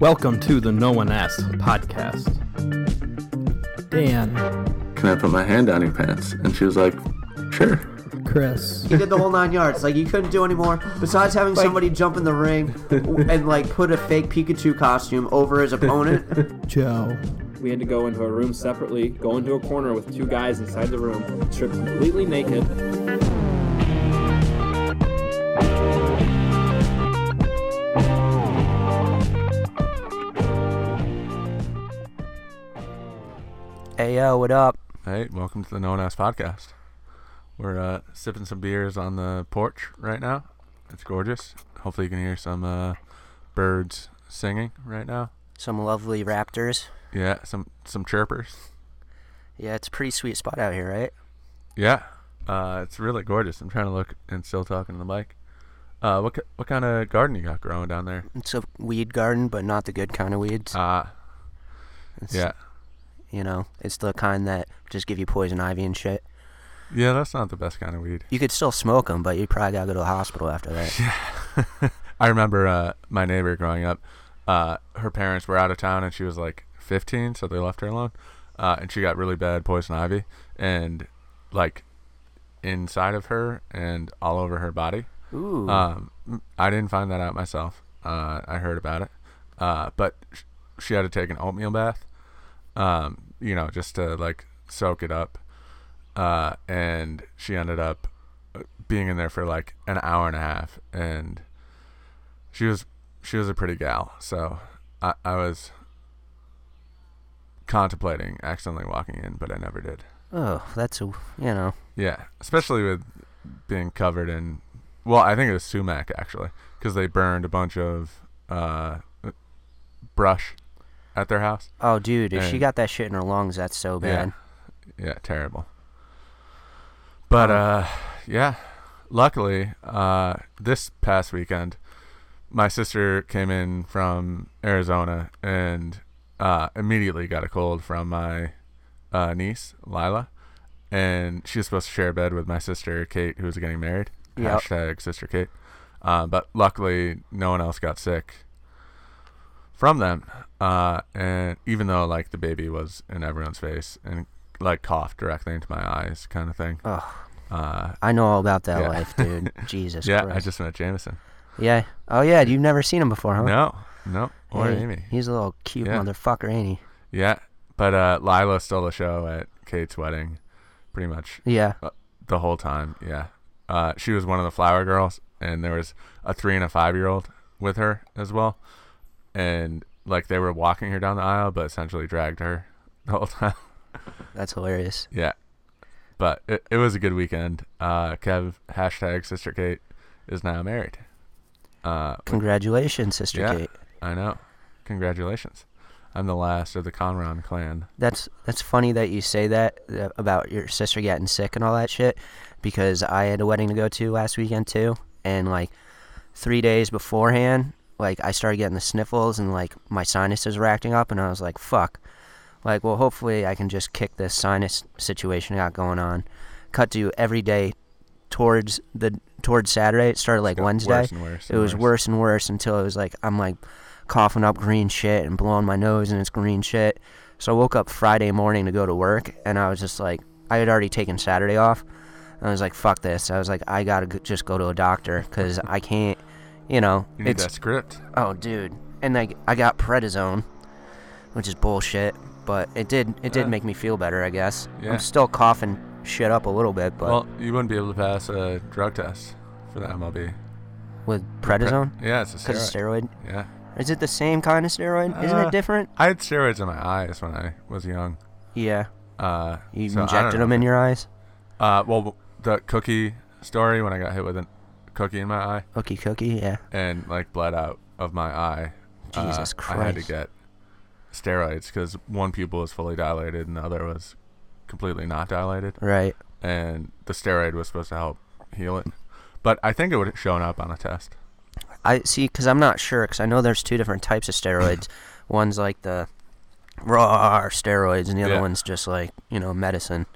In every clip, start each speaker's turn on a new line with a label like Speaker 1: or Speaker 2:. Speaker 1: Welcome to the No One Asks podcast. Dan,
Speaker 2: Can I put my hand down your pants? And she was like, Sure.
Speaker 1: Chris,
Speaker 3: He did the whole nine yards. Like you couldn't do any more besides having somebody jump in the ring and like put a fake Pikachu costume over his opponent.
Speaker 1: Joe,
Speaker 4: We had to go into a room separately, go into a corner with two guys inside the room, stripped completely naked.
Speaker 3: Hey yo, what up?
Speaker 2: All right, welcome to the No One Asked podcast. We're uh, sipping some beers on the porch right now. It's gorgeous. Hopefully, you can hear some uh, birds singing right now.
Speaker 5: some lovely raptors.
Speaker 2: Yeah, some some chirpers.
Speaker 5: Yeah, it's a pretty sweet spot out here, right?
Speaker 2: Yeah, uh, it's really gorgeous. I'm trying to look and still talking to the mic. Uh, what ki- what kind of garden you got growing down there?
Speaker 5: It's a weed garden, but not the good kind of weeds.
Speaker 2: Uh,
Speaker 5: It's,
Speaker 2: yeah,
Speaker 5: You know, it's the kind that just give you poison ivy and shit.
Speaker 2: yeah, that's not the best kind of weed.
Speaker 5: You could still smoke them, but you probably gotta go to the hospital after that.
Speaker 2: I remember uh, my neighbor growing up. Uh, her parents were out of town, and she was like 15, so they left her alone. Uh, and she got really bad poison ivy, and like inside of her and all over her body.
Speaker 5: Ooh.
Speaker 2: Um, I didn't find that out myself. Uh, I heard about it, uh, but sh- she had to take an oatmeal bath. Um, you know, just to like soak it up. Uh, and she ended up uh, being in there for like an hour and a half, and she was she was a pretty gal. So I, I was contemplating accidentally walking in, but I never did.
Speaker 5: oh, that's a, you know.
Speaker 2: Yeah, especially with being covered in. Well, I think it was sumac actually, because they burned a bunch of uh, brush at their house.
Speaker 5: Oh, dude, if she
Speaker 2: And-
Speaker 5: got that shit in her lungs, that's so bad.
Speaker 2: Yeah, terrible. But uh, yeah, luckily uh, this past weekend, my sister came in from Arizona and uh, immediately got a cold from my uh, niece Lila, and she was supposed to share a bed with my sister Kate, who was getting married.
Speaker 5: Yep.
Speaker 2: Hashtag sister Kate. Uh, but luckily, no one else got sick from them. Uh, and even though like the baby was in everyone's face and like coughed directly into my eyes, kind of thing.
Speaker 5: Ugh.
Speaker 2: Uh,
Speaker 5: Oh, I know all about that
Speaker 2: Yeah.
Speaker 5: life, dude. Jesus
Speaker 2: yeah,
Speaker 5: Christ.
Speaker 2: I just met Jameson.
Speaker 5: Yeah. Oh, yeah, you've never seen him before, huh?
Speaker 2: No, no, or
Speaker 5: Hey,
Speaker 2: Amy.
Speaker 5: He's a little cute
Speaker 2: Yeah.
Speaker 5: motherfucker, ain't he?
Speaker 2: Yeah, but uh, Lila stole the show at Kate's wedding, pretty much
Speaker 5: Yeah.
Speaker 2: the whole time. Yeah, uh, she was one of the flower girls, and there was a three and a five year old with her as well, and like they were walking her down the aisle, but essentially dragged her the whole time.
Speaker 5: That's hilarious.
Speaker 2: Yeah. But it, it was a good weekend. Uh, Kev, hashtag Sister Kate is now married. Uh,
Speaker 5: Congratulations, Sister
Speaker 2: yeah,
Speaker 5: Kate.
Speaker 2: I know. Congratulations. I'm the last of the Conron clan.
Speaker 5: That's that's funny that you say that uh, about your sister getting sick and all that shit, because I had a wedding to go to last weekend too, and like three days beforehand, like I started getting the sniffles and like my sinuses were acting up, and I was like, fuck, like well hopefully I can just kick this sinus situation I got going on. Cut to every day towards the towards Saturday. It started like
Speaker 2: got
Speaker 5: Wednesday.
Speaker 2: worse and worse
Speaker 5: it
Speaker 2: and
Speaker 5: was
Speaker 2: worse.
Speaker 5: worse and worse until it was like I'm like coughing up green shit and blowing my nose and it's green shit. So I woke up Friday morning to go to work and I was just like I had already taken Saturday off. And I was like fuck this. I was like I got to g- just go to a doctor cuz I can't, you know,
Speaker 2: You need
Speaker 5: it's
Speaker 2: that script.
Speaker 5: oh dude. And like I got prednisone, which is bullshit, but it did it did
Speaker 2: Yeah.
Speaker 5: make me feel better, I guess.
Speaker 2: Yeah.
Speaker 5: I'm still coughing shit up a little bit, but
Speaker 2: Well, you wouldn't be able to pass a drug test for the MLB.
Speaker 5: with
Speaker 2: Pre-
Speaker 5: prednisone
Speaker 2: Yeah, it's a
Speaker 5: cuz of
Speaker 2: steroid.
Speaker 5: steroid.
Speaker 2: Yeah.
Speaker 5: Is it the same kind of steroid? Isn't
Speaker 2: Uh,
Speaker 5: it different?
Speaker 2: I had steroids in my eyes when I was young.
Speaker 5: Yeah.
Speaker 2: Uh,
Speaker 5: You
Speaker 2: so I don't
Speaker 5: injected
Speaker 2: know.
Speaker 5: them in your eyes?
Speaker 2: Uh, well, the cookie story when I got hit with a cookie in my eye.
Speaker 5: Cookie cookie, yeah.
Speaker 2: and like bled out of my eye. Uh,
Speaker 5: Jesus
Speaker 2: I had to
Speaker 5: Christ.
Speaker 2: get steroids because one pupil was fully dilated and the other was completely not dilated,
Speaker 5: Right.
Speaker 2: and the steroid was supposed to help heal it. But I think it would have shown up on a test.
Speaker 5: I see, because I'm not sure, because I know there's two different types of steroids. one's like the raw steroids, and the other
Speaker 2: Yeah.
Speaker 5: one's just like, you know, medicine.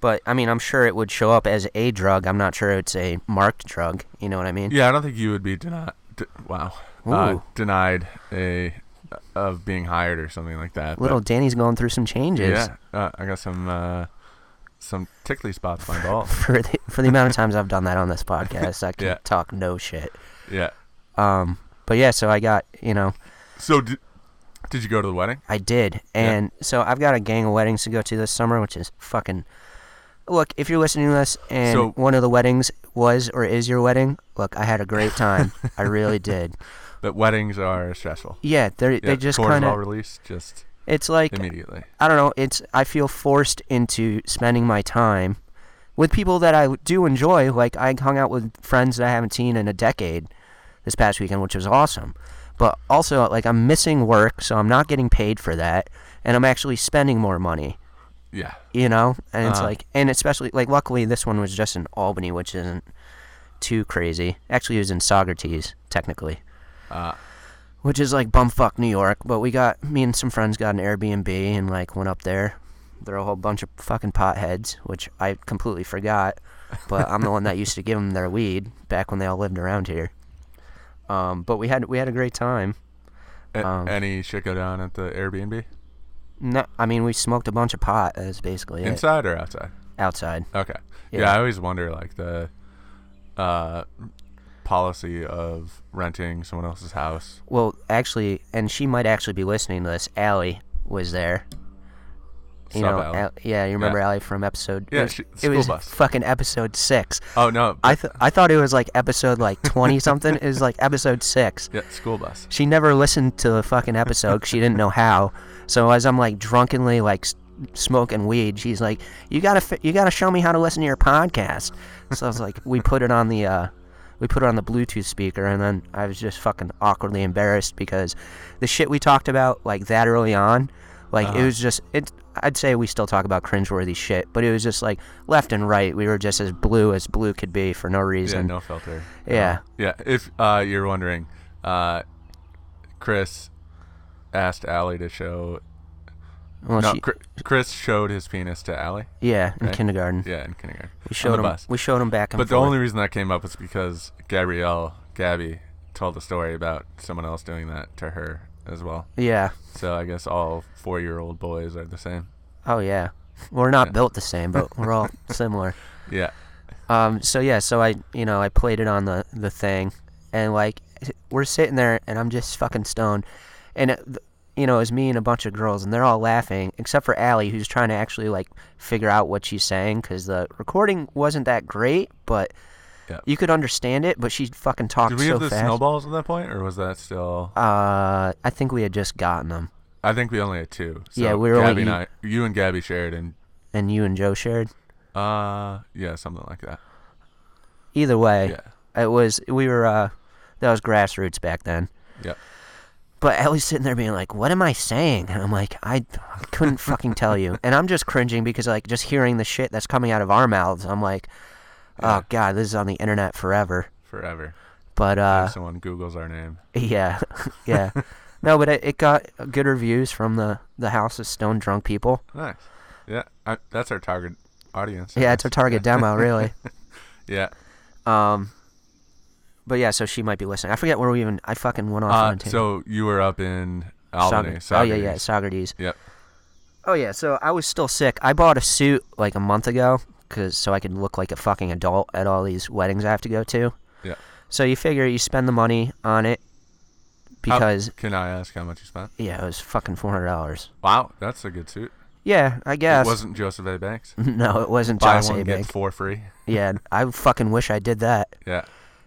Speaker 5: But, I mean, I'm sure it would show up as a drug. I'm not sure it's a marked drug. You know what I mean?
Speaker 2: Yeah, I don't think you would be denied. D- wow, uh,
Speaker 5: Ooh.
Speaker 2: denied a of being hired or something like that. but-
Speaker 5: Little Danny's going through some changes
Speaker 2: yeah, uh, I got some uh, some tickly spots on my balls.
Speaker 5: for the for the amount of times I've done that on this podcast. I can
Speaker 2: Yeah.
Speaker 5: talk no shit.
Speaker 2: Yeah.
Speaker 5: Um, but yeah, so I got you know
Speaker 2: So did, did you go to the wedding?
Speaker 5: I did,
Speaker 2: Yeah.
Speaker 5: and so I've got a gang of weddings to go to this summer, which is fucking. Look, if you're listening to this and
Speaker 2: So-
Speaker 5: one of the weddings was or is your wedding, look, I had a great time. I really did.
Speaker 2: But weddings are stressful.
Speaker 5: Yeah, they
Speaker 2: Yeah,
Speaker 5: they just
Speaker 2: cortisol
Speaker 5: kind of
Speaker 2: release just
Speaker 5: it's like
Speaker 2: immediately.
Speaker 5: I don't know. It's I feel forced into spending my time with people that I do enjoy. Like I hung out with friends that I haven't seen in a decade this past weekend, which was awesome. But also, like I'm missing work, so I'm not getting paid for that, and I'm actually spending more money.
Speaker 2: Yeah.
Speaker 5: You know, and it's
Speaker 2: Uh-huh.
Speaker 5: like, and especially like, luckily this one was just in Albany, which isn't too crazy. Actually, it was in Socrates, technically
Speaker 2: Uh,
Speaker 5: which is like bumfuck New York. But we got me and some friends got an Airbnb and like went up there. They're a whole bunch of fucking potheads, which I completely forgot. But I'm the one that used to give them their weed back when they all lived around here. Um, but we had we had a great time.
Speaker 2: a-
Speaker 5: Um,
Speaker 2: any shit go down at the Airbnb?
Speaker 5: No, I mean we smoked a bunch of pot. That's basically it.
Speaker 2: Inside or outside?
Speaker 5: Outside.
Speaker 2: Okay. Yeah.
Speaker 5: Yeah.
Speaker 2: I always wonder like the uh, policy of renting someone else's house.
Speaker 5: Well, actually, and she might actually be listening to this. Allie was there. You
Speaker 2: Sup,
Speaker 5: know,
Speaker 2: Allie?
Speaker 5: Al- yeah, you remember
Speaker 2: Yeah.
Speaker 5: Allie from episode?
Speaker 2: Yeah,
Speaker 5: it was,
Speaker 2: she-
Speaker 5: it
Speaker 2: school
Speaker 5: was
Speaker 2: bus.
Speaker 5: fucking episode six.
Speaker 2: Oh no.
Speaker 5: I th- I thought it was like episode like twenty something. It was like episode six.
Speaker 2: yeah, school bus.
Speaker 5: She never listened to the fucking episode. 'cause she didn't know how. So as I'm like drunkenly like s- smoking weed, she's like, "You gotta fi- you gotta show me how to listen to your podcast." So I was like, we put it on the uh, we put it on the Bluetooth speaker, and then I was just fucking awkwardly embarrassed because the shit we talked about like that early on, like
Speaker 2: Uh-huh.
Speaker 5: it was just it. I'd say we still talk about cringeworthy shit, but it was just like left and right. We were just as blue as blue could be for no
Speaker 2: Yeah,
Speaker 5: reason.
Speaker 2: no filter.
Speaker 5: Yeah.
Speaker 2: Yeah, if uh, you're wondering, uh, Chris asked Allie to show.
Speaker 5: Well,
Speaker 2: no,
Speaker 5: she-
Speaker 2: Chri- Chris showed his penis to Allie.
Speaker 5: yeah, in
Speaker 2: right?
Speaker 5: kindergarten.
Speaker 2: Yeah, in kindergarten.
Speaker 5: We showed
Speaker 2: on the
Speaker 5: him.
Speaker 2: bus.
Speaker 5: We showed him back and
Speaker 2: but the
Speaker 5: forth.
Speaker 2: only reason that came up was because Gabrielle, Gabby, told a story about someone else doing that to her as well.
Speaker 5: yeah.
Speaker 2: So I guess all four-year-old boys are the same.
Speaker 5: Oh yeah. We're not built the same, but we're all similar.
Speaker 2: Yeah.
Speaker 5: Um. So yeah. So I, you know, I played it on the the thing, and like we're sitting there, and I'm just fucking stoned, and it, th- you know, it's me and a bunch of girls, and they're all laughing except for Allie, who's trying to actually like figure out what she's saying because the recording wasn't that great, but.
Speaker 2: Yeah.
Speaker 5: You could understand it, but she fucking talked
Speaker 2: Did we
Speaker 5: so
Speaker 2: have the
Speaker 5: fast.
Speaker 2: snowballs at that point, or was that still?
Speaker 5: Uh, I think we had just gotten them,
Speaker 2: I think we only had two. So
Speaker 5: Yeah, we were
Speaker 2: Gabby
Speaker 5: only-
Speaker 2: and I, you and Gabby shared, and
Speaker 5: and you and Joe shared.
Speaker 2: uh, yeah, something like that.
Speaker 5: Either way,
Speaker 2: Yeah.
Speaker 5: It was we were uh that was grassroots back then.
Speaker 2: Yeah.
Speaker 5: But Ellie's sitting there being like, "What am I saying?" And I'm like, "I, I couldn't fucking tell you." And I'm just cringing because like just hearing the shit that's coming out of our mouths, I'm like, "Oh god, this is on the internet forever."
Speaker 2: Forever.
Speaker 5: But uh,
Speaker 2: if someone Google's our name.
Speaker 5: yeah, yeah. No, but it, it got good reviews from the the house of stone drunk people.
Speaker 2: Nice. Yeah, I, that's our target audience. I
Speaker 5: Yeah, it's our
Speaker 2: guess.
Speaker 5: target demo, really.
Speaker 2: Yeah.
Speaker 5: Um, but yeah, so she might be listening. I forget where we even. I fucking went off
Speaker 2: Uh,
Speaker 5: on a tangent.
Speaker 2: so you were up in Albany.
Speaker 5: Socrates. Oh yeah, yeah,
Speaker 2: Socrates.
Speaker 5: Socrates.
Speaker 2: Yep.
Speaker 5: Oh yeah, so I was still sick. I bought a suit like a month ago, cause so I could look like a fucking adult at all these weddings I have to go to.
Speaker 2: Yeah.
Speaker 5: So you figure you spend the money on it
Speaker 2: How-
Speaker 5: because
Speaker 2: can I ask how much you spent?
Speaker 5: yeah, it was fucking four hundred dollars.
Speaker 2: Wow, that's a good suit.
Speaker 5: Yeah, I
Speaker 2: It
Speaker 5: guess.
Speaker 2: wasn't Joseph A. Banks.
Speaker 5: no, it wasn't
Speaker 2: Buy
Speaker 5: Mm-hmm. Josh
Speaker 2: one get
Speaker 5: Abig.
Speaker 2: four free.
Speaker 5: yeah, I fucking wish I did that.
Speaker 2: Yeah.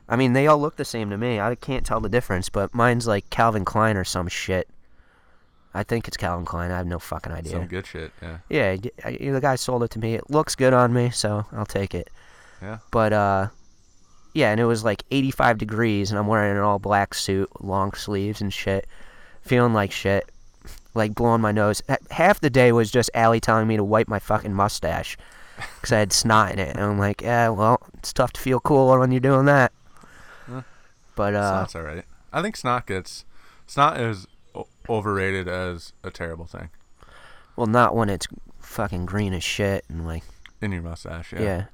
Speaker 5: I mean, they all look the same to me. I can't tell the difference, but mine's like Calvin Klein or some shit. I think it's Calvin Klein. I have no fucking idea.
Speaker 2: Some good shit. Yeah.
Speaker 5: Yeah, y- I- the guy sold it to me. It looks good on me, so I'll take it.
Speaker 2: Yeah.
Speaker 5: But uh, yeah, and it was like 85 degrees, and I'm wearing an all black suit, long sleeves and shit, feeling like shit, like blowing my nose. Ha- Half the day was just Allie telling me to wipe my fucking mustache because I had snot in it, and I'm like, yeah, well, it's tough to feel cool when you're doing that. But uh,
Speaker 2: Snot's all right. I think snot gets snot is o- overrated as a terrible thing
Speaker 5: well, not when it's fucking green as shit and like,
Speaker 2: in your mustache. Yeah.
Speaker 5: yeah,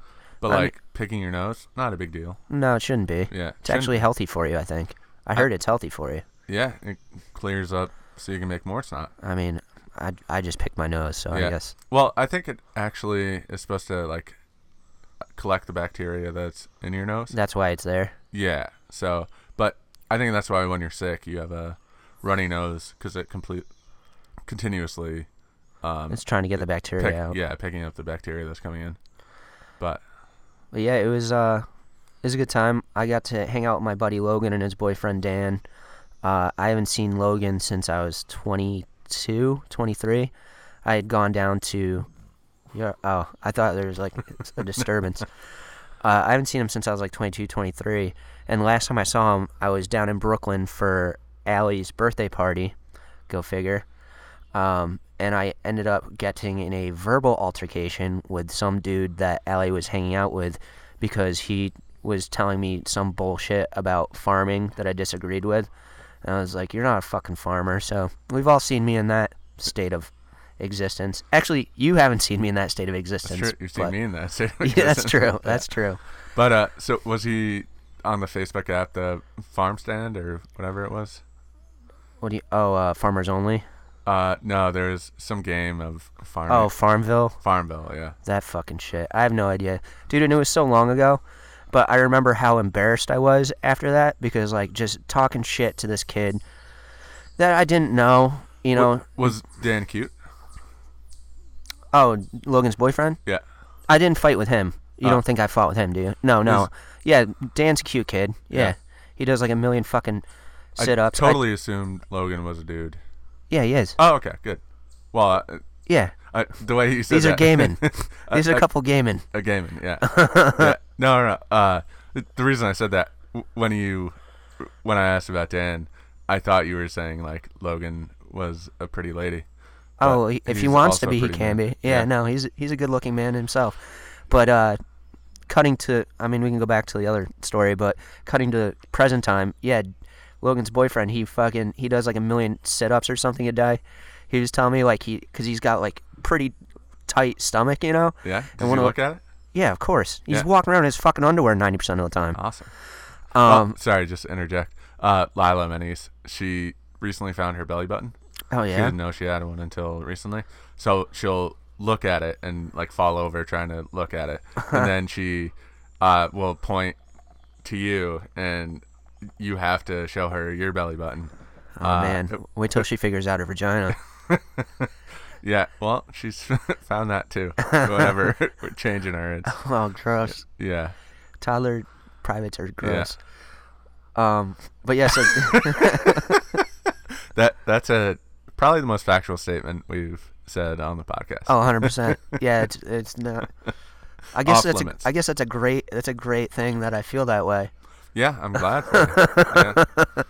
Speaker 2: But
Speaker 5: I mean-
Speaker 2: like picking your nose, not a big deal.
Speaker 5: no, it shouldn't be.
Speaker 2: Yeah.
Speaker 5: It's actually healthy for you, I think. I heard it's healthy for you.
Speaker 2: Yeah, it clears up so you can make more snot.
Speaker 5: I mean, I, I just picked my nose, so I guess.
Speaker 2: Well, I think it actually is supposed to like collect the bacteria that's in your nose.
Speaker 5: That's why it's there.
Speaker 2: Yeah. So, but I think that's why when you're sick, you have a runny nose because it complete continuously. Um,
Speaker 5: It's trying to get the bacteria
Speaker 2: pick-
Speaker 5: out.
Speaker 2: yeah, picking up the bacteria that's coming in. But
Speaker 5: But yeah, it was uh, it was a good time. I got to hang out with my buddy Logan and his boyfriend Dan. Uh, I haven't seen Logan since I was 22, 23. I had gone down to, yeah. Oh, I thought there was like a disturbance. Uh, I haven't seen him since I was like 22, 23. And last time I saw him, I was down in Brooklyn for Allie's birthday party. Go figure. Um, and I ended up getting in a verbal altercation with some dude that Allie was hanging out with because he was telling me some bullshit about farming that I disagreed with. And I was like, You're not a fucking farmer. So we've all seen me in that state of existence. Actually, you haven't seen me in that state of existence.
Speaker 2: sure, you've seen
Speaker 5: but-
Speaker 2: me in that.
Speaker 5: Yeah, that's true. That's true.
Speaker 2: But uh, so was he on the Facebook app, the farm stand or whatever it was?
Speaker 5: What do you? Oh, uh, farmers only.
Speaker 2: Uh, no, there was some game of farm.
Speaker 5: Oh, Farmville.
Speaker 2: Farmville, yeah.
Speaker 5: That fucking shit. I have no idea. Dude, and it was so long ago, but I remember how embarrassed I was after that because, like, just talking shit to this kid that I didn't know, you know.
Speaker 2: Was Dan cute?
Speaker 5: Oh, Logan's boyfriend?
Speaker 2: Yeah.
Speaker 5: I didn't fight with him. You
Speaker 2: Oh.
Speaker 5: don't think I fought with him, do you? No, no.
Speaker 2: Was-
Speaker 5: yeah, Dan's a cute kid. Yeah.
Speaker 2: Yeah.
Speaker 5: He does, like, a million fucking sit ups.
Speaker 2: Totally assumed Logan was a dude.
Speaker 5: yeah, he is.
Speaker 2: Oh, okay, good. Well, uh,
Speaker 5: Yeah.
Speaker 2: I, the way you said
Speaker 5: These are
Speaker 2: that-
Speaker 5: gaming. These are
Speaker 2: I-
Speaker 5: a couple gaming.
Speaker 2: a gaming, yeah. yeah. No, no, no. Uh, the reason I said that w- when you when I asked about Dan, I thought you were saying like Logan was a pretty lady. but
Speaker 5: Oh, he- if he
Speaker 2: he's
Speaker 5: wants to
Speaker 2: also
Speaker 5: be, he
Speaker 2: pretty
Speaker 5: can
Speaker 2: man.
Speaker 5: be. Yeah,
Speaker 2: Yeah.
Speaker 5: no, he's he's a good-looking man himself. But uh, cutting to, I mean, we can go back to the other story, but cutting to present time, yeah, Logan's boyfriend, he fucking he does like a million sit-ups or something a day. He was telling me like he, cause he's got like pretty tight stomach, you know.
Speaker 2: Yeah. Did
Speaker 5: one
Speaker 2: you
Speaker 5: of the-
Speaker 2: look at it?
Speaker 5: Yeah, of course. He's
Speaker 2: Yeah.
Speaker 5: walking around in his fucking underwear ninety percent of the time.
Speaker 2: Awesome.
Speaker 5: Um,
Speaker 2: oh, sorry, just to interject. Uh, Lila Menes, she recently found her belly button.
Speaker 5: oh
Speaker 2: She
Speaker 5: yeah,
Speaker 2: didn't know she had one until recently. So she'll look at it and like fall over trying to look at it, and then she uh, will point to you, and you have to show her your belly button. Uh,
Speaker 5: oh man. Wait till she figures out her vagina.
Speaker 2: Yeah, well, she's found that too. Whatever, we're changing her. It's,
Speaker 5: oh, gross.
Speaker 2: yeah,
Speaker 5: Tyler privates are gross. Um, but yeah, so
Speaker 2: that that's a probably the most factual statement we've said on the podcast.
Speaker 5: oh, 100 percent. Yeah, it's it's not. I guess
Speaker 2: Off
Speaker 5: that's
Speaker 2: limits.
Speaker 5: a, I guess that's a great that's a great thing that I feel that way.
Speaker 2: yeah, I'm glad. For you. Yeah.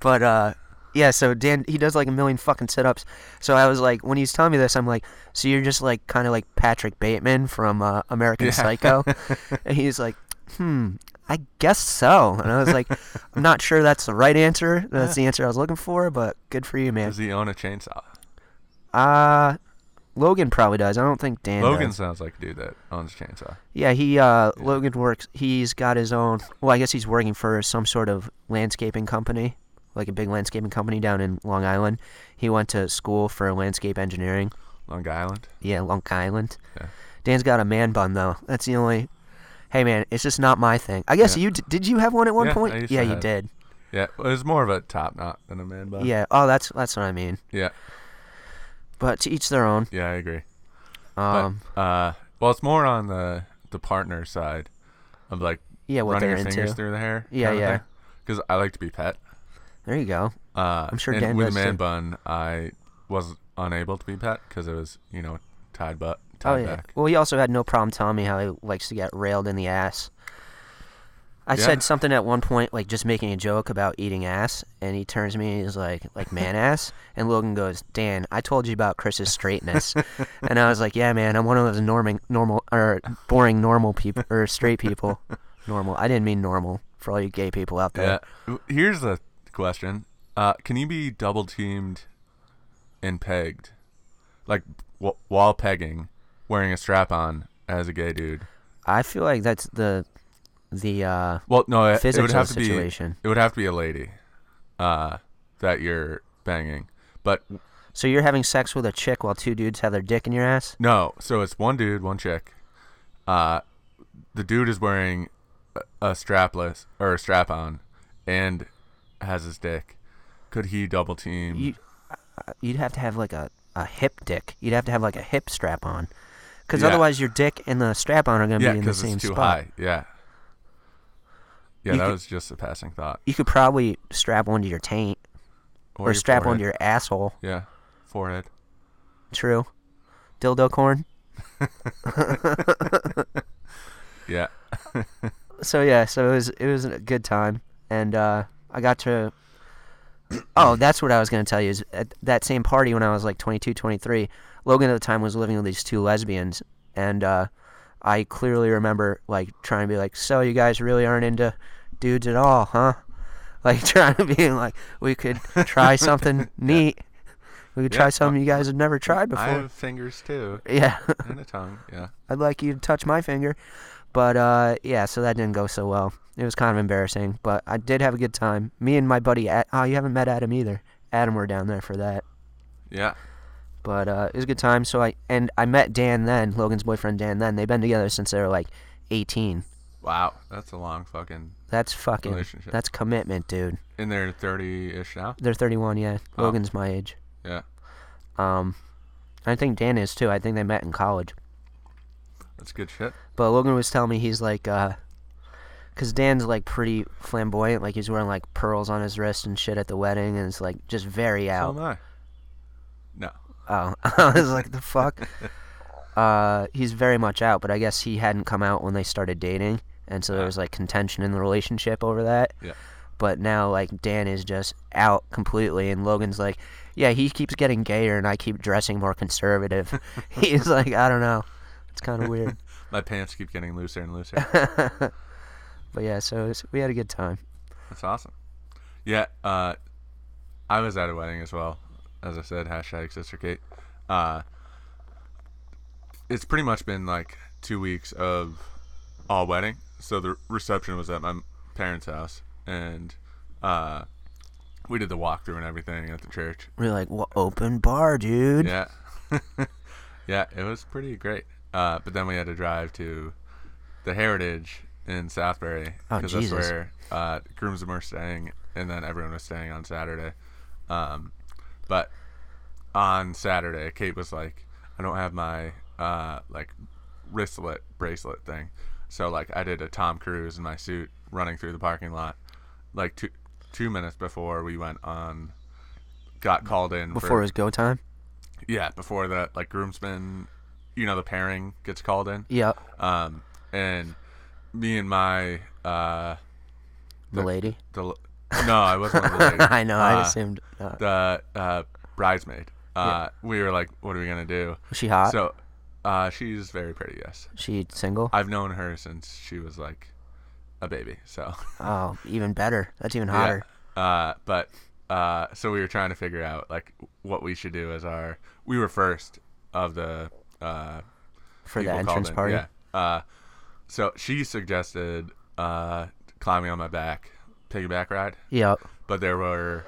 Speaker 5: But uh, yeah, so Dan he does like a million fucking sit ups. So I was like, when he's telling me this, I'm like, so you're just like kind of like Patrick Bateman from uh, American Psycho, and he's like, hmm. I guess so. And I was like, I'm not sure that's the right answer. That's the answer I was looking for, but good for you, man.
Speaker 2: Does he own a chainsaw?
Speaker 5: Uh Logan probably does. I don't think Dan
Speaker 2: Logan
Speaker 5: does.
Speaker 2: sounds like a dude that owns a chainsaw.
Speaker 5: Yeah, he uh Logan works he's got his own well, I guess he's working for some sort of landscaping company, like a big landscaping company down in Long Island. He went to school for landscape engineering.
Speaker 2: Long Island.
Speaker 5: Yeah, Long Island.
Speaker 2: Yeah.
Speaker 5: Dan's got a man bun though. That's the only Hey man, it's just not my thing. I guess you d- did you have one at one
Speaker 2: Yeah,
Speaker 5: point?
Speaker 2: I used
Speaker 5: yeah,
Speaker 2: to
Speaker 5: you
Speaker 2: have-
Speaker 5: did.
Speaker 2: Yeah, well, it's more of a top knot than a man bun.
Speaker 5: yeah. Oh, that's that's what I mean.
Speaker 2: yeah,
Speaker 5: But to each their own.
Speaker 2: yeah, I agree. But,
Speaker 5: Um
Speaker 2: uh, well, it's more on the the partner side of like
Speaker 5: yeah, what
Speaker 2: running
Speaker 5: they're
Speaker 2: your
Speaker 5: into.
Speaker 2: fingers through the hair.
Speaker 5: Yeah, yeah.
Speaker 2: Because I like to be pet.
Speaker 5: There you go.
Speaker 2: Uh,
Speaker 5: I'm sure
Speaker 2: and
Speaker 5: Dan
Speaker 2: with
Speaker 5: does,
Speaker 2: a man
Speaker 5: too.
Speaker 2: bun, I was unable to be pet because it was you know tied butt
Speaker 5: Oh
Speaker 2: tied
Speaker 5: yeah.
Speaker 2: back.
Speaker 5: Well, he also had no problem telling me how he likes to get railed in the ass. I
Speaker 2: Yeah.
Speaker 5: said something at one point, like just making a joke about eating ass, and he turns to me and he's like, "Like man ass," and Logan goes, "Dan, I told you about Chris's straightness," and I was like, "Yeah, man, I'm one of those norming, normal or boring normal people or straight people, normal. I didn't mean normal for all you gay people out
Speaker 2: Yeah.
Speaker 5: there.
Speaker 2: W- Here's the question: uh, Can you be double teamed and pegged, like w- while pegging, wearing a strap on as a gay dude?
Speaker 5: I feel like that's the the uh,
Speaker 2: Well, no, it, it
Speaker 5: Physical
Speaker 2: would have to
Speaker 5: situation.
Speaker 2: be. It would have to be a lady, uh, that you're banging. But
Speaker 5: So you're having sex with a chick while two dudes have their dick in your ass?
Speaker 2: no, so it's one dude, one chick. Uh, the dude is wearing a, a strapless or a strap on, and has his dick. Could he double team?
Speaker 5: You, uh, you'd have to have like a, a hip dick. You'd have to have like a hip strap on, because
Speaker 2: Yeah.
Speaker 5: otherwise your dick and the strap on are gonna
Speaker 2: yeah,
Speaker 5: be in the
Speaker 2: because
Speaker 5: same
Speaker 2: it's too
Speaker 5: spot.
Speaker 2: high. Yeah. Yeah,
Speaker 5: You
Speaker 2: that
Speaker 5: could-
Speaker 2: was just a passing thought.
Speaker 5: You could probably strap one to your taint or,
Speaker 2: your
Speaker 5: strap one to
Speaker 2: forehead.
Speaker 5: your asshole.
Speaker 2: yeah forehead.
Speaker 5: True. Dildo corn.
Speaker 2: Yeah.
Speaker 5: so yeah, so it was it was a good time, and uh, I got to. Oh, that's what I was gonna tell you. Is at that same party when I was like 22, 23, Logan at the time was living with these two lesbians, and uh, I clearly remember like trying to be like, "So you guys really aren't into dudes at all, huh?" Like trying to be like, "We could try something neat. We could
Speaker 2: Yeah,
Speaker 5: try
Speaker 2: I-
Speaker 5: something you guys have never tried before."
Speaker 2: I have fingers too
Speaker 5: yeah.
Speaker 2: and a tongue. Yeah.
Speaker 5: I'd like you to touch my finger. But uh, yeah, so that didn't go so well. It was kind of embarrassing, but I did have a good time. Me and my buddy, A- oh, you haven't met Adam either. Adam were down there for that.
Speaker 2: Yeah.
Speaker 5: But uh, it was a good time. So I and I met Dan then, Logan's boyfriend Dan then. They've been together since they were like 18.
Speaker 2: Wow. That's a long fucking.
Speaker 5: That's fucking.
Speaker 2: Relationship.
Speaker 5: That's commitment, dude.
Speaker 2: In their 30 ish now.
Speaker 5: They're 31, yeah.
Speaker 2: Oh.
Speaker 5: Logan's my age.
Speaker 2: Yeah.
Speaker 5: Um, I think Dan is too. I think they met in college.
Speaker 2: That's good shit.
Speaker 5: But Logan was telling me he's like, uh 'cause Dan's like pretty flamboyant. Like he's wearing like pearls on his wrist and shit at the wedding, and it's like just very
Speaker 2: So am
Speaker 5: out.
Speaker 2: I. No.
Speaker 5: Oh, I was like, the fuck. uh, he's very much out, but I guess he hadn't come out when they started dating, and so there was like contention in the relationship over that.
Speaker 2: Yeah.
Speaker 5: But now like Dan is just out completely, and Logan's like, yeah, he keeps getting gayer, and I keep dressing more conservative. he's like, I don't know. It's kind of weird.
Speaker 2: My pants keep getting looser and looser.
Speaker 5: But yeah, so it was, we had a good time.
Speaker 2: That's awesome. Yeah, uh, I was at a wedding as well. As I said, hashtag Sister Kate. Uh, it's pretty much been like two weeks of all wedding. So the reception was at my parents' house, and uh, we did the walkthrough and everything at the church.
Speaker 5: We are like, well, open bar, dude.
Speaker 2: Yeah, yeah, it was pretty great. Uh, but then we had to drive to the Heritage in Southbury
Speaker 5: Oh,
Speaker 2: because that's
Speaker 5: Jesus.
Speaker 2: where uh, grooms were staying, and then everyone was staying on Saturday. Um, but on Saturday, Kate was like, "I don't have my uh, like wristlet bracelet thing," so like I did a Tom Cruise in my suit running through the parking lot, like two two minutes before we went on. Got called in for-
Speaker 5: Before it was go time.
Speaker 2: yeah, before the like groomsmen, you know, the pairing gets called in.
Speaker 5: Yeah,
Speaker 2: Um, and me and my uh,
Speaker 5: the lady.
Speaker 2: the l- no, I wasn't one of the ladies.
Speaker 5: I know. I
Speaker 2: Uh,
Speaker 5: assumed. Uh,
Speaker 2: the uh, bridesmaid. Uh, we were like, what are we gonna do?
Speaker 5: was she hot?
Speaker 2: So, uh, she's very pretty. Yes,
Speaker 5: she single?
Speaker 2: I've known her since she was like a baby. So.
Speaker 5: oh, even better. That's even
Speaker 2: Yeah.
Speaker 5: hotter.
Speaker 2: Uh, but uh, so we were trying to figure out like what we should do as our. We were first of the uh,
Speaker 5: For the
Speaker 2: people called
Speaker 5: entrance
Speaker 2: in.
Speaker 5: party?
Speaker 2: Yeah. Uh, so she suggested uh, climbing on my back, piggyback ride,
Speaker 5: Yep.
Speaker 2: but there were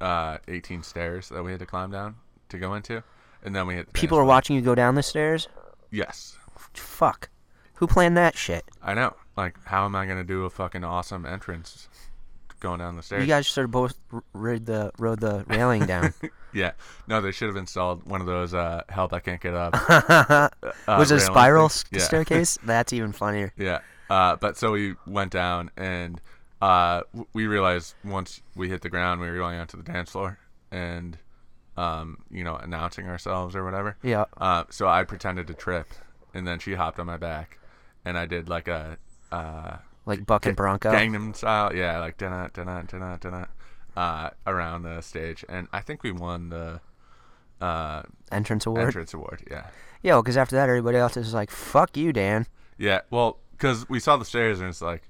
Speaker 2: uh, 18 stairs that we had to climb down to go into, and then we hit. The
Speaker 5: People are
Speaker 2: finish
Speaker 5: watching you go down the stairs.
Speaker 2: line. Yes,
Speaker 5: Fuck. Who planned that shit?
Speaker 2: I know. Like, how am I gonna do a fucking awesome entrance going down the stairs?
Speaker 5: You guys should have both r- rode the rode the railing down.
Speaker 2: Yeah. No, they should have installed one of those uh help I can't get up. uh,
Speaker 5: was it a
Speaker 2: railing
Speaker 5: spiral
Speaker 2: things.
Speaker 5: s
Speaker 2: Yeah.
Speaker 5: staircase? That's even funnier.
Speaker 2: Yeah. Uh but so we went down and uh w- we realized once we hit the ground we were going onto the dance floor and um you know announcing ourselves or whatever.
Speaker 5: Yeah.
Speaker 2: Uh so I pretended to trip and then she hopped on my back and I did like a uh
Speaker 5: Like Buck and Bronco.
Speaker 2: Gangnam style. Yeah, like da da da da da uh around the stage and I think we won the uh
Speaker 5: Entrance award.
Speaker 2: entrance award, yeah.
Speaker 5: Yeah, because after that, everybody else is like, fuck you, Dan.
Speaker 2: Yeah, well, because we saw the stairs and it's like,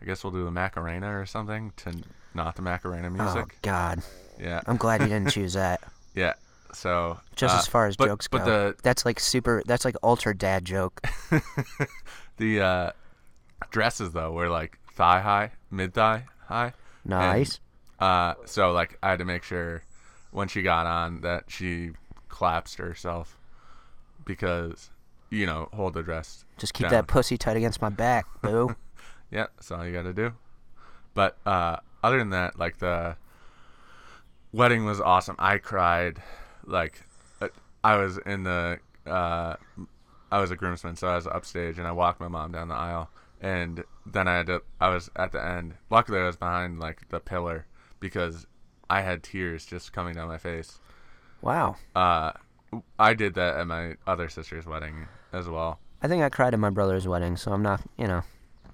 Speaker 2: I guess we'll do the Macarena or something to n- not the Macarena
Speaker 5: Oh,
Speaker 2: music.
Speaker 5: God.
Speaker 2: yeah,
Speaker 5: I'm glad you didn't choose that.
Speaker 2: yeah. So
Speaker 5: just
Speaker 2: uh,
Speaker 5: as far as
Speaker 2: but-
Speaker 5: jokes
Speaker 2: but
Speaker 5: go.
Speaker 2: the
Speaker 5: that's like super. That's like ultra dad joke.
Speaker 2: the uh, dresses though were like thigh high, mid thigh high. and,
Speaker 5: Nice.
Speaker 2: uh, so like I had to make sure when she got on that she collapsed herself because you know hold the dress.
Speaker 5: Just keep
Speaker 2: down.
Speaker 5: that pussy tight against my back, boo.
Speaker 2: Yeah, that's all you got to do. But uh, other than that, like the wedding was awesome. I cried. Like uh, I was in the, uh, I was a groomsman, so I was upstage, and I walked my mom down the aisle, and then I had to. I was at the end. Luckily, I was behind like the pillar because I had tears just coming down my face.
Speaker 5: wow.
Speaker 2: Uh, I did that at my other sister's wedding as well.
Speaker 5: I think I cried at my brother's wedding, so I'm not, you know,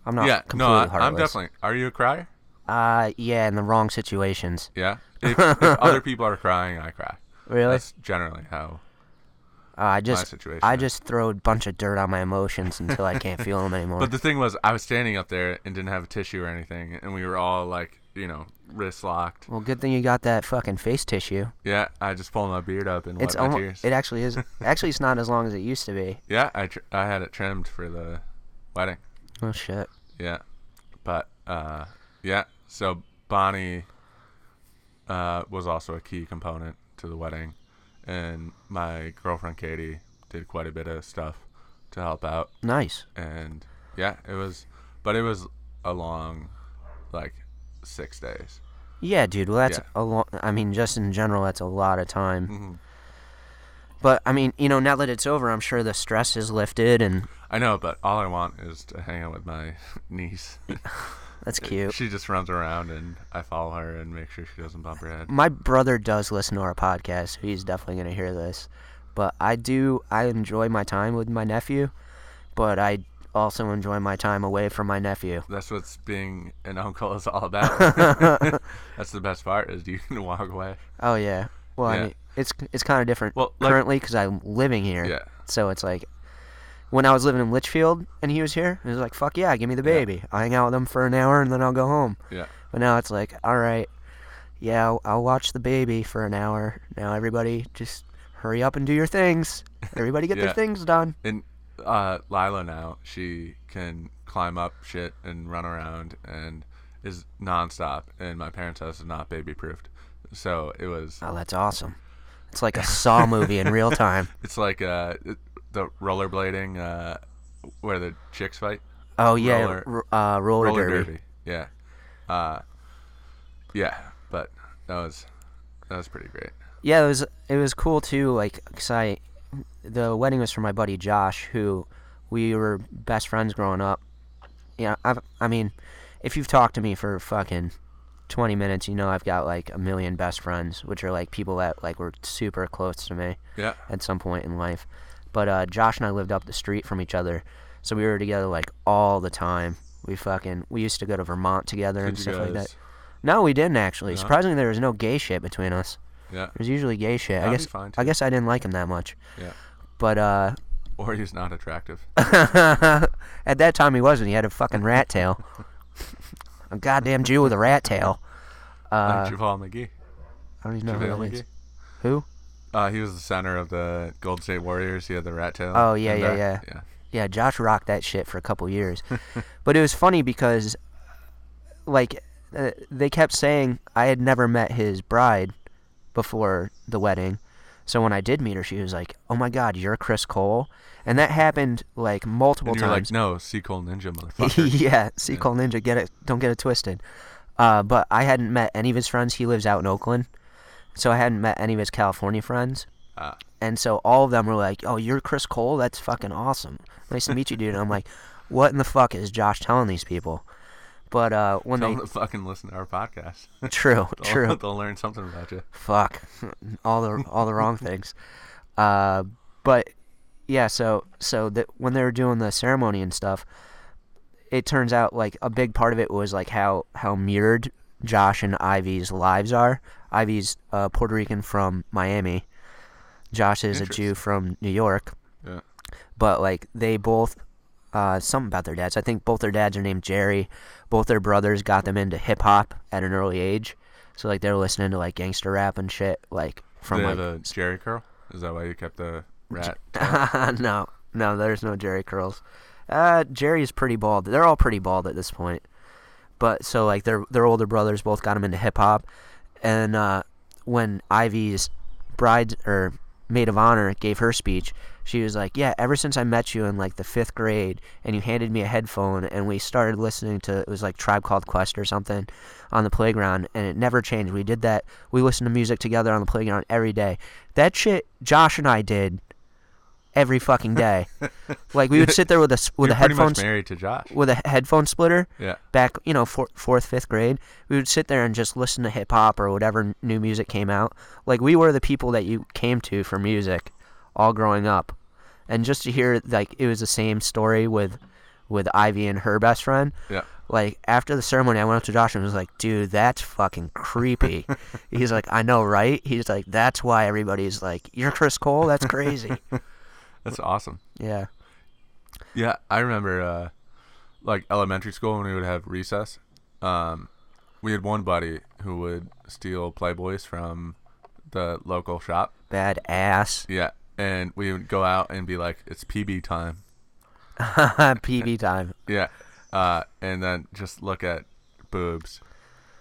Speaker 5: I'm not
Speaker 2: yeah, no,
Speaker 5: Oh, completely
Speaker 2: I,
Speaker 5: heartless.
Speaker 2: I'm definitely. Are you a crier?
Speaker 5: Uh, yeah, in the wrong situations.
Speaker 2: Yeah. If, if other people are crying, I cry.
Speaker 5: Really?
Speaker 2: That's generally how.
Speaker 5: Uh, I just,
Speaker 2: situation
Speaker 5: I
Speaker 2: is-
Speaker 5: just throw a bunch of dirt on my emotions until I can't feel them anymore.
Speaker 2: But the thing was, I was standing up there and didn't have a tissue or anything, and we were all like, you know, wrist locked.
Speaker 5: well, good thing you got that fucking face tissue.
Speaker 2: Yeah, I just pulled my beard up and
Speaker 5: It's
Speaker 2: wiped my
Speaker 5: almost,
Speaker 2: tears.
Speaker 5: it actually is. Actually, it's not as long as it used to be.
Speaker 2: yeah, I tr- I had it trimmed for the wedding.
Speaker 5: Oh shit.
Speaker 2: Yeah, but uh, yeah. So Bonnie uh, was also a key component to the wedding, and my girlfriend Katie did quite a bit of stuff to help out.
Speaker 5: Nice.
Speaker 2: and yeah, it was, but it was a long, like, six days.
Speaker 5: Yeah, dude. Well, that's
Speaker 2: Yeah.
Speaker 5: a lot. I mean, just in general, that's a lot of time.
Speaker 2: Mm-hmm.
Speaker 5: But I mean, you know, now that it's over, I'm sure the stress is lifted, and
Speaker 2: I know, but all I want is to hang out with my niece.
Speaker 5: that's cute.
Speaker 2: she just runs around, and I follow her and make sure she doesn't bump her head.
Speaker 5: my brother does listen to our podcast, so he's definitely going to hear this. But I do, I enjoy my time with my nephew, but I also enjoy my time away from my nephew.
Speaker 2: That's what's being an uncle is all about. That's the best part is you can walk away.
Speaker 5: Oh yeah. Well,
Speaker 2: Yeah.
Speaker 5: I mean, it's it's kind of different
Speaker 2: Well,
Speaker 5: well,
Speaker 2: like-
Speaker 5: currently because I'm living here.
Speaker 2: Yeah.
Speaker 5: So it's like when I was living in Litchfield and he was here, it was like, "Fuck yeah, give me the baby. I'll hang out with him for an hour and then I'll go home."
Speaker 2: Yeah,
Speaker 5: But now it's like, "All right, yeah, I'll, I'll watch the baby for an hour. Now everybody just hurry up and do your things. Everybody get
Speaker 2: Yeah.
Speaker 5: their things done."
Speaker 2: and uh, Lila now she can climb up shit and run around and is nonstop. And my parents' house is not baby proofed, so it was
Speaker 5: Oh, that's awesome. It's like a Saw movie in real time.
Speaker 2: It's like uh, it- the rollerblading uh, where the chicks fight.
Speaker 5: Oh yeah,
Speaker 2: Roller-
Speaker 5: roller, uh, roller,
Speaker 2: Roller
Speaker 5: derby.
Speaker 2: derby. Yeah. Uh, yeah, but that was that was pretty great.
Speaker 5: yeah, it was it was cool too. Like, 'cause I, the wedding was for my buddy Josh, who we were best friends growing up. Yeah, I've, I mean, if you've talked to me for fucking twenty minutes, you know I've got like a million best friends, which are like people that like were super close to me
Speaker 2: Yeah.
Speaker 5: at some point in life. But uh, Josh and I lived up the street from each other, so we were together like all the time. We fucking we used to go to Vermont together and
Speaker 2: Did you
Speaker 5: stuff like that.
Speaker 2: guys-
Speaker 5: No, we didn't actually. Surprisingly, there was no gay shit between us.
Speaker 2: Yeah.
Speaker 5: There's usually gay shit. I
Speaker 2: That'd be
Speaker 5: guess
Speaker 2: fine,
Speaker 5: I
Speaker 2: too.
Speaker 5: guess I didn't like him that much.
Speaker 2: Yeah.
Speaker 5: But uh
Speaker 2: Or he's not attractive.
Speaker 5: at that time he wasn't. He had a fucking rat tail. a goddamn Jew with a rat tail.
Speaker 2: Uh, Javale McGee.
Speaker 5: I don't even know
Speaker 2: JaVale
Speaker 5: who that
Speaker 2: McGee.
Speaker 5: is. Who?
Speaker 2: Uh, he was the center of the Gold State Warriors. He had the rat tail.
Speaker 5: Oh, yeah,
Speaker 2: and
Speaker 5: yeah,
Speaker 2: that.
Speaker 5: yeah.
Speaker 2: Yeah.
Speaker 5: Yeah, Josh rocked that shit for a couple years. but it was funny because like uh, they kept saying I had never met his bride before the wedding. So when I did meet her, she was like, "Oh my God, you're Chris Cole," and that happened like multiple
Speaker 2: And you were
Speaker 5: times.
Speaker 2: like, no, Sequel Ninja, motherfucker.
Speaker 5: yeah, Sequel Ninja. Get it? Don't get it twisted. Uh, but I hadn't met any of his friends. He lives out in Oakland, so I hadn't met any of his California friends.
Speaker 2: Ah.
Speaker 5: And so all of them were like, "Oh, you're Chris Cole. That's fucking awesome. Nice to meet you, dude." And I'm like, "What in the fuck is Josh telling these people?" But uh, when
Speaker 2: Tell
Speaker 5: they
Speaker 2: them to fucking listen to our podcast.
Speaker 5: true,
Speaker 2: They'll-
Speaker 5: true,
Speaker 2: They'll learn something about you.
Speaker 5: fuck all the all the wrong things uh but yeah so so that when they were doing the ceremony and stuff it turns out like a big part of it was like how how mirrored josh and ivy's lives are ivy's uh puerto rican from miami josh is a jew
Speaker 2: Interesting.
Speaker 5: from new york
Speaker 2: Yeah.
Speaker 5: but like they both uh, something about their dads. I think both their dads are named Jerry. Both their brothers got them into hip hop at an early age, so like they're listening to like gangster rap and shit. Like from
Speaker 2: They
Speaker 5: like
Speaker 2: have a Jerry curl. Is that why you kept the rat?
Speaker 5: no, no, there's no Jerry curls. Uh, Jerry's pretty bald. They're all pretty bald at this point. But so like their their older brothers both got him into hip hop, and uh, when Ivy's bride or maid of honor gave her speech, she was like, "Yeah, ever since I met you in like the fifth grade, and you handed me a headphone, and we started listening to it was like Tribe Called Quest or something on the playground, and it never changed. We did that. We listened to music together on the playground every day. That shit, Josh and I did." Every fucking day, like we would sit there with a s- with
Speaker 2: You're
Speaker 5: a
Speaker 2: pretty
Speaker 5: headphone
Speaker 2: much married to Josh.
Speaker 5: with a he- headphone splitter
Speaker 2: Yeah.
Speaker 5: back you know four, fourth fifth grade we would sit there and just listen to hip hop or whatever n- new music came out like we were the people that you came to for music all growing up and just to hear like it was the same story with with Ivy and her best friend
Speaker 2: Yeah.
Speaker 5: like after the ceremony I went up to Josh and was like dude that's fucking creepy he's like I know right he's like that's why everybody's like you're Chris Cole that's crazy
Speaker 2: That's awesome.
Speaker 5: yeah
Speaker 2: Yeah, I remember uh, like elementary school when we would have recess. Um, we had one buddy who would steal Playboys from the local shop.
Speaker 5: bad ass
Speaker 2: Yeah, and we would go out and be like, "It's PB time."
Speaker 5: PB time
Speaker 2: Yeah, uh, and then just look at boobs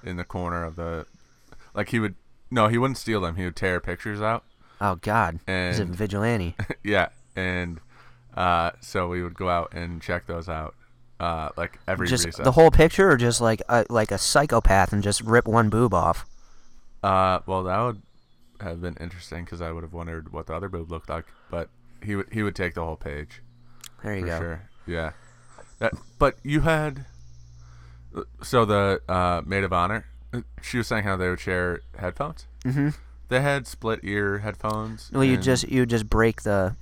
Speaker 2: in the corner of the like he would no he wouldn't steal them he would tear pictures out
Speaker 5: oh god is it
Speaker 2: And-
Speaker 5: vigilante
Speaker 2: yeah and uh, so we would go out and check those out uh, like every
Speaker 5: just
Speaker 2: recess
Speaker 5: the whole picture, or just like a, like a psychopath and just rip one boob off.
Speaker 2: Uh, well, that would have been interesting because I would have wondered what the other boob looked like. But he would he would take the whole page
Speaker 5: There you
Speaker 2: for
Speaker 5: go.
Speaker 2: sure. Yeah. That, but you had so the uh, maid of honor. uh, She was saying how they would share headphones. Mm-hmm. They had split ear headphones.
Speaker 5: Well, you
Speaker 2: and-
Speaker 5: just you just break the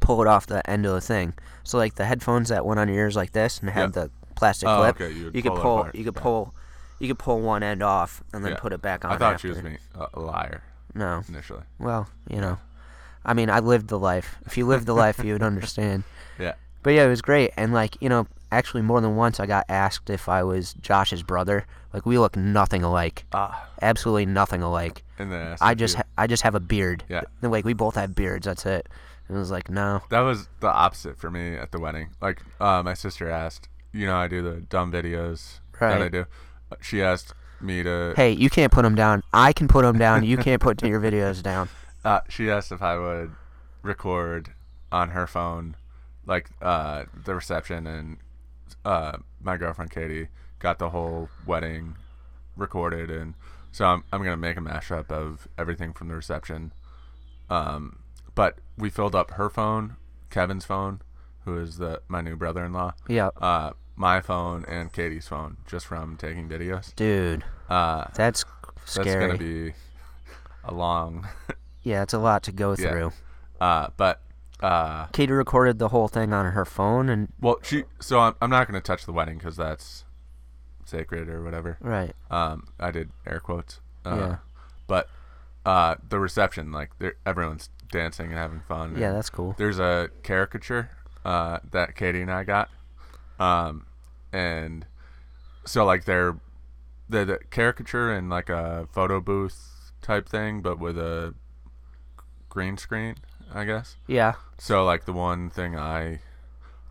Speaker 5: pull it off the end of the thing. So like the headphones that went on your ears like this and had
Speaker 2: Yeah.
Speaker 5: the plastic
Speaker 2: Oh,
Speaker 5: clip.
Speaker 2: okay, you would
Speaker 5: could
Speaker 2: pull it
Speaker 5: pull
Speaker 2: apart.
Speaker 5: you could
Speaker 2: Yeah.
Speaker 5: pull you could pull one end off and then
Speaker 2: yeah.
Speaker 5: put it back on.
Speaker 2: I thought she
Speaker 5: after.
Speaker 2: was being a a liar
Speaker 5: No,
Speaker 2: initially.
Speaker 5: well, you know, I mean, I lived the life. If you lived the life, you would understand.
Speaker 2: Yeah.
Speaker 5: But yeah, it was great. And like, you know, actually more than once I got asked if I was Josh's brother. Like we look nothing alike.
Speaker 2: Ah.
Speaker 5: Absolutely nothing alike.
Speaker 2: And then asked
Speaker 5: I
Speaker 2: if
Speaker 5: just
Speaker 2: you-
Speaker 5: ha- I just have a beard.
Speaker 2: Yeah.
Speaker 5: Then like we both have beards, that's it. And it was like, no.
Speaker 2: That was the opposite for me at the wedding. Like, uh, my sister asked, you know, I do the dumb videos
Speaker 5: Right.
Speaker 2: that I do. Uh, She asked me to,
Speaker 5: Hey, you can't put them down. I can put them down. You can't put your videos down.
Speaker 2: uh, she asked if I would record on her phone, like, uh, the reception. And uh, my girlfriend, Katie, got the whole wedding recorded. And so I'm, I'm going to make a mashup of everything from the reception. Um, but we filled up her phone, Kevin's phone, who is the my new brother in law.
Speaker 5: Yeah.
Speaker 2: uh, my phone and Katie's phone just from taking videos.
Speaker 5: Dude,
Speaker 2: Uh,
Speaker 5: that's
Speaker 2: that's
Speaker 5: scary.
Speaker 2: gonna be a long,
Speaker 5: yeah, it's a lot to go
Speaker 2: Yeah.
Speaker 5: through.
Speaker 2: uh, but uh,
Speaker 5: Katie recorded the whole thing on her phone and
Speaker 2: well, she. So I'm, I'm not gonna touch the wedding because that's sacred or whatever.
Speaker 5: right.
Speaker 2: Um, I did air quotes. Uh,
Speaker 5: Yeah.
Speaker 2: But uh, the reception, like they're- everyone's dancing and having fun.
Speaker 5: Yeah,
Speaker 2: and
Speaker 5: that's cool.
Speaker 2: There's a caricature uh, that Katie and I got, um, and so like they're the, the caricature in like a photo booth type thing, but with a green screen, I guess.
Speaker 5: Yeah.
Speaker 2: So like the one thing I,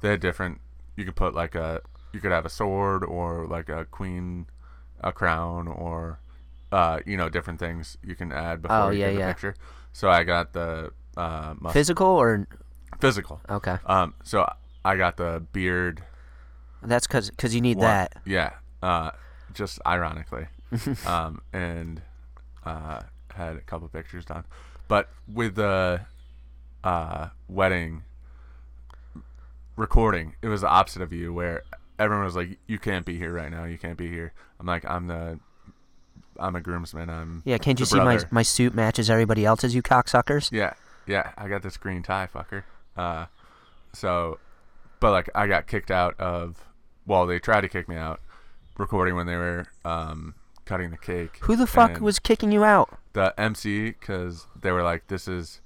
Speaker 2: they had different. You could put like a, you could have a sword or like a queen, a crown or, uh, you know, different things you can add before
Speaker 5: Oh,
Speaker 2: you
Speaker 5: yeah,
Speaker 2: do the
Speaker 5: yeah.
Speaker 2: picture. So I got the uh mus-
Speaker 5: Physical or
Speaker 2: physical.
Speaker 5: okay.
Speaker 2: Um, so I got the beard.
Speaker 5: That's cuz cuz you need
Speaker 2: one.
Speaker 5: that.
Speaker 2: Yeah. Uh, just ironically, um, and uh, had a couple pictures done, but with the uh wedding recording, it was the opposite of you, where everyone was like, "You can't be here right now. You can't be here." I'm like, "I'm the, I'm a groomsman. I'm
Speaker 5: Yeah, can't you
Speaker 2: the
Speaker 5: see my
Speaker 2: brother."
Speaker 5: my suit matches everybody else's, you cocksuckers?
Speaker 2: Yeah, yeah, I got this green tie, fucker. Uh, so, but like, I got kicked out of. Well, they tried to kick me out, recording when they were um, cutting the cake.
Speaker 5: Who the fuck
Speaker 2: And
Speaker 5: was kicking you out?
Speaker 2: the MC? Because they were like, "This is."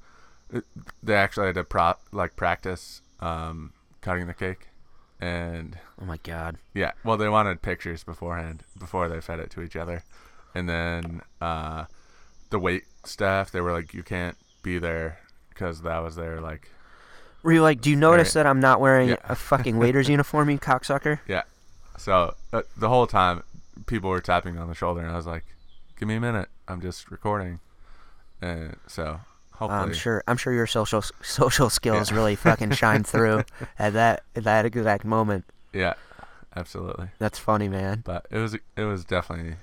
Speaker 2: uh, They actually had to prop like practice um, cutting the cake, and
Speaker 5: Oh my god.
Speaker 2: yeah, well, they wanted pictures beforehand before they fed it to each other, and then uh, the wait staff they were like, "You can't be there," because that was their like,
Speaker 5: Were you like, do you notice
Speaker 2: Right.
Speaker 5: that I'm not wearing
Speaker 2: Yeah.
Speaker 5: a fucking waiter's uniform, you cocksucker?
Speaker 2: yeah. So uh, the whole time, people were tapping me on the shoulder, and I was like, give me a minute. I'm just recording. And so hopefully,
Speaker 5: I'm sure. I'm sure your social social skills really fucking shine through at that at that exact moment.
Speaker 2: yeah, absolutely.
Speaker 5: That's funny, man.
Speaker 2: But it was it was definitely,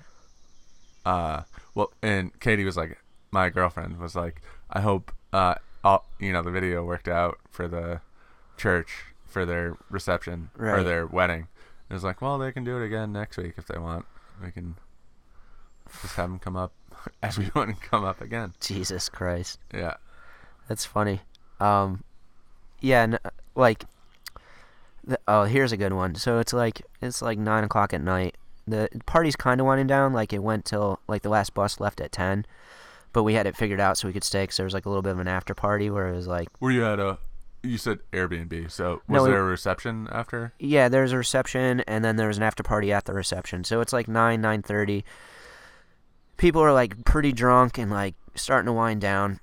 Speaker 2: uh, well, and Katie was like, my girlfriend was like, I hope uh, all, you know, the video worked out for the church for their reception or
Speaker 5: Right.
Speaker 2: their wedding. It was like, well, they can do it again next week if they want. We can just have them come up as we want to come up again.
Speaker 5: Jesus Christ.
Speaker 2: Yeah.
Speaker 5: That's funny. Um, yeah, and uh, like, the, oh, here's a good one. So it's like it's like nine o'clock at night. The party's kind of winding down. Like it went till like the last bus left at ten, but we had it figured out so we could stay. Cause there was like a little bit of an after party where it was like,
Speaker 2: Were you at a? You said Airbnb. So was
Speaker 5: No, it-
Speaker 2: there a reception after?
Speaker 5: yeah, there's a reception and then there's an after party at the reception. So it's like nine nine thirty. People are like pretty drunk and like starting to wind down.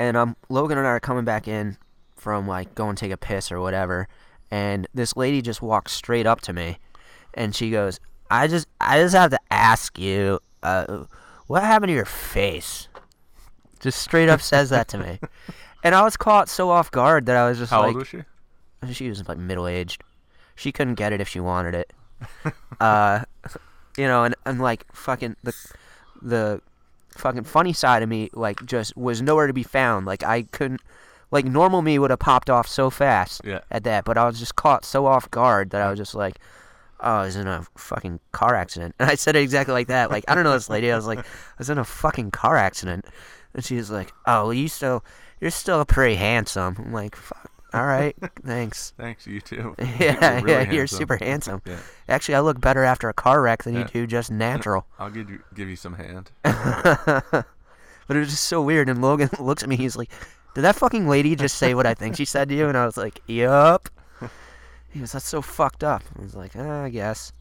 Speaker 5: and um, Logan and I are coming back in from like going to take a piss or whatever, and this lady just walks straight up to me, and she goes, "I just, I just have to ask you, uh, what happened to your face?" Just straight up says that to me, and I was caught so off guard that I was just
Speaker 2: How
Speaker 5: like,
Speaker 2: old was she?
Speaker 5: she was like middle aged. She couldn't get it if she wanted it. uh, you know, and, and like fucking the the fucking funny side of me like just was nowhere to be found. Like I couldn't like normal me would have popped off so fast
Speaker 2: Yeah.
Speaker 5: at that, but I was just caught so off guard that I was just like, "Oh, I was in a fucking car accident." And I said it exactly like that. Like I don't know this lady. I was like, "I was in a fucking car accident," and she was like, "Oh, well, you still you're still pretty handsome." I'm like, "Fuck, all right, thanks."
Speaker 2: Thanks, you too.
Speaker 5: Yeah,
Speaker 2: really
Speaker 5: yeah, you're
Speaker 2: handsome.
Speaker 5: super handsome.
Speaker 2: Yeah.
Speaker 5: Actually, I look better after a car wreck than you
Speaker 2: Yeah.
Speaker 5: do just natural.
Speaker 2: I'll give you give you some hand.
Speaker 5: But it was just so weird. And Logan looks at me. He's like, "Did that fucking lady just say what I think she said to you?" And I was like, "Yup." He goes, "That's so fucked up." I was like, ah, "I guess."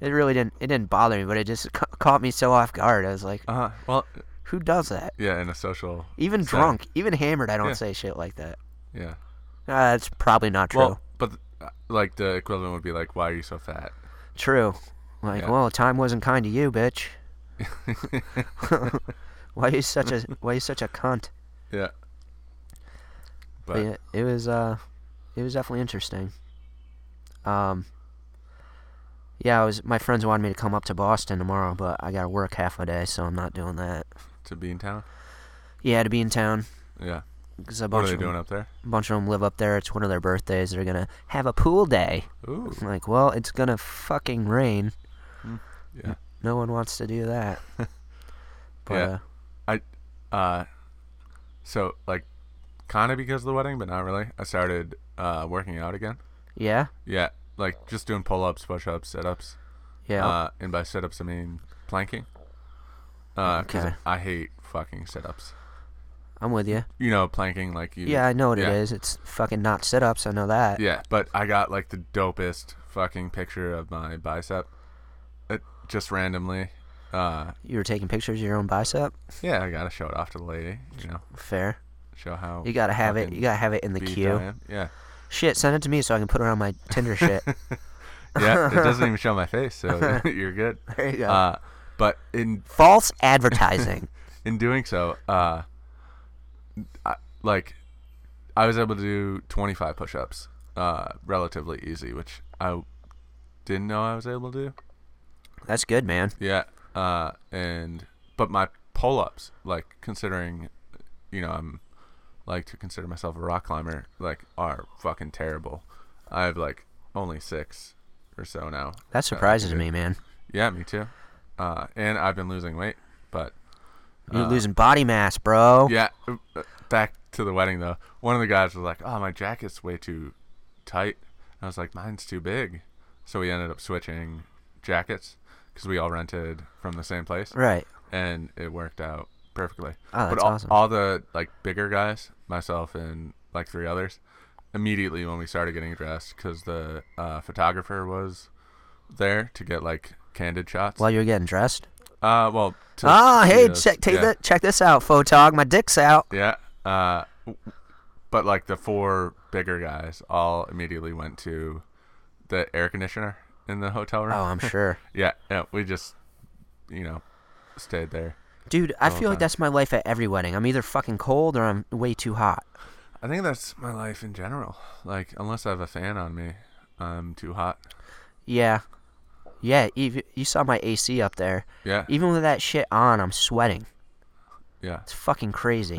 Speaker 5: It really didn't. It didn't bother me, but it just ca- caught me so off guard. I was like,
Speaker 2: Uh, well,
Speaker 5: "Who does that?"
Speaker 2: yeah, in a social,
Speaker 5: Even
Speaker 2: Sad.
Speaker 5: drunk, even hammered, I don't
Speaker 2: Yeah.
Speaker 5: say shit like that.
Speaker 2: yeah.
Speaker 5: Uh, that's probably not true.
Speaker 2: Well, but uh, like the equivalent would be like, why are you so fat?
Speaker 5: True. Like,
Speaker 2: Yeah.
Speaker 5: well, time wasn't kind to you, bitch. why you such a why you such a cunt?
Speaker 2: Yeah.
Speaker 5: But,
Speaker 2: But
Speaker 5: yeah, it was uh, it was definitely interesting. Um. Yeah, I was. My friends wanted me to come up to Boston tomorrow, but I gotta work half a day, so I'm not doing that.
Speaker 2: to be in town.
Speaker 5: Yeah, to be in town
Speaker 2: Yeah.
Speaker 5: 'cause a
Speaker 2: What are
Speaker 5: bunch
Speaker 2: they
Speaker 5: of
Speaker 2: doing
Speaker 5: them,
Speaker 2: up there?
Speaker 5: bunch of them live up there. It's one of their birthdays. They're gonna have a pool day.
Speaker 2: Ooh.
Speaker 5: I'm like, well, it's gonna fucking rain.
Speaker 2: Yeah.
Speaker 5: No one wants to do that. but,
Speaker 2: Yeah.
Speaker 5: Uh,
Speaker 2: Uh, so like, kind of because of the wedding, but not really. I started uh working out again.
Speaker 5: yeah.
Speaker 2: Yeah, like just doing pull ups, push ups, sit ups.
Speaker 5: Yeah.
Speaker 2: Uh, and by sit ups, I mean planking. Uh, 'cause
Speaker 5: Okay.
Speaker 2: I hate fucking sit ups.
Speaker 5: I'm with you.
Speaker 2: You know, planking like you.
Speaker 5: Yeah, I know what
Speaker 2: yeah.
Speaker 5: it is. It's fucking not sit ups. I know that.
Speaker 2: Yeah, but I got like the dopest fucking picture of my bicep, it, just randomly. Uh,
Speaker 5: You were taking pictures of your own bicep.
Speaker 2: yeah, I gotta show it off to the lady. You know,
Speaker 5: Fair.
Speaker 2: show how
Speaker 5: You gotta have it.
Speaker 2: fucking
Speaker 5: You gotta have it in the
Speaker 2: beefed
Speaker 5: queue.
Speaker 2: I am. Yeah,
Speaker 5: Shit, send it to me so I can put it on my Tinder shit.
Speaker 2: yeah. It doesn't even show my face, so you're good.
Speaker 5: There you go.
Speaker 2: Uh, but in
Speaker 5: False advertising.
Speaker 2: in doing so, uh, I, like I was able to do 25 push-ups, uh, relatively easy, which I didn't know I was able to do.
Speaker 5: That's good, man.
Speaker 2: Yeah, uh, and but my pull-ups, like considering, you know, I'm like to consider myself a rock climber, like are fucking terrible. I have like only six or so now.
Speaker 5: That surprises
Speaker 2: good.
Speaker 5: me, man.
Speaker 2: Yeah, me too. Uh, and I've been losing weight, but
Speaker 5: You're losing body mass, bro.
Speaker 2: Uh, Yeah, uh, uh, back to the wedding though. One of the guys was like, "Oh, my jacket's way too tight." And I was like, "Mine's too big," so we ended up switching jackets because we all rented from the same place,
Speaker 5: Right.
Speaker 2: and it worked out perfectly.
Speaker 5: Oh,
Speaker 2: but
Speaker 5: that's
Speaker 2: all,
Speaker 5: awesome.
Speaker 2: all the like bigger guys, myself and like three others, immediately when we started getting dressed, because the uh, photographer was there to get like candid shots.
Speaker 5: While you're getting dressed.
Speaker 2: uh, well, to
Speaker 5: Ah, hey,
Speaker 2: videos.
Speaker 5: check take
Speaker 2: Yeah.
Speaker 5: that. Check this out, photog. My dick's out.
Speaker 2: Yeah. Uh, w- but like the four bigger guys all immediately went to the air conditioner in the hotel room.
Speaker 5: Oh, I'm sure.
Speaker 2: Yeah. Yeah. We just you know, stayed there.
Speaker 5: Dude, I
Speaker 2: the whole
Speaker 5: feel like
Speaker 2: time.
Speaker 5: that's my life at every wedding. I'm either fucking cold or I'm way too hot.
Speaker 2: I think that's my life in general. Like, unless I have a fan on me, I'm too hot.
Speaker 5: Yeah. Yeah, you, you saw my AC up there.
Speaker 2: Yeah.
Speaker 5: Even with that shit on, I'm sweating.
Speaker 2: Yeah.
Speaker 5: It's fucking crazy.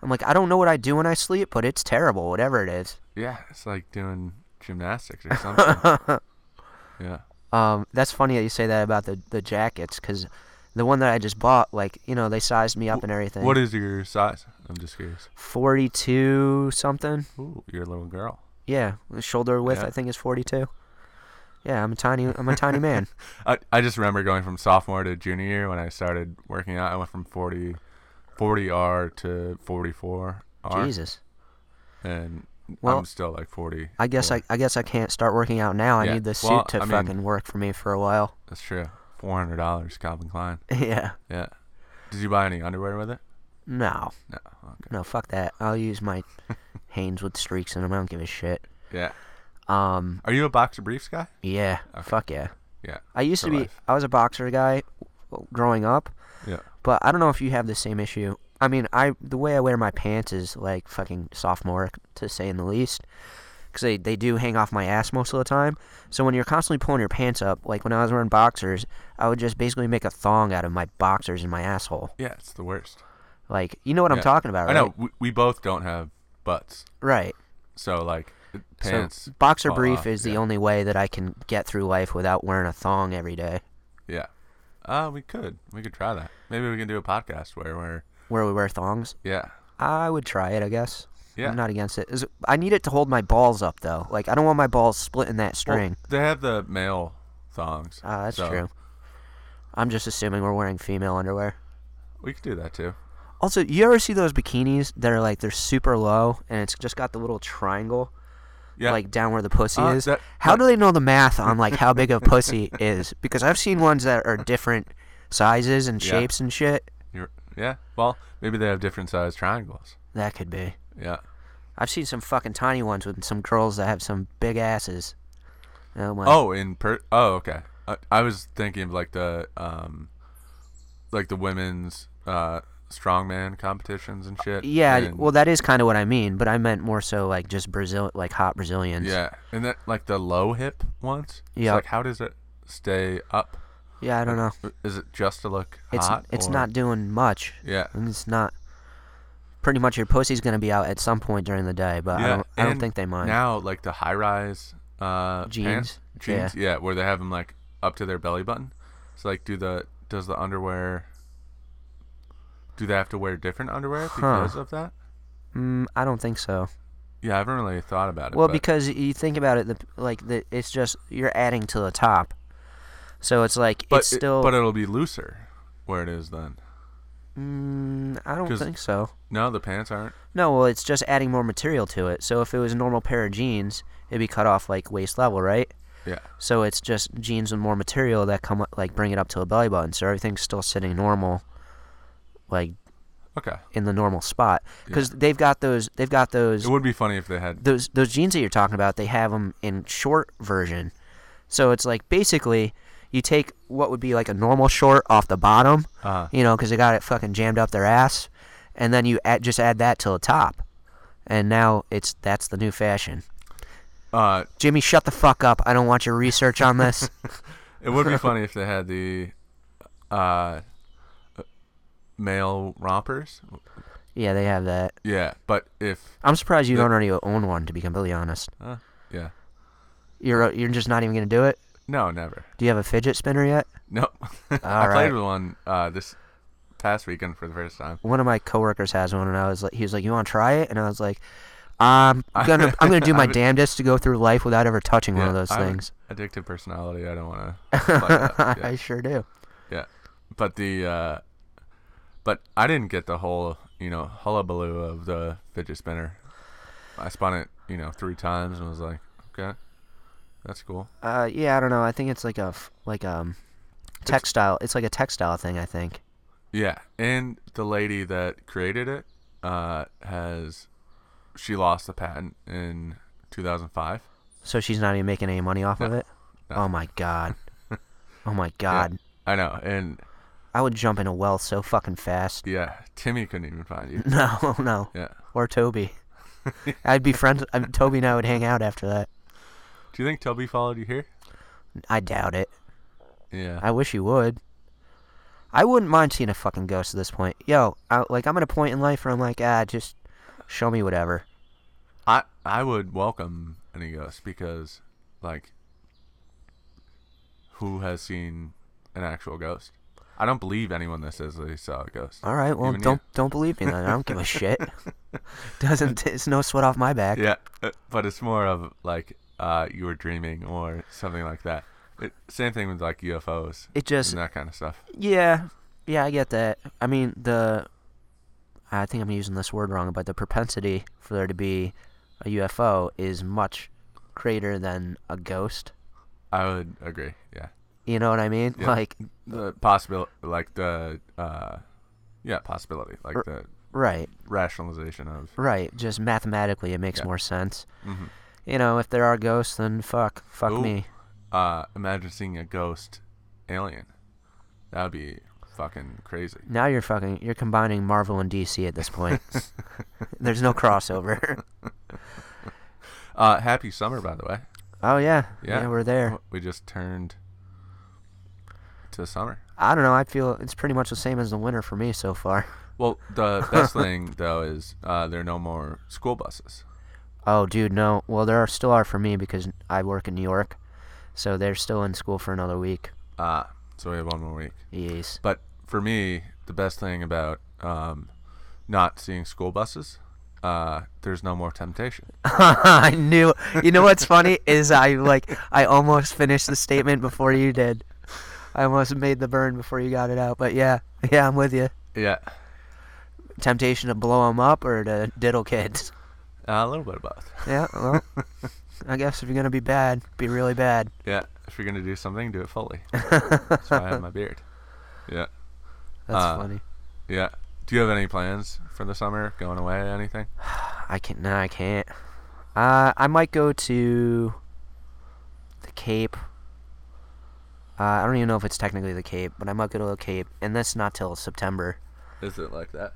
Speaker 5: I'm like, I don't know what I do when I sleep, but it's terrible, whatever it is.
Speaker 2: Yeah. It's like doing gymnastics or something. yeah.
Speaker 5: Um, that's funny that you say that about the, the jackets, because the one that I just bought, like, you know, they sized me up and everything.
Speaker 2: What is your size? I'm just curious.
Speaker 5: 42 something?
Speaker 2: Ooh, you're a little girl.
Speaker 5: Yeah, the shoulder width
Speaker 2: Yeah.
Speaker 5: I think is 42. Yeah, I'm a tiny I'm a tiny man.
Speaker 2: I, I just remember going from sophomore to junior year when I started working out. I went from 40, 40R to 44R.
Speaker 5: Jesus.
Speaker 2: And
Speaker 5: Well,
Speaker 2: I'm still like 40.
Speaker 5: I guess I, I guess I can't start working out now. I
Speaker 2: Yeah,
Speaker 5: need this
Speaker 2: well,
Speaker 5: suit to
Speaker 2: I mean-
Speaker 5: fucking work for me for a while.
Speaker 2: That's true. $400 Calvin Klein.
Speaker 5: yeah.
Speaker 2: Yeah. Did you buy any underwear with it?
Speaker 5: No.
Speaker 2: No. Okay.
Speaker 5: No, fuck that. I'll use my Hanes with streaks in them. I don't give a shit.
Speaker 2: Yeah.
Speaker 5: Um,
Speaker 2: Are you a boxer briefs guy?
Speaker 5: yeah. Fuck yeah.
Speaker 2: Yeah.
Speaker 5: I used to
Speaker 2: for
Speaker 5: be
Speaker 2: life.
Speaker 5: I was a boxer guy w- growing up,
Speaker 2: Yeah.
Speaker 5: but I don't know if you have the same issue. I mean, I the way I wear my pants is like fucking sophomoric to say in the least. Cause they, they do hang off my ass most of the time. So when you're constantly pulling your pants up, like when I was wearing boxers, I would just basically make a thong out of my boxers and my asshole.
Speaker 2: Yeah, it's the worst.
Speaker 5: Like you know what
Speaker 2: Yeah.
Speaker 5: I'm talking about,
Speaker 2: I
Speaker 5: right?
Speaker 2: know. We, we both don't have butts.
Speaker 5: Right.
Speaker 2: So, like, pants.
Speaker 5: So boxer
Speaker 2: fall
Speaker 5: brief
Speaker 2: off,
Speaker 5: is the
Speaker 2: yeah.
Speaker 5: only way that I can get through life without wearing a thong every day.
Speaker 2: Yeah. Uh, we could. We could try that. Maybe we can do a podcast where we're.
Speaker 5: Where we wear thongs.
Speaker 2: Yeah.
Speaker 5: I would try it, I guess.
Speaker 2: Yeah.
Speaker 5: I'm not against it. Is- I need it to hold my balls up though. Like I don't want my balls splitting
Speaker 2: Well,
Speaker 5: that string.
Speaker 2: they have the male thongs.
Speaker 5: Ah, that's
Speaker 2: so
Speaker 5: true. I'm just assuming we're wearing female underwear.
Speaker 2: We could do that too.
Speaker 5: Also, you ever see those bikinis that are like they're super low and it's just got the little triangle
Speaker 2: Yeah.
Speaker 5: like down where the pussy
Speaker 2: Uh,
Speaker 5: is?
Speaker 2: that-
Speaker 5: how
Speaker 2: that-
Speaker 5: do they know the math on like how big a pussy is? Because I've seen ones that are different sizes and
Speaker 2: Yeah.
Speaker 5: shapes and shit.
Speaker 2: You're, yeah. Well, maybe they have different size triangles.
Speaker 5: That could be.
Speaker 2: Yeah.
Speaker 5: I've seen some fucking tiny ones with some girls that have some big asses. And I'm like,
Speaker 2: Oh, in per. Oh, okay. I, I was thinking of like the um, like the women's uh strongman competitions and shit.
Speaker 5: Yeah,
Speaker 2: and-
Speaker 5: well, that is kind of what I mean, but I meant more so like just Brazil, like hot Brazilians.
Speaker 2: Yeah, and that like the low hip ones. It's
Speaker 5: Yeah.
Speaker 2: Like, how does it stay up?
Speaker 5: Yeah, I don't know.
Speaker 2: Is it just to look
Speaker 5: It's
Speaker 2: hot?
Speaker 5: it's
Speaker 2: or-
Speaker 5: not doing much.
Speaker 2: Yeah.
Speaker 5: And It's not. Pretty much your pussy's gonna be out at some point during the day, but I
Speaker 2: Yeah,
Speaker 5: don't. I don't
Speaker 2: and
Speaker 5: think they mind.
Speaker 2: Now, like the high rise uh,
Speaker 5: Jeans?
Speaker 2: pants-
Speaker 5: Yeah.
Speaker 2: jeans, yeah. where they have them like up to their belly button. So, like, do the does the underwear? Do they have to wear different underwear because of that?
Speaker 5: mm, I don't think so.
Speaker 2: Yeah, I haven't really thought about it.
Speaker 5: Well,
Speaker 2: but-
Speaker 5: because you think about it, the, like the, it's just you're adding to the top, so it's like
Speaker 2: but
Speaker 5: it's
Speaker 2: it-
Speaker 5: still.
Speaker 2: but it'll be looser where it is then.
Speaker 5: mm, I don't
Speaker 2: 'cause-
Speaker 5: think so.
Speaker 2: No, the pants aren't.
Speaker 5: No, well, it's just adding more material to it. So if it was a normal pair of jeans, it'd be cut off like waist level, right?
Speaker 2: Yeah,
Speaker 5: So it's just jeans with more material that come up- like bring it up to the belly button. So everything's still sitting normal, like
Speaker 2: okay.
Speaker 5: in the normal spot. Because they've got those, they've got those,
Speaker 2: It would be funny if they had.
Speaker 5: those those jeans that you're talking about. They have them in short version. So it's like basically you take what would be like a normal short off the bottom,
Speaker 2: Uh,
Speaker 5: you know, because they got it fucking jammed up their ass, and then you add, just add that to the top, and now it's that's the new fashion.
Speaker 2: uh,
Speaker 5: Jimmy, shut the fuck up. I don't want your research on this.
Speaker 2: It would be funny if they had the uh, male rompers.
Speaker 5: yeah, they have that.
Speaker 2: Yeah, but if
Speaker 5: I'm surprised you
Speaker 2: The-
Speaker 5: don't already own one. To be completely honest,
Speaker 2: uh, yeah,
Speaker 5: you're uh, you're just not even gonna do it.
Speaker 2: no, never.
Speaker 5: Do you have a fidget spinner yet?
Speaker 2: No, I
Speaker 5: All
Speaker 2: played
Speaker 5: right.
Speaker 2: with one uh, this past weekend for the first time.
Speaker 5: One of my coworkers has one, and I was like, he was like, "You want to try it?" And I was like, "I'm gonna I'm gonna do my damnedest to go through life without ever touching one
Speaker 2: Yeah,
Speaker 5: of those
Speaker 2: I have an
Speaker 5: things."
Speaker 2: Addictive personality. I don't want to.
Speaker 5: I sure do.
Speaker 2: Yeah, but the uh, but I didn't get the whole you know hullabaloo of the fidget spinner. I spun it you know three times and was like, okay, that's cool.
Speaker 5: Uh, yeah, I don't know. I think it's like a f- like um textile. It's like a textile thing. I think.
Speaker 2: Yeah, and the lady that created it uh, has she lost the patent in 2005.
Speaker 5: So she's not even making any money off of it.
Speaker 2: no.
Speaker 5: Oh my god. oh my god.
Speaker 2: I know, and
Speaker 5: I would jump in a well so fucking fast.
Speaker 2: yeah, Timmy couldn't even find you.
Speaker 5: No, no.
Speaker 2: Yeah.
Speaker 5: Or Toby. I'd be friends. I mean, Toby and I would hang out after that.
Speaker 2: Do you think Toby followed you here?
Speaker 5: I doubt it.
Speaker 2: Yeah.
Speaker 5: I wish he would. I wouldn't mind seeing a fucking ghost at this point. Yo, I, like I'm at a point in life where I'm like, ah, just show me whatever.
Speaker 2: I I would welcome any ghost because like who has seen an actual ghost? I don't believe anyone that says they saw a ghost.
Speaker 5: All right, well,
Speaker 2: Even you.
Speaker 5: don't don't believe me then. I don't give a shit. Doesn't it's no sweat off my back.
Speaker 2: Yeah, uh, but it's more of like uh, you were dreaming or something like that. It, same thing with like UFOs
Speaker 5: It just
Speaker 2: and that kind of stuff.
Speaker 5: yeah, yeah, I get that. I mean the, I think I'm using this word wrong, but the propensity for there to be a UFO is much greater than a ghost.
Speaker 2: I would agree. Yeah,
Speaker 5: You know what I mean?
Speaker 2: Yeah.
Speaker 5: Like
Speaker 2: the possibility, like the uh, yeah possibility, like
Speaker 5: Er-
Speaker 2: the
Speaker 5: right.
Speaker 2: rationalization of
Speaker 5: Right. Just mathematically, it makes
Speaker 2: Yeah.
Speaker 5: more sense.
Speaker 2: Mhm.
Speaker 5: You know, if there are ghosts, then fuck, fuck
Speaker 2: Ooh.
Speaker 5: me.
Speaker 2: uh, imagine seeing a ghost alien. That would be fucking crazy.
Speaker 5: Now you're fucking, you're combining Marvel and DC at this point. There's no crossover.
Speaker 2: Uh, happy summer, by the way.
Speaker 5: oh yeah.
Speaker 2: Yeah. Oh.
Speaker 5: yeah, we're there.
Speaker 2: We just turned to summer.
Speaker 5: I don't know. I feel it's pretty much the same as the winter for me so far.
Speaker 2: Well, the best thing though is uh, there are no more school buses.
Speaker 5: Oh, dude, no. Well, there are still are for me because I work in New York, so they're still in school for another week.
Speaker 2: Uh, so we have one more week.
Speaker 5: Yes.
Speaker 2: But for me, the best thing about um, not seeing school buses, uh, there's no more temptation.
Speaker 5: I knew. You know what's funny is I like I almost finished the statement before you did. I almost made the burn before you got it out. But yeah, yeah, I'm with you.
Speaker 2: Yeah,
Speaker 5: Temptation to blow them up or to diddle kids.
Speaker 2: uh, a little bit of both.
Speaker 5: Yeah, well, I guess if you're gonna be bad, be really bad.
Speaker 2: Yeah, if you're gonna do something, do it fully. That's why I have my beard. Yeah,
Speaker 5: That's
Speaker 2: Uh,
Speaker 5: funny.
Speaker 2: yeah. Do you have any plans for the summer? Going away? Anything?
Speaker 5: I can't. No, I can't. Uh, I might go to the Cape. Uh, I don't even know if it's technically the Cape, but I might go to the Cape, and that's not till September.
Speaker 2: Is it like that?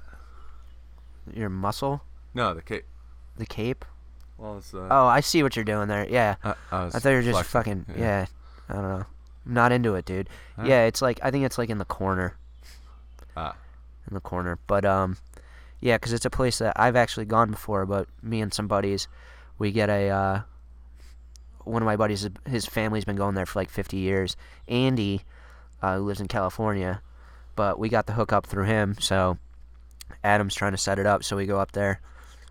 Speaker 5: Your muscle,
Speaker 2: No, the cape.
Speaker 5: the Cape.
Speaker 2: Well, it's uh, the.
Speaker 5: Oh, I see what you're doing there. Yeah.
Speaker 2: I, Uh, I, was
Speaker 5: I thought you were just
Speaker 2: flexing.
Speaker 5: fucking. Yeah. I don't know. I'm not into it, dude.
Speaker 2: Huh?
Speaker 5: Yeah, it's like I think it's like in the corner,
Speaker 2: Ah,
Speaker 5: in the corner. But um, yeah, 'cause it's a place that I've actually gone before. But me and some buddies, we get a. Uh, one of my buddies, his family's been going there for like 50 years. Andy, uh, who lives in California, but we got the hook up through him. So Adam's trying to set it up, so we go up there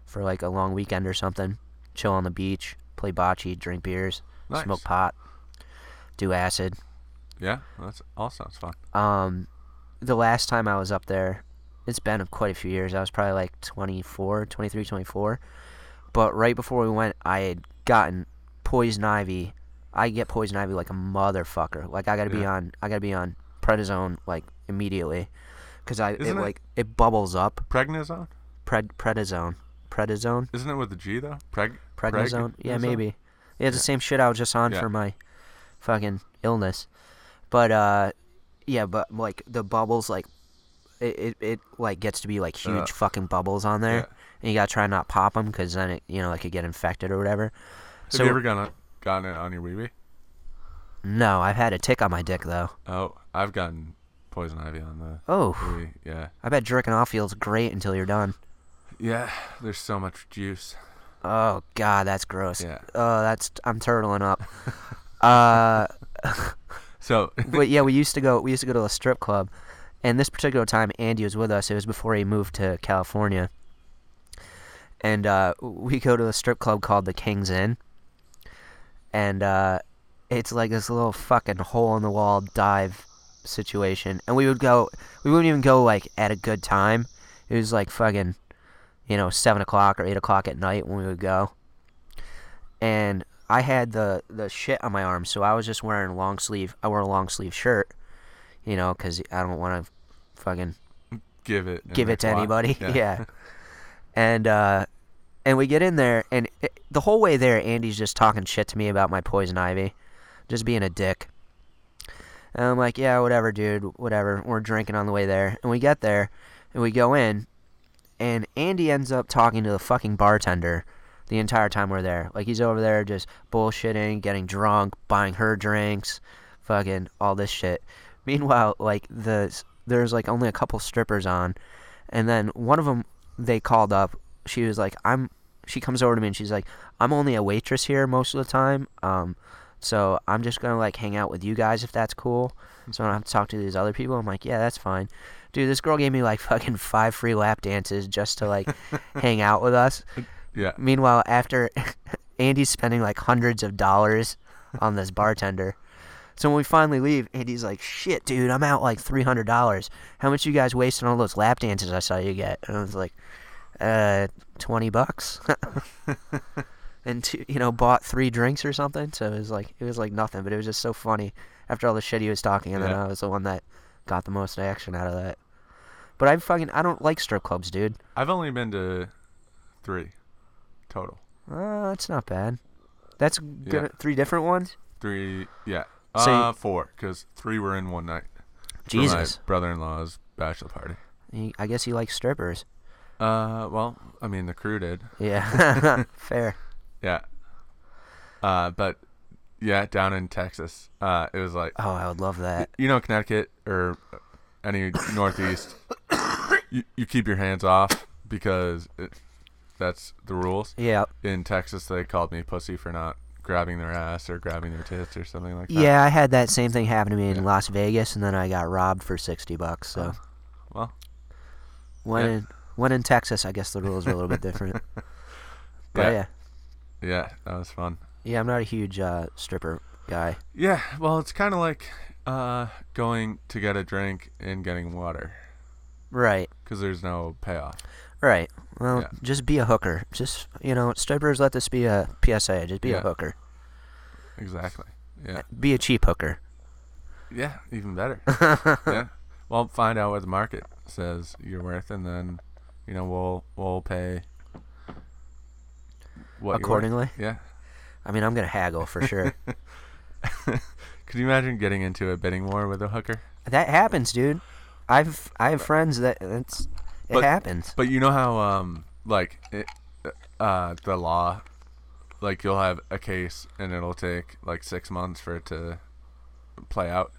Speaker 5: for like a long weekend or something, chill on the beach, play bocce, drink beers,
Speaker 2: Nice.
Speaker 5: smoke pot, do acid.
Speaker 2: yeah. That's all sounds fun.
Speaker 5: Um, the last time I was up there, it's been quite a few years. I was probably like 24, 23, 24. But right before we went, I had gotten poison ivy. I get poison ivy like a motherfucker. Like I gotta be
Speaker 2: Yeah.
Speaker 5: on, I gotta be on prednisone like immediately, cause I it,
Speaker 2: Isn't it-
Speaker 5: like it bubbles up.
Speaker 2: Pregnazone?
Speaker 5: Pred prednisone, prednisone,
Speaker 2: Isn't it with the G though? Preg.
Speaker 5: prednisone. Yeah,
Speaker 2: Prednisone?
Speaker 5: maybe. Yeah, it's the same shit I was just on
Speaker 2: Yeah.
Speaker 5: for my fucking illness. But uh, yeah, but like the bubbles, like it, it, it like gets to be like huge
Speaker 2: Ugh.
Speaker 5: fucking bubbles on there,
Speaker 2: Uh. Yeah.
Speaker 5: and you gotta try not pop them because then it, you know, it could get infected or whatever.
Speaker 2: Have
Speaker 5: So
Speaker 2: you ever gone on, gotten it on your wee wee?
Speaker 5: no, I've had a tick on my dick though.
Speaker 2: Oh, I've gotten poison ivy on the
Speaker 5: Oh,
Speaker 2: wee. Yeah,
Speaker 5: I bet jerking off feels great until you're done.
Speaker 2: yeah. There's so much juice.
Speaker 5: Oh god, that's gross.
Speaker 2: Yeah.
Speaker 5: Oh, that's I'm turtling up. uh.
Speaker 2: So
Speaker 5: but yeah, we used to go. We used to go to a strip club, and this particular time, Andy was with us. It was before he moved to California, and uh, we go to a strip club called the King's Inn, and uh, it's like this little fucking hole in the wall dive situation. And we would go. We wouldn't even go like at a good time. It was like fucking, you know, seven o'clock or eight o'clock at night when we would go and I had the the shit on my arm, so I was just wearing a long sleeve. I wore a long sleeve shirt, you know, because I don't want to fucking
Speaker 2: give it. and
Speaker 5: give
Speaker 2: they
Speaker 5: it to
Speaker 2: fly.
Speaker 5: anybody. Yeah. And uh, and we get in there, and it, the whole way there, Andy's just talking shit to me about my poison ivy, just being a dick. And I'm like, yeah, whatever, dude, whatever. We're drinking on the way there. And we get there, and we go in, and Andy ends up talking to the fucking bartender the entire time we're there. Like, he's over there just bullshitting, getting drunk, buying her drinks, fucking all this shit. Meanwhile, like, the there's like only a couple strippers on, and then one of them they called up. She was like, I'm. She comes over to me and she's like, I'm only a waitress here most of the time. Um, so I'm just gonna like hang out with you guys if that's cool. So I don't have to talk to these other people. I'm like, yeah, that's fine. Dude, this girl gave me like fucking five free lap dances just to like hang out with us.
Speaker 2: Yeah.
Speaker 5: Meanwhile, after Andy's spending like hundreds of dollars on this bartender. So when we finally leave, Andy's like, "Shit, dude, I'm out like three hundred dollars. How much you guys wasted on all those lap dances I saw you get?" And I was like, "Uh, twenty bucks." and two, you know, bought three drinks or something. So it was like it was like nothing, but it was just so funny after all the shit he was talking, and then
Speaker 2: Yeah.
Speaker 5: I was the one that got the most action out of that. But I fucking I don't like strip clubs, dude.
Speaker 2: I've only been to three total.
Speaker 5: Uh, that's not bad. That's good.
Speaker 2: Yeah.
Speaker 5: Three different ones.
Speaker 2: Three, yeah.
Speaker 5: So you-
Speaker 2: uh, four, because three were in one night. for my
Speaker 5: Jesus.
Speaker 2: brother-in-law's bachelor party.
Speaker 5: He, I guess he likes strippers.
Speaker 2: Uh, well, I mean, the crew did.
Speaker 5: Yeah, fair.
Speaker 2: Yeah. Uh, but yeah, down in Texas, uh, it was like
Speaker 5: Oh, I would love that.
Speaker 2: you know Connecticut or any Northeast, you, you keep your hands off because it, that's the rules.
Speaker 5: Yeah.
Speaker 2: In Texas, they called me pussy for not grabbing their ass or grabbing their tits or something like that.
Speaker 5: Yeah, I had that same thing happen to me in Las Vegas, and then I got robbed for sixty bucks. So
Speaker 2: Oh. Well,
Speaker 5: when
Speaker 2: yeah.
Speaker 5: in when in Texas, I guess the rules are a little bit different. But
Speaker 2: Yeah.
Speaker 5: yeah,
Speaker 2: yeah, that was fun.
Speaker 5: yeah, I'm not a huge uh, stripper guy.
Speaker 2: Yeah, well, it's kind of like uh, going to get a drink and getting water
Speaker 5: Right.
Speaker 2: because there's no payoff.
Speaker 5: Right. Well,
Speaker 2: Yeah.
Speaker 5: just be a hooker. Just you know, strippers let this be a PSA. Just be a
Speaker 2: Yeah.
Speaker 5: hooker.
Speaker 2: Exactly. Yeah.
Speaker 5: Be a cheap hooker.
Speaker 2: Yeah, even better. yeah. Well, find out what the market says you're worth, and then, you know, we'll we'll pay. What you're worth.
Speaker 5: Accordingly?
Speaker 2: Yeah.
Speaker 5: I mean, I'm gonna haggle for sure.
Speaker 2: Could you imagine getting into a bidding war with a hooker?
Speaker 5: that happens, dude. I've I have friends that that's it
Speaker 2: But-
Speaker 5: happens.
Speaker 2: But you know how um like it, uh the law, like you'll have a case and it'll take like six months for it to play out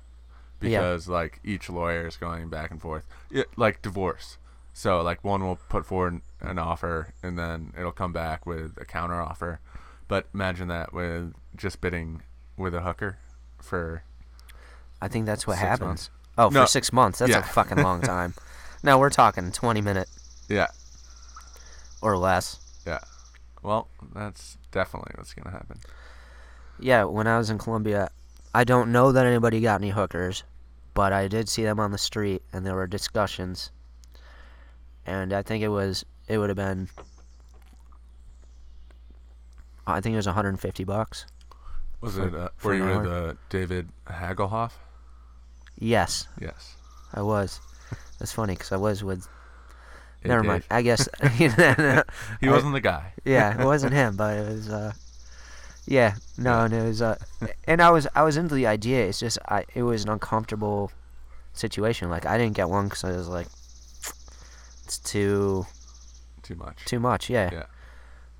Speaker 2: because like each lawyer is going back and forth. It, like divorce. So like one will put forward an offer and then it'll come back with a counter offer. But imagine that with just bidding with a hooker for
Speaker 5: I think that's what
Speaker 2: Six
Speaker 5: happens.
Speaker 2: months.
Speaker 5: Oh,
Speaker 2: No.
Speaker 5: for six months. That's
Speaker 2: Yeah.
Speaker 5: a fucking long time. no, we're talking 20 minute
Speaker 2: yeah,
Speaker 5: or less.
Speaker 2: yeah. Well, that's definitely what's gonna happen.
Speaker 5: Yeah, when I was in Colombia, I don't know that anybody got any hookers, but I did see them on the street and there were discussions. And I think it was, it would have been, I think it was 150 bucks.
Speaker 2: Was
Speaker 5: for-
Speaker 2: it? Uh,
Speaker 5: for
Speaker 2: were
Speaker 5: an
Speaker 2: you with
Speaker 5: hour.
Speaker 2: uh, David Hagelhoff?
Speaker 5: Yes,
Speaker 2: Yes.
Speaker 5: I was. That's funny because I was with.
Speaker 2: Hey,
Speaker 5: never
Speaker 2: Dave.
Speaker 5: mind. I guess. you know,
Speaker 2: He
Speaker 5: I-
Speaker 2: wasn't the guy.
Speaker 5: yeah, it wasn't him, but it was. Uh, yeah, no, and it was. Uh, and I was, I was into the idea. It's just, I, it was an uncomfortable situation. Like I didn't get one because I was like, it's too,
Speaker 2: Too much.
Speaker 5: too much. Yeah.
Speaker 2: Yeah.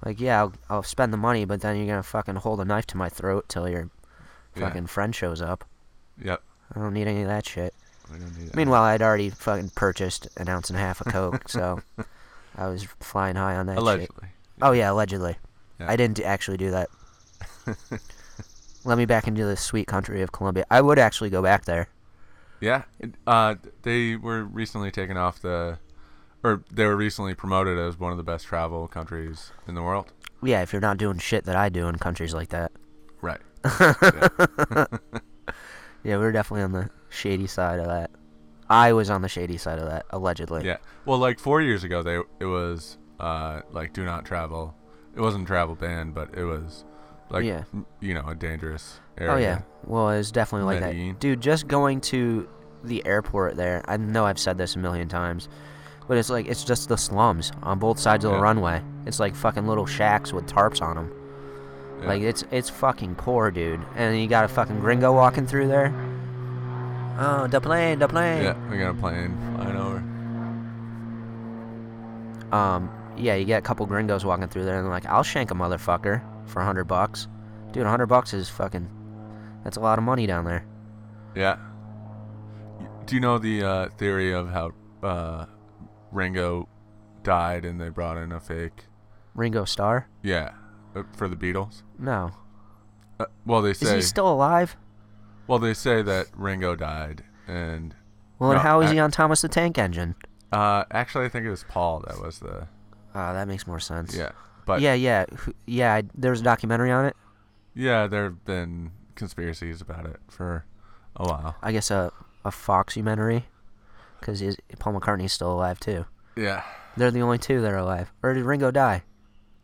Speaker 5: Like yeah, I'll, I'll spend the money, but then you're gonna fucking hold a knife to my throat till your
Speaker 2: Yeah.
Speaker 5: fucking friend shows up.
Speaker 2: Yep.
Speaker 5: I don't need any of that shit.
Speaker 2: We don't need that.
Speaker 5: Meanwhile, I'd already fucking purchased an ounce and a half of coke, so I was flying high on that. shit.
Speaker 2: allegedly.
Speaker 5: Oh yeah, allegedly.
Speaker 2: Yeah.
Speaker 5: I didn't d- actually do that. Let me back into the sweet country of Colombia. I would actually go back there.
Speaker 2: Yeah. it- Uh, they were recently taken off the, or they were recently promoted as one of the best travel countries in the world.
Speaker 5: Yeah, if you're not doing shit that I do in countries like that.
Speaker 2: Right.
Speaker 5: Yeah, we were definitely on the shady side of that. I was on the shady side of that, allegedly.
Speaker 2: Yeah. Well, like four years ago, they it was uh like do not travel. It wasn't travel ban, but it was like
Speaker 5: Yeah.
Speaker 2: m- you know a dangerous area.
Speaker 5: Oh yeah. Well, it was definitely like
Speaker 2: Medellin.
Speaker 5: that, dude. Just going to the airport there. I know I've said this a million times, but it's like it's just the slums on both sides of the
Speaker 2: Yeah.
Speaker 5: runway. It's like fucking little shacks with tarps on them.
Speaker 2: Yeah.
Speaker 5: Like it's it's fucking poor, dude. And you got a fucking gringo walking through there. Oh, the plane, the plane.
Speaker 2: Yeah, we got a plane flying over.
Speaker 5: Um, yeah, you get a couple gringos walking through there, and they're like, "I'll shank a motherfucker for a hundred bucks." Dude, a hundred bucks is fucking. That's a lot of money down there.
Speaker 2: Yeah. Do you know the uh, theory of how uh, Ringo died and they brought in a fake?
Speaker 5: Ringo Starr?
Speaker 2: Yeah, uh, for the Beatles.
Speaker 5: No.
Speaker 2: Uh, well, they
Speaker 5: Is
Speaker 2: say.
Speaker 5: he still alive?
Speaker 2: well, they say that Ringo died, and
Speaker 5: Well, and
Speaker 2: No,
Speaker 5: how is
Speaker 2: I-
Speaker 5: he on Thomas the Tank Engine?
Speaker 2: uh, actually, I think it was Paul that was the
Speaker 5: Ah, that makes more sense.
Speaker 2: yeah. But
Speaker 5: yeah, yeah, who- yeah. I, there was a documentary on it.
Speaker 2: yeah, there have been conspiracies about it for a while.
Speaker 5: I guess a a Foxumentary, because Paul McCartney's still alive too.
Speaker 2: Yeah,
Speaker 5: They're the only two that are alive. Or did Ringo die?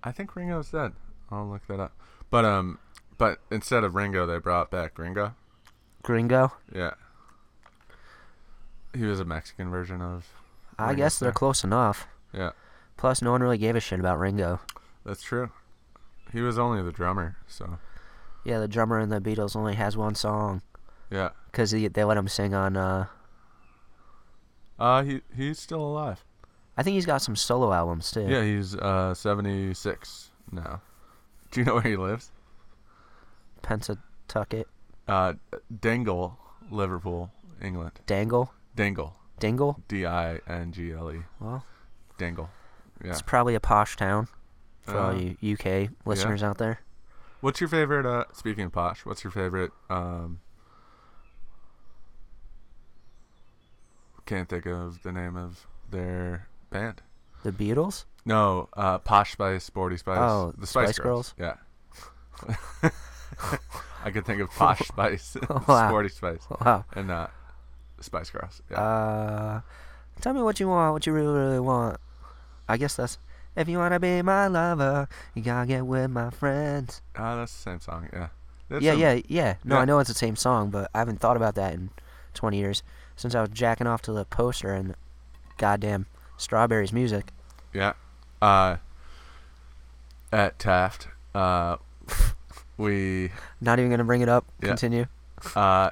Speaker 2: I think Ringo's dead. I'll look that up. But um, but instead of Ringo, they brought back Ringo.
Speaker 5: Gringo.
Speaker 2: Yeah. He was a Mexican version of.
Speaker 5: I
Speaker 2: Ringo
Speaker 5: guess they're
Speaker 2: Starr.
Speaker 5: close enough.
Speaker 2: Yeah,
Speaker 5: Plus, no one really gave a shit about Ringo.
Speaker 2: that's true. He was only the drummer, so
Speaker 5: Yeah, the drummer in the Beatles only has one song
Speaker 2: yeah.
Speaker 5: because they, they let him sing on. Uh,
Speaker 2: Uh, he he's still alive.
Speaker 5: I think he's got some solo albums too.
Speaker 2: Yeah, he's uh 76 now. Do you know where he lives?
Speaker 5: Pennsatucket,
Speaker 2: Uh, Dingle, Liverpool, England.
Speaker 5: Dangle,
Speaker 2: Dingle,
Speaker 5: Dingle.
Speaker 2: D I N G L E,
Speaker 5: Well,
Speaker 2: Dingle. Yeah.
Speaker 5: it's probably a posh town for all
Speaker 2: Uh,
Speaker 5: you UK listeners out there.
Speaker 2: What's your favorite? Uh, speaking of posh, what's your favorite? Um, can't think of the name of their band.
Speaker 5: The Beatles.
Speaker 2: No, uh, Posh Spice, Sporty Spice.
Speaker 5: Oh,
Speaker 2: the Spice,
Speaker 5: Spice
Speaker 2: Girls. Yeah. I could think of Posh Spice,
Speaker 5: Wow.
Speaker 2: Sporty Spice,
Speaker 5: Wow.
Speaker 2: and uh, Spice Girls. Yeah.
Speaker 5: Uh, tell me what you want, what you really, really want. I guess that's. If you wanna be my lover, you gotta get with my friends.
Speaker 2: Ah, that's the same song. Yeah. That's
Speaker 5: yeah,
Speaker 2: a-
Speaker 5: yeah, yeah. No,
Speaker 2: yeah.
Speaker 5: I know it's the same song, but I haven't thought about that in 20 years since I was jacking off to the poster and goddamn Strawberries music.
Speaker 2: Yeah. Uh, at Taft, uh, we
Speaker 5: Not even gonna bring it up.
Speaker 2: Yeah.
Speaker 5: Continue.
Speaker 2: Uh,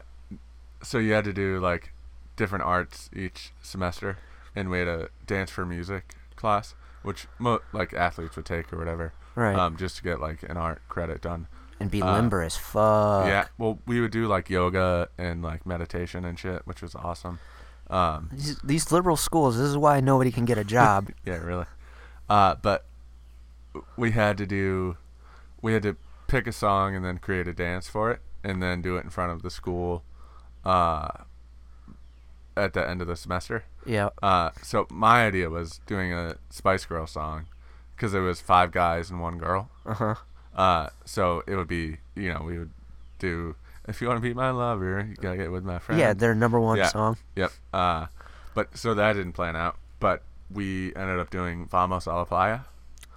Speaker 2: so you had to do like different arts each semester, and we had a dance for music class, which mo- like athletes would take or whatever,
Speaker 5: Right.
Speaker 2: um, just to get like an art credit done.
Speaker 5: and be
Speaker 2: uh,
Speaker 5: limber as fuck.
Speaker 2: yeah, well, we would do like yoga and like meditation and shit, which was awesome. Um,
Speaker 5: These, these liberal schools, this is why nobody can get a job.
Speaker 2: yeah, really. Uh, but we had to do, we had to pick a song and then create a dance for it, and then do it in front of the school, uh, at the end of the semester.
Speaker 5: yeah.
Speaker 2: Uh, so my idea was doing a Spice Girl song, because it was five guys and one girl.
Speaker 5: Uh huh.
Speaker 2: Uh, so it would be, you know, we would do. If you want to be my lover, you gotta get with my friend.
Speaker 5: Yeah, their number one
Speaker 2: Yeah.
Speaker 5: song.
Speaker 2: Yep. Uh, but so that didn't plan out. But we ended up doing Vamos a la Playa,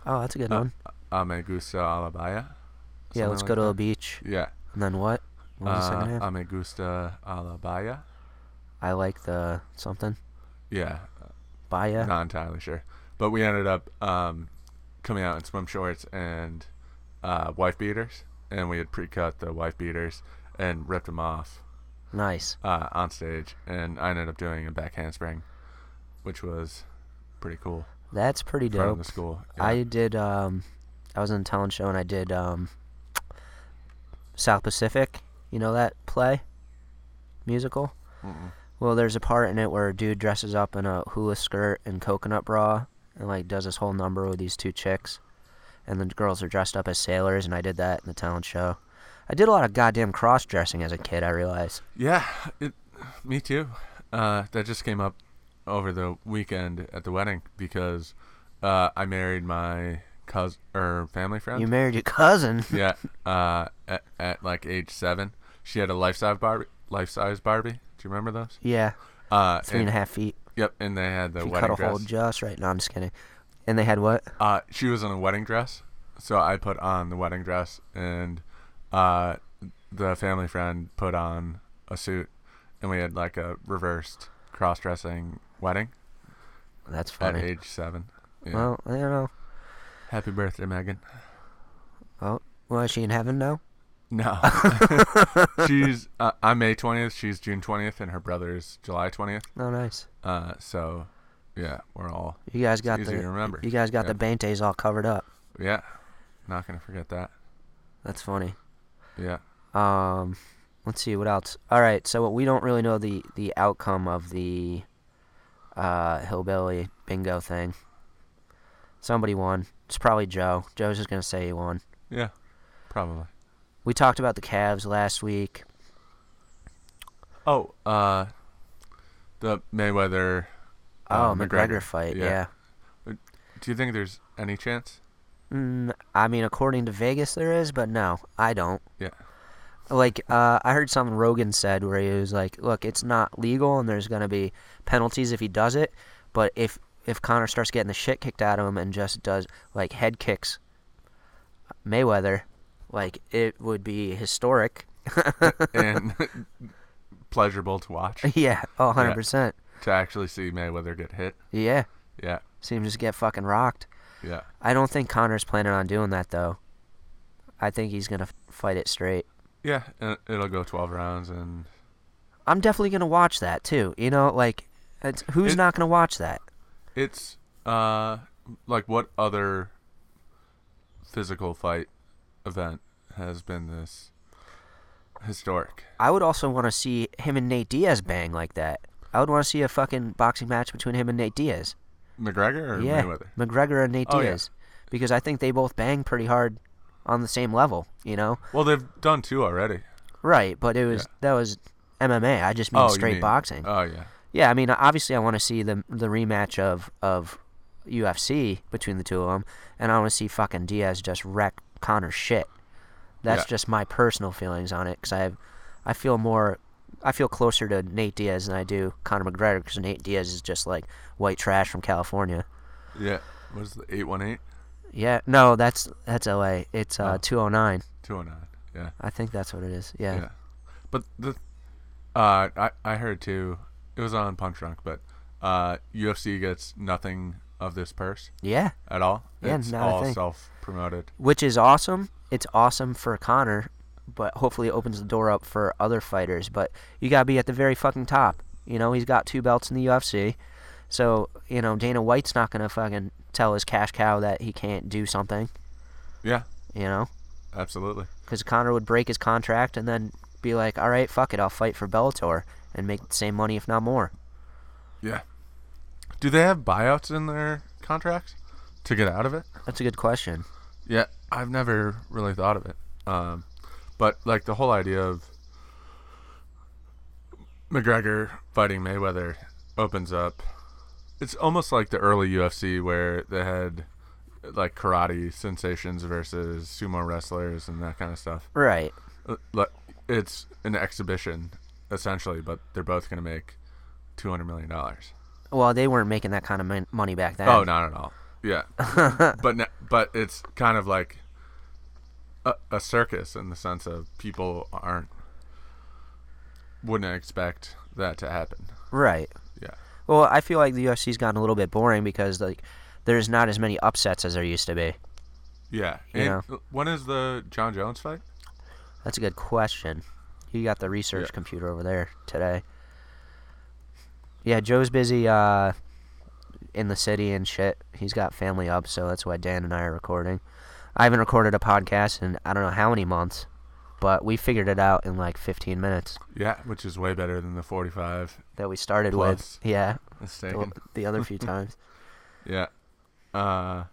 Speaker 5: Oh, that's a good
Speaker 2: Uh,
Speaker 5: one.
Speaker 2: A Me Gusta a la Playa.
Speaker 5: Yeah,
Speaker 2: something
Speaker 5: let's
Speaker 2: like
Speaker 5: go to
Speaker 2: that.
Speaker 5: a beach.
Speaker 2: Yeah.
Speaker 5: And then what? What was the second
Speaker 2: Uh,
Speaker 5: half?
Speaker 2: a Me Gusta a la Playa.
Speaker 5: I like the something.
Speaker 2: Yeah.
Speaker 5: Baya.
Speaker 2: Not entirely sure. But we ended up um, coming out in swim shorts and uh, wife beaters. And we had pre cut the wife beaters and ripped them off
Speaker 5: Nice.
Speaker 2: uh, on stage. And I ended up doing a back handspring, which was pretty cool.
Speaker 5: That's pretty
Speaker 2: In front of
Speaker 5: dope.
Speaker 2: the school.
Speaker 5: I did. Um, I was in a talent show and I did um, South Pacific. You know that play, musical.
Speaker 2: Mm-mm.
Speaker 5: Well, there's a part in it where a dude dresses up in a hula skirt and coconut bra and like does this whole number with these two chicks, and the girls are dressed up as sailors. And I did that in the talent show. I did a lot of goddamn cross dressing as a kid. I realized.
Speaker 2: Yeah, it, me too. Uh, that just came up over the weekend at the wedding because uh, I married my cousin or family friend.
Speaker 5: You married your cousin.
Speaker 2: yeah, uh, at, at like age seven, she had a life size Barbie. Life size Barbie. Do you remember those?
Speaker 5: yeah,
Speaker 2: Uh,
Speaker 5: three and a half feet.
Speaker 2: Yep, and they had the
Speaker 5: If you cut
Speaker 2: wedding
Speaker 5: a hole
Speaker 2: dress.
Speaker 5: just right. No, I'm just kidding. And they had what?
Speaker 2: Uh, she was in a wedding dress, so I put on the wedding dress, and uh, the family friend put on a suit, and we had like a reversed cross-dressing wedding.
Speaker 5: That's
Speaker 2: at
Speaker 5: funny.
Speaker 2: age seven. Yeah.
Speaker 5: Well, I don't know.
Speaker 2: Happy birthday, Megan.
Speaker 5: Well, is she in heaven now?
Speaker 2: No. she's uh, I'm May 20th, she's June 20th and her brother's July 20th.
Speaker 5: Oh, nice.
Speaker 2: Uh so yeah, we're all
Speaker 5: You guys got
Speaker 2: easy
Speaker 5: the
Speaker 2: to remember.
Speaker 5: you guys got the Bantes all covered up.
Speaker 2: Yeah. Not going to forget that.
Speaker 5: That's funny.
Speaker 2: Yeah.
Speaker 5: Um, let's see what else. All right, so we don't really know the the outcome of the uh, hillbilly bingo thing. Somebody won. It's probably Joe. Joe's just gonna say he won.
Speaker 2: Yeah. Probably.
Speaker 5: We talked about the Cavs last week.
Speaker 2: Oh, uh the Mayweather
Speaker 5: Oh,
Speaker 2: uh,
Speaker 5: McGregor, fight. Yeah.
Speaker 2: Do you think there's any chance?
Speaker 5: Mm, I mean, according to Vegas, there is, but no, I don't.
Speaker 2: Yeah.
Speaker 5: Like, uh, I heard something Rogan said where he was like, "Look, it's not legal, and there's gonna be penalties if he does it. But if if Connor starts getting the shit kicked out of him and just does like head kicks, Mayweather, like it would be historic.
Speaker 2: and pleasurable to watch
Speaker 5: yeah, oh, 100
Speaker 2: Yeah.
Speaker 5: percent.
Speaker 2: to actually see Mayweather get hit.
Speaker 5: Yeah,
Speaker 2: Yeah.
Speaker 5: see him just get fucking rocked.
Speaker 2: Yeah.
Speaker 5: I don't think Connor's planning on doing that though. I think he's gonna f- fight it straight.
Speaker 2: Yeah, and it'll go 12 rounds and
Speaker 5: I'm definitely gonna watch that too. You know, like, it's, who's
Speaker 2: It-
Speaker 5: not gonna watch that?
Speaker 2: It's uh like what other physical fight event has been this historic?
Speaker 5: I would also want to see him and Nate Diaz bang like that. I would want to see a fucking boxing match between him and Nate Diaz.
Speaker 2: McGregor or
Speaker 5: yeah,
Speaker 2: Mayweather?
Speaker 5: McGregor and Nate
Speaker 2: Oh, yeah.
Speaker 5: Diaz, because I think they both bang pretty hard on the same level. You know,
Speaker 2: Well, they've done two already.
Speaker 5: right? But it was
Speaker 2: Yeah.
Speaker 5: that was MMA. I just mean
Speaker 2: oh, you
Speaker 5: straight
Speaker 2: mean-
Speaker 5: boxing.
Speaker 2: Oh yeah,
Speaker 5: yeah, I mean, obviously, I want to see the the rematch of of UFC between the two of them, and I want to see fucking Diaz just wreck Connor's shit. That's
Speaker 2: Yeah.
Speaker 5: just my personal feelings on it because I have, I feel more, I feel closer to Nate Diaz than I do Conor McGregor because Nate Diaz is just like white trash from California.
Speaker 2: yeah. What's the eight one eight
Speaker 5: Yeah, no, that's that's LA. It's uh, 209.
Speaker 2: two oh nine? Yeah,
Speaker 5: I think that's what it is. Yeah.
Speaker 2: yeah. But the uh, I I heard too. It was on Punch Drunk, but uh, UFC gets nothing of this purse
Speaker 5: yeah.
Speaker 2: at all.
Speaker 5: Yeah,
Speaker 2: it's
Speaker 5: not a
Speaker 2: all
Speaker 5: thing.
Speaker 2: self promoted.
Speaker 5: which is awesome. It's awesome for Connor, but hopefully it opens the door up for other fighters. But you gotta be at the very fucking top. You know, he's got two belts in the UFC, so you know Dana White's not gonna fucking tell his cash cow that he can't do something.
Speaker 2: Yeah,
Speaker 5: You know,
Speaker 2: absolutely.
Speaker 5: because Connor would break his contract and then be like, "All right, fuck it, I'll fight for Bellator and make the same money, if not more."
Speaker 2: Yeah. Do they have buyouts in their contracts to get out of it?
Speaker 5: That's a good question.
Speaker 2: Yeah, I've never really thought of it. Um, but like the whole idea of McGregor fighting Mayweather opens up. It's almost like the early UFC where they had like karate sensations versus sumo wrestlers and that kind of stuff.
Speaker 5: Right.
Speaker 2: Uh, like, It's an exhibition essentially, but they're both going to make two hundred million dollars.
Speaker 5: Well, they weren't making that kind of mon- money back then.
Speaker 2: Oh, not at all. Yeah, but no, but it's kind of like a, a circus in the sense of people aren't wouldn't expect that to happen.
Speaker 5: Right.
Speaker 2: Yeah,
Speaker 5: Well, I feel like the UFC's gotten a little bit boring because like there's not as many upsets as there used to be.
Speaker 2: yeah.
Speaker 5: Yeah.
Speaker 2: And uh, when is the John Jones fight?
Speaker 5: That's a good question. You got the research
Speaker 2: Yeah.
Speaker 5: computer over there today. Yeah, Joe's busy uh, in the city and shit. He's got family up, so that's why Dan and I are recording. I haven't recorded a podcast in I don't know how many months, but we figured it out in like 15 minutes
Speaker 2: Yeah, which is way better than the forty-five
Speaker 5: that we started
Speaker 2: Plus.
Speaker 5: with. Yeah, the,
Speaker 2: mistaken.
Speaker 5: the other few times.
Speaker 2: Yeah. Uh.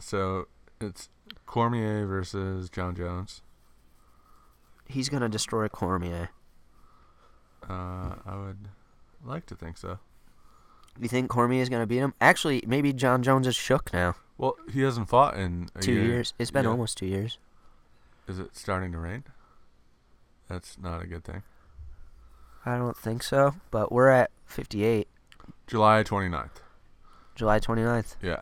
Speaker 2: So it's Cormier versus John Jones.
Speaker 5: He's going to destroy Cormier.
Speaker 2: Uh, I would like to think so.
Speaker 5: You think Cormier's going to beat him? Actually, maybe John Jones is shook now.
Speaker 2: Well, he hasn't fought in a
Speaker 5: Two
Speaker 2: year.
Speaker 5: years. It's been
Speaker 2: Yeah.
Speaker 5: almost two years.
Speaker 2: Is it starting to rain? That's not a good thing.
Speaker 5: I don't think so, but we're at 58,
Speaker 2: July 29th.
Speaker 5: July 29th.
Speaker 2: Yeah.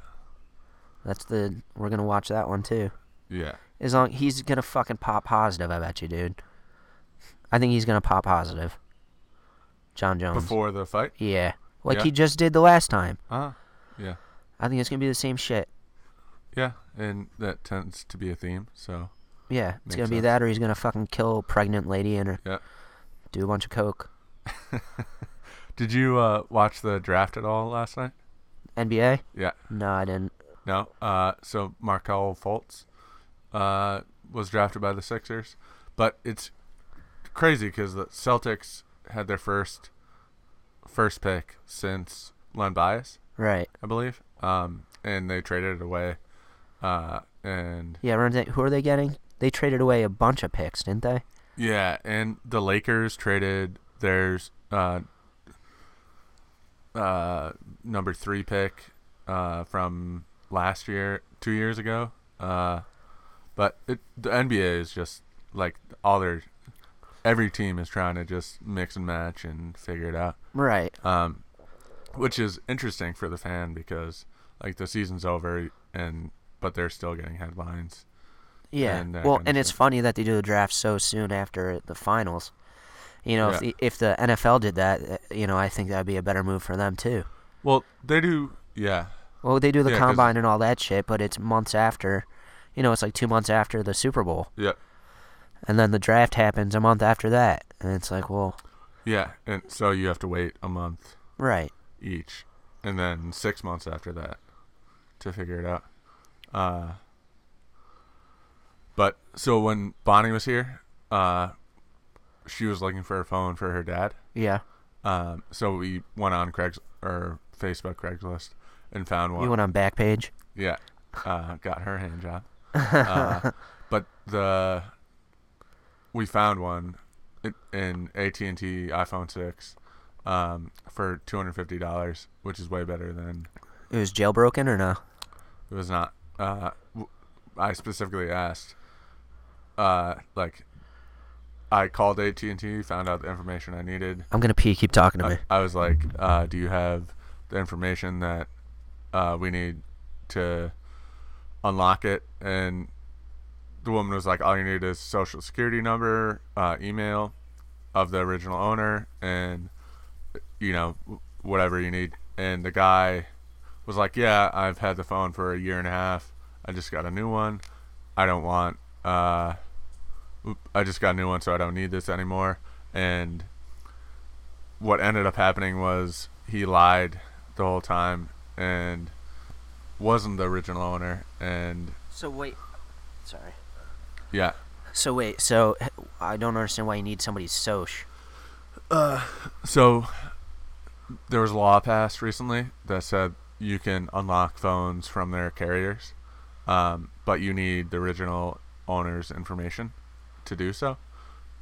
Speaker 5: That's the we're gonna watch that one too.
Speaker 2: Yeah.
Speaker 5: As long he's gonna fucking pop positive, I bet you, dude. I think he's gonna pop positive. John Jones.
Speaker 2: Before the fight?
Speaker 5: Yeah, like
Speaker 2: Yeah.
Speaker 5: he just did the last time.
Speaker 2: Uh Yeah.
Speaker 5: I think it's gonna be the same shit.
Speaker 2: Yeah. And that tends to be a theme. So
Speaker 5: Yeah, it's
Speaker 2: Makes
Speaker 5: gonna be
Speaker 2: sense.
Speaker 5: that, or he's gonna fucking kill a pregnant lady and
Speaker 2: Yeah.
Speaker 5: do a bunch of coke.
Speaker 2: Did you uh, watch the draft at all last night?
Speaker 5: NBA?
Speaker 2: Yeah.
Speaker 5: No, I didn't.
Speaker 2: No. Uh, so Markel Fultz uh, was drafted by the Sixers, but it's crazy because the Celtics had their first first pick since Len Bias,
Speaker 5: Right.
Speaker 2: I believe, um, and they traded it away. Uh, and
Speaker 5: Yeah. Remember that, who are they getting? They traded away a bunch of picks, didn't they?
Speaker 2: yeah, and the Lakers traded theirs uh, uh, number three pick uh, from last year, two years ago. Uh, but it, the NBA is just like all their every team is trying to just mix and match and figure it out,
Speaker 5: Right.
Speaker 2: um, which is interesting for the fan because like the season's over and but they're still getting headlines.
Speaker 5: Yeah.
Speaker 2: and uh, that
Speaker 5: well,
Speaker 2: kinda
Speaker 5: and it's
Speaker 2: stuff.
Speaker 5: funny that they do the draft so soon after the finals. You know, if,
Speaker 2: Yeah.
Speaker 5: the, if the NFL did that, uh, you know, I think that'd be a better move for them too.
Speaker 2: Well, they do, yeah.
Speaker 5: Well, they do the
Speaker 2: Yeah, 'cause-
Speaker 5: combine and all that shit, but it's months after. You know, it's like two months after the Super Bowl,
Speaker 2: Yeah,
Speaker 5: and then the draft happens a month after that, and it's like, well,
Speaker 2: Yeah, and so you have to wait a month
Speaker 5: right,
Speaker 2: each, and then six months after that to figure it out. Uh, but so when Bonnie was here, uh, she was looking for a phone for her dad.
Speaker 5: yeah.
Speaker 2: Um, so we went on Craig's or Facebook Craigslist and found one.
Speaker 5: You went on Backpage.
Speaker 2: Yeah, uh, got her hand job. Uh, but the we found one i- in AT and T iPhone six um, for two hundred fifty dollars, which is way better than
Speaker 5: It was jailbroken or no?
Speaker 2: it was not. Uh, w- I specifically asked, uh, like, I called AT and T, found out the information I needed.
Speaker 5: I'm gonna pee. Keep talking to me.
Speaker 2: I, I was like, uh, "Do you have the information that uh, we need to unlock it?" And the woman was like, "All you need is social security number, uh, email of the original owner, and you know w- whatever you need." And the guy was like, "Yeah, I've had the phone for a year and a half. I just got a new one. I don't want. Uh, I just got a new one, so I don't need this anymore." And what ended up happening was he lied the whole time and wasn't the original owner and
Speaker 5: So wait, sorry.
Speaker 2: yeah
Speaker 5: So wait, so h- I don't understand why you need somebody's soch.
Speaker 2: so there was a law passed recently that said you can unlock phones from their carriers um, but you need the original owner's information to do so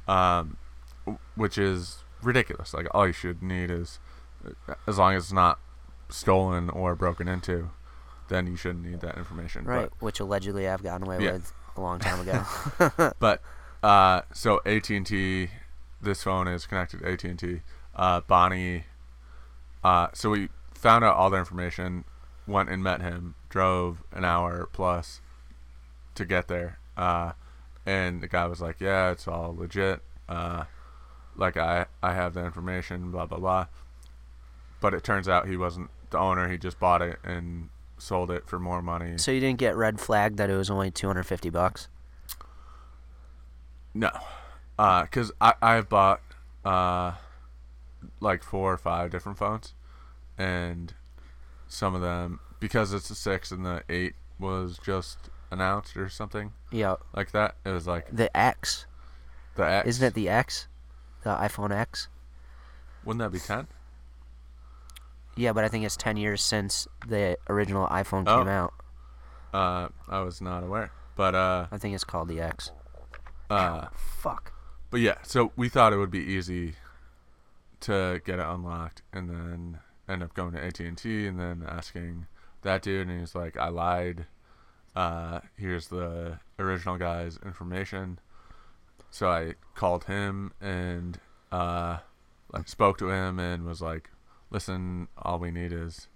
Speaker 2: um, w- which is ridiculous like all you should need is as long as it's not stolen or broken into then you shouldn't need that information But-
Speaker 5: Right, which allegedly I've gotten away
Speaker 2: Yeah.
Speaker 5: with a long time ago.
Speaker 2: But uh, so AT and T, this phone is connected to AT and T. Uh, Bonnie. Uh, so we found out all the information, went and met him, drove an hour plus to get there, uh, and the guy was like, "Yeah, it's all legit. Uh, like I I have the information, blah blah blah." But it turns out he wasn't the owner. He just bought it and sold it for more money.
Speaker 5: so you didn't get red flagged that it was only 250 bucks?
Speaker 2: No, because I I've bought uh like four or five different phones, and some of them because it's a six and the eight was just announced or something
Speaker 5: Yeah,
Speaker 2: like that. It was like
Speaker 5: the X.
Speaker 2: the X.
Speaker 5: Isn't it the X? The iPhone X?
Speaker 2: Wouldn't that be ten?
Speaker 5: Yeah, but I think it's 10 years since the original iPhone
Speaker 2: Oh.
Speaker 5: came out.
Speaker 2: Uh, I was not aware, but uh,
Speaker 5: I think it's called the X.
Speaker 2: uh,
Speaker 5: Fuck.
Speaker 2: but yeah. So we thought it would be easy to get it unlocked, and then end up going to AT and T, and then asking that dude, and he's like, "I lied." uh, here's the original guy's information. So I called him and uh, like spoke to him and was like, listen, all we need is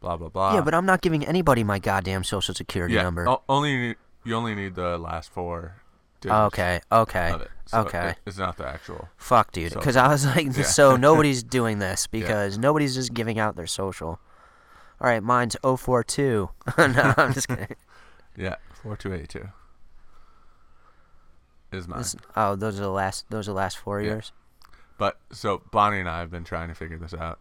Speaker 2: blah blah blah.
Speaker 5: yeah, but I'm not giving anybody my goddamn social security
Speaker 2: Uh. yeah, Oh,
Speaker 5: number.
Speaker 2: o- only you only need the last four. digits
Speaker 5: okay, okay,
Speaker 2: Of it. So
Speaker 5: okay.
Speaker 2: it- it's not the actual.
Speaker 5: Fuck, dude.
Speaker 2: So-
Speaker 5: Because I was like,
Speaker 2: Yeah.
Speaker 5: so nobody's doing this because nobody's just giving out their social. All right, mine's 042. no, I'm just kidding.
Speaker 2: Yeah, four two eight two. is mine.
Speaker 5: This- oh, those are the last. Those are the last four
Speaker 2: Yeah.
Speaker 5: years.
Speaker 2: But so Bonnie and I have been trying to figure this out,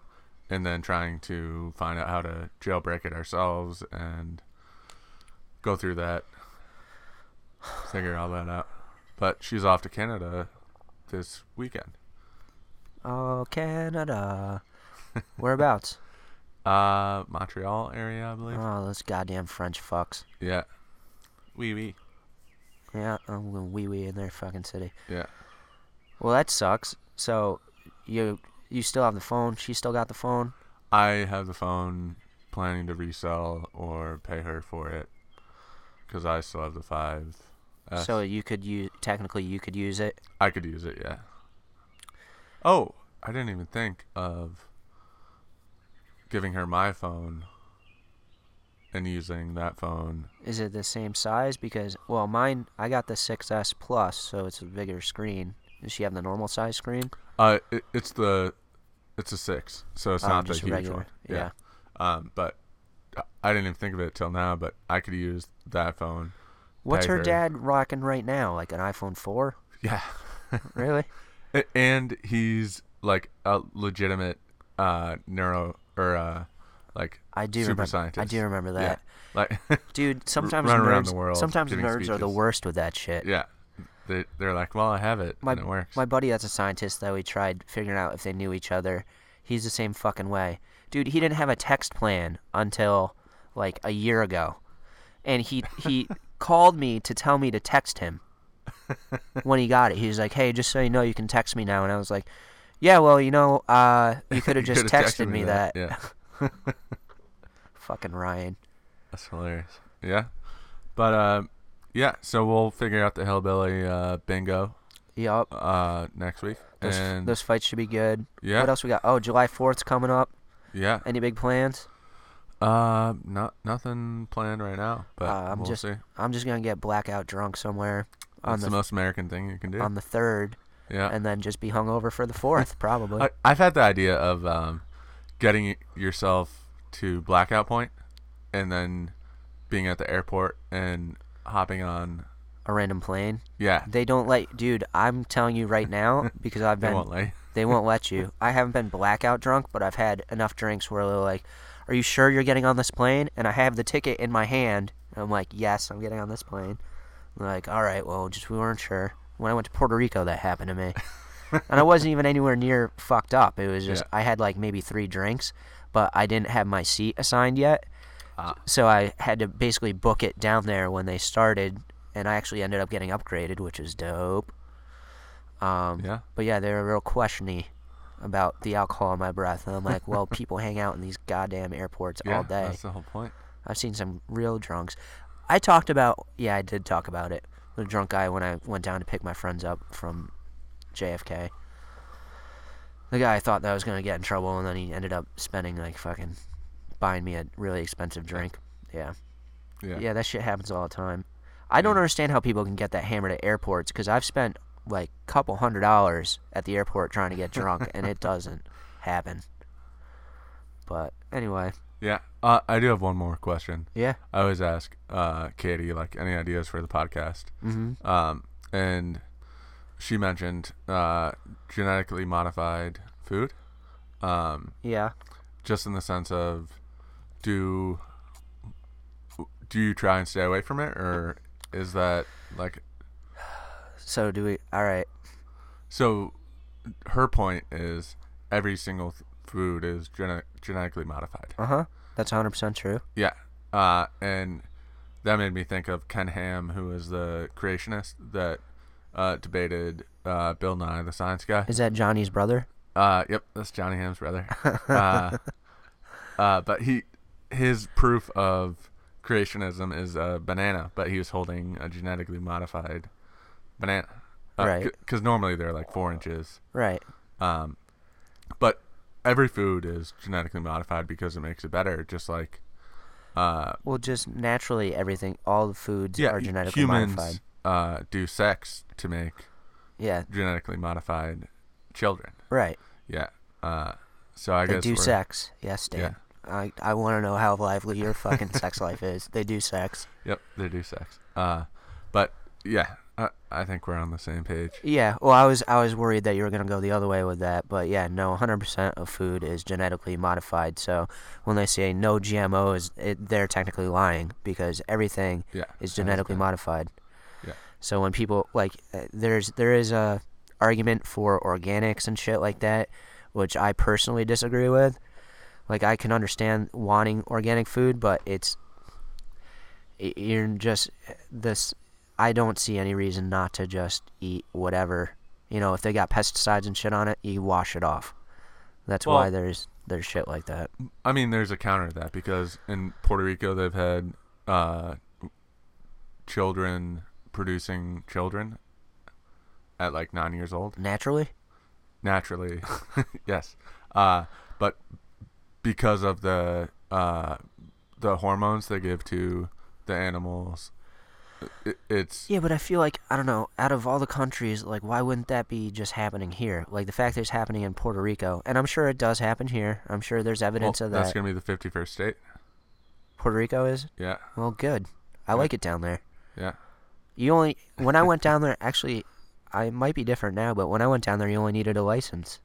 Speaker 2: and then trying to find out how to jailbreak it ourselves and go through that, figure all that out. But she's off to Canada this weekend.
Speaker 5: Oh, Canada. Whereabouts?
Speaker 2: Uh, Montreal area, I believe.
Speaker 5: oh, those goddamn French fucks.
Speaker 2: Yeah. Wee wee.
Speaker 5: Yeah, I'm going wee wee in their fucking city.
Speaker 2: Yeah.
Speaker 5: Well, that sucks. So, you you still have the phone? She still got the phone?
Speaker 2: I have the phone planning to resell or pay her for it because I still have the five. S.
Speaker 5: So you could use technically you could use it.
Speaker 2: I could use it, yeah. Oh, I didn't even think of giving her my phone and using that phone.
Speaker 5: Is it the same size? Because well, mine I got the 6s plus, so it's a bigger screen. Does she have the normal size screen?
Speaker 2: Uh, it, it's the it's a six, so it's
Speaker 5: Oh,
Speaker 2: not the
Speaker 5: just
Speaker 2: huge
Speaker 5: regular,
Speaker 2: one. Um, but I- I didn't even think of it till now. But I could use that phone.
Speaker 5: What's her
Speaker 2: Tiger.
Speaker 5: dad rocking right now? Like an iPhone 4?
Speaker 2: Yeah.
Speaker 5: Really?
Speaker 2: A- and he's like a legitimate uh neuro or uh like
Speaker 5: I do
Speaker 2: super
Speaker 5: remember.
Speaker 2: scientist.
Speaker 5: I do remember
Speaker 2: Yeah.
Speaker 5: that.
Speaker 2: Like
Speaker 5: Dude, sometimes
Speaker 2: run around
Speaker 5: nerds,
Speaker 2: the world
Speaker 5: sometimes
Speaker 2: giving
Speaker 5: nerds are the
Speaker 2: speeches.
Speaker 5: worst with that shit.
Speaker 2: Yeah. They, they're like, well, I have it,
Speaker 5: My
Speaker 2: and it works.
Speaker 5: my buddy that's a scientist that we tried figuring out if they knew each other. He's the same fucking way. Dude, he didn't have a text plan until like a year ago. And he he called me to tell me to text him when he got it. He was like, "Hey, just so you know, you can text me now." And I was like, "Yeah, well, you know, uh, you could have
Speaker 2: You
Speaker 5: just
Speaker 2: could've
Speaker 5: texted, me that."
Speaker 2: Yeah,
Speaker 5: Fucking Ryan.
Speaker 2: that's hilarious. Yeah, but um, yeah. So we'll figure out the hillbilly uh, bingo
Speaker 5: Yup.
Speaker 2: uh, next week,
Speaker 5: Those,
Speaker 2: and
Speaker 5: those fights should be good.
Speaker 2: yeah,
Speaker 5: What else we got? Oh, July 4th's coming up.
Speaker 2: yeah.
Speaker 5: Any big plans?
Speaker 2: Uh, not nothing planned right now, but
Speaker 5: Uh, I'm
Speaker 2: we'll
Speaker 5: just
Speaker 2: see.
Speaker 5: I'm just going to get blackout drunk somewhere on
Speaker 2: That's
Speaker 5: the,
Speaker 2: the most American thing you can do.
Speaker 5: on the 3rd
Speaker 2: yeah,
Speaker 5: and then just be hungover for the 4th probably.
Speaker 2: Uh, I, I've had the idea of um, getting yourself to blackout point, and then being at the airport and hopping on.
Speaker 5: a random plane.
Speaker 2: Yeah,
Speaker 5: They don't let dude, I'm telling you right now because I've
Speaker 2: they
Speaker 5: been
Speaker 2: won't lay.
Speaker 5: they won't let you. I haven't been blackout drunk, but I've had enough drinks where they're like, "Are you sure you're getting on this plane?" And I have the ticket in my hand, and I'm like, "Yes, I'm getting on this plane." And they're like, "All right, well, just we weren't sure." When I went to Puerto Rico, that happened to me, and I wasn't even anywhere near fucked up. It was just
Speaker 2: Yeah.
Speaker 5: I had like maybe three drinks, but I didn't have my seat assigned yet,
Speaker 2: Ah.
Speaker 5: so I had to basically book it down there when they started, and I actually ended up getting upgraded, which is dope. Um,
Speaker 2: Yeah.
Speaker 5: but yeah, they were real questiony about the alcohol in my breath. And I'm like, well, people hang out in these goddamn airports all day.
Speaker 2: That's the whole point.
Speaker 5: I've seen some real drunks. I talked about, yeah, I did talk about it. The drunk guy when I went down to pick my friends up from JFK. The guy I thought that I was going to get in trouble, and then he ended up spending, like, fucking buying me a really expensive drink. Yeah.
Speaker 2: Yeah.
Speaker 5: Yeah, that shit happens all the time. I don't understand how people can get that hammered at airports because I've spent like a couple hundred dollars at the airport trying to get drunk and it doesn't happen. But anyway,
Speaker 2: Yeah. Uh, I do have one more question.
Speaker 5: yeah.
Speaker 2: I always ask uh, Katie like any ideas for the podcast,
Speaker 5: Mm-hmm.
Speaker 2: um, and she mentioned uh, genetically modified food, um,
Speaker 5: Yeah.
Speaker 2: just in the sense of do do you try and stay away from it, or is that like
Speaker 5: So do we? All right.
Speaker 2: so? Her point is every single th- food is gene- genetically modified.
Speaker 5: Uh huh. That's 100% true.
Speaker 2: Yeah. Uh, and that made me think of Ken Ham, who is the creationist that uh, debated uh, Bill Nye, the science guy.
Speaker 5: Is that Johnny's brother?
Speaker 2: Uh, yep, that's Johnny Ham's brother. uh, uh, but he, his proof of creationism is a banana, but he was holding a genetically modified banana.
Speaker 5: Right.
Speaker 2: Because normally they're like four inches.
Speaker 5: Right.
Speaker 2: Um, but every food is genetically modified because it makes it better. Just like, uh,
Speaker 5: Well, just naturally, everything, all the foods
Speaker 2: y-
Speaker 5: are genetically
Speaker 2: humans,
Speaker 5: modified.
Speaker 2: Uh, do sex to make
Speaker 5: Yeah.
Speaker 2: genetically modified children.
Speaker 5: Right.
Speaker 2: Yeah. Uh, so I
Speaker 5: They
Speaker 2: guess
Speaker 5: do
Speaker 2: we're-
Speaker 5: sex. Yes, Dan. I, I want to know how lively your fucking sex life is. They do sex.
Speaker 2: Yep, they do sex. Uh, but yeah, I, I think we're on the same page.
Speaker 5: Yeah, well, I was I was worried that you were gonna go the other way with that, but yeah, no, 100% of food is genetically modified. So when they say no GMOs, it, they're technically lying because everything
Speaker 2: Yeah,
Speaker 5: is
Speaker 2: I
Speaker 5: genetically
Speaker 2: understand.
Speaker 5: modified.
Speaker 2: Yeah.
Speaker 5: So when people like, uh, there's there is a argument for organics and shit like that, which I personally disagree with. Like I can understand wanting organic food, but it's y- you're just this. I don't see any reason not to just eat whatever. You know, if they got pesticides and shit on it, you wash it off. That's why
Speaker 2: Well-
Speaker 5: there's there's shit like that.
Speaker 2: I mean, there's a counter to that because in Puerto Rico they've had uh, children producing children at like nine years old
Speaker 5: Naturally,
Speaker 2: naturally. yes, uh, but because of the uh, the hormones they give to the animals, it, it's
Speaker 5: Yeah, but I feel like I don't know. Out of all the countries, like why wouldn't that be just happening here? Like the fact that it's happening in Puerto Rico, and I'm sure it does happen here. I'm sure there's
Speaker 2: well,
Speaker 5: evidence of
Speaker 2: oh, that's
Speaker 5: that.
Speaker 2: gonna be the fifty-first state.
Speaker 5: Puerto Rico is
Speaker 2: Yeah,
Speaker 5: well, good. I like it down there.
Speaker 2: yeah.
Speaker 5: You only when I went down there, actually, I it might be different now, but when I went down there, you only needed a license.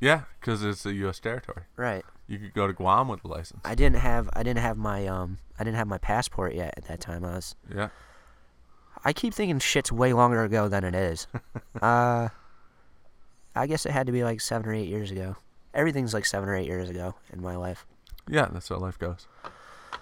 Speaker 2: Yeah, because it's a U.S. territory.
Speaker 5: Right.
Speaker 2: You could go to Guam with a license.
Speaker 5: I didn't have I didn't have my um I didn't have my passport yet at that time. I was
Speaker 2: yeah,
Speaker 5: I keep thinking shit's way longer ago than it is. uh, I guess it had to be like seven or eight years ago. Everything's like seven or eight years ago in my life.
Speaker 2: yeah. That's how life goes.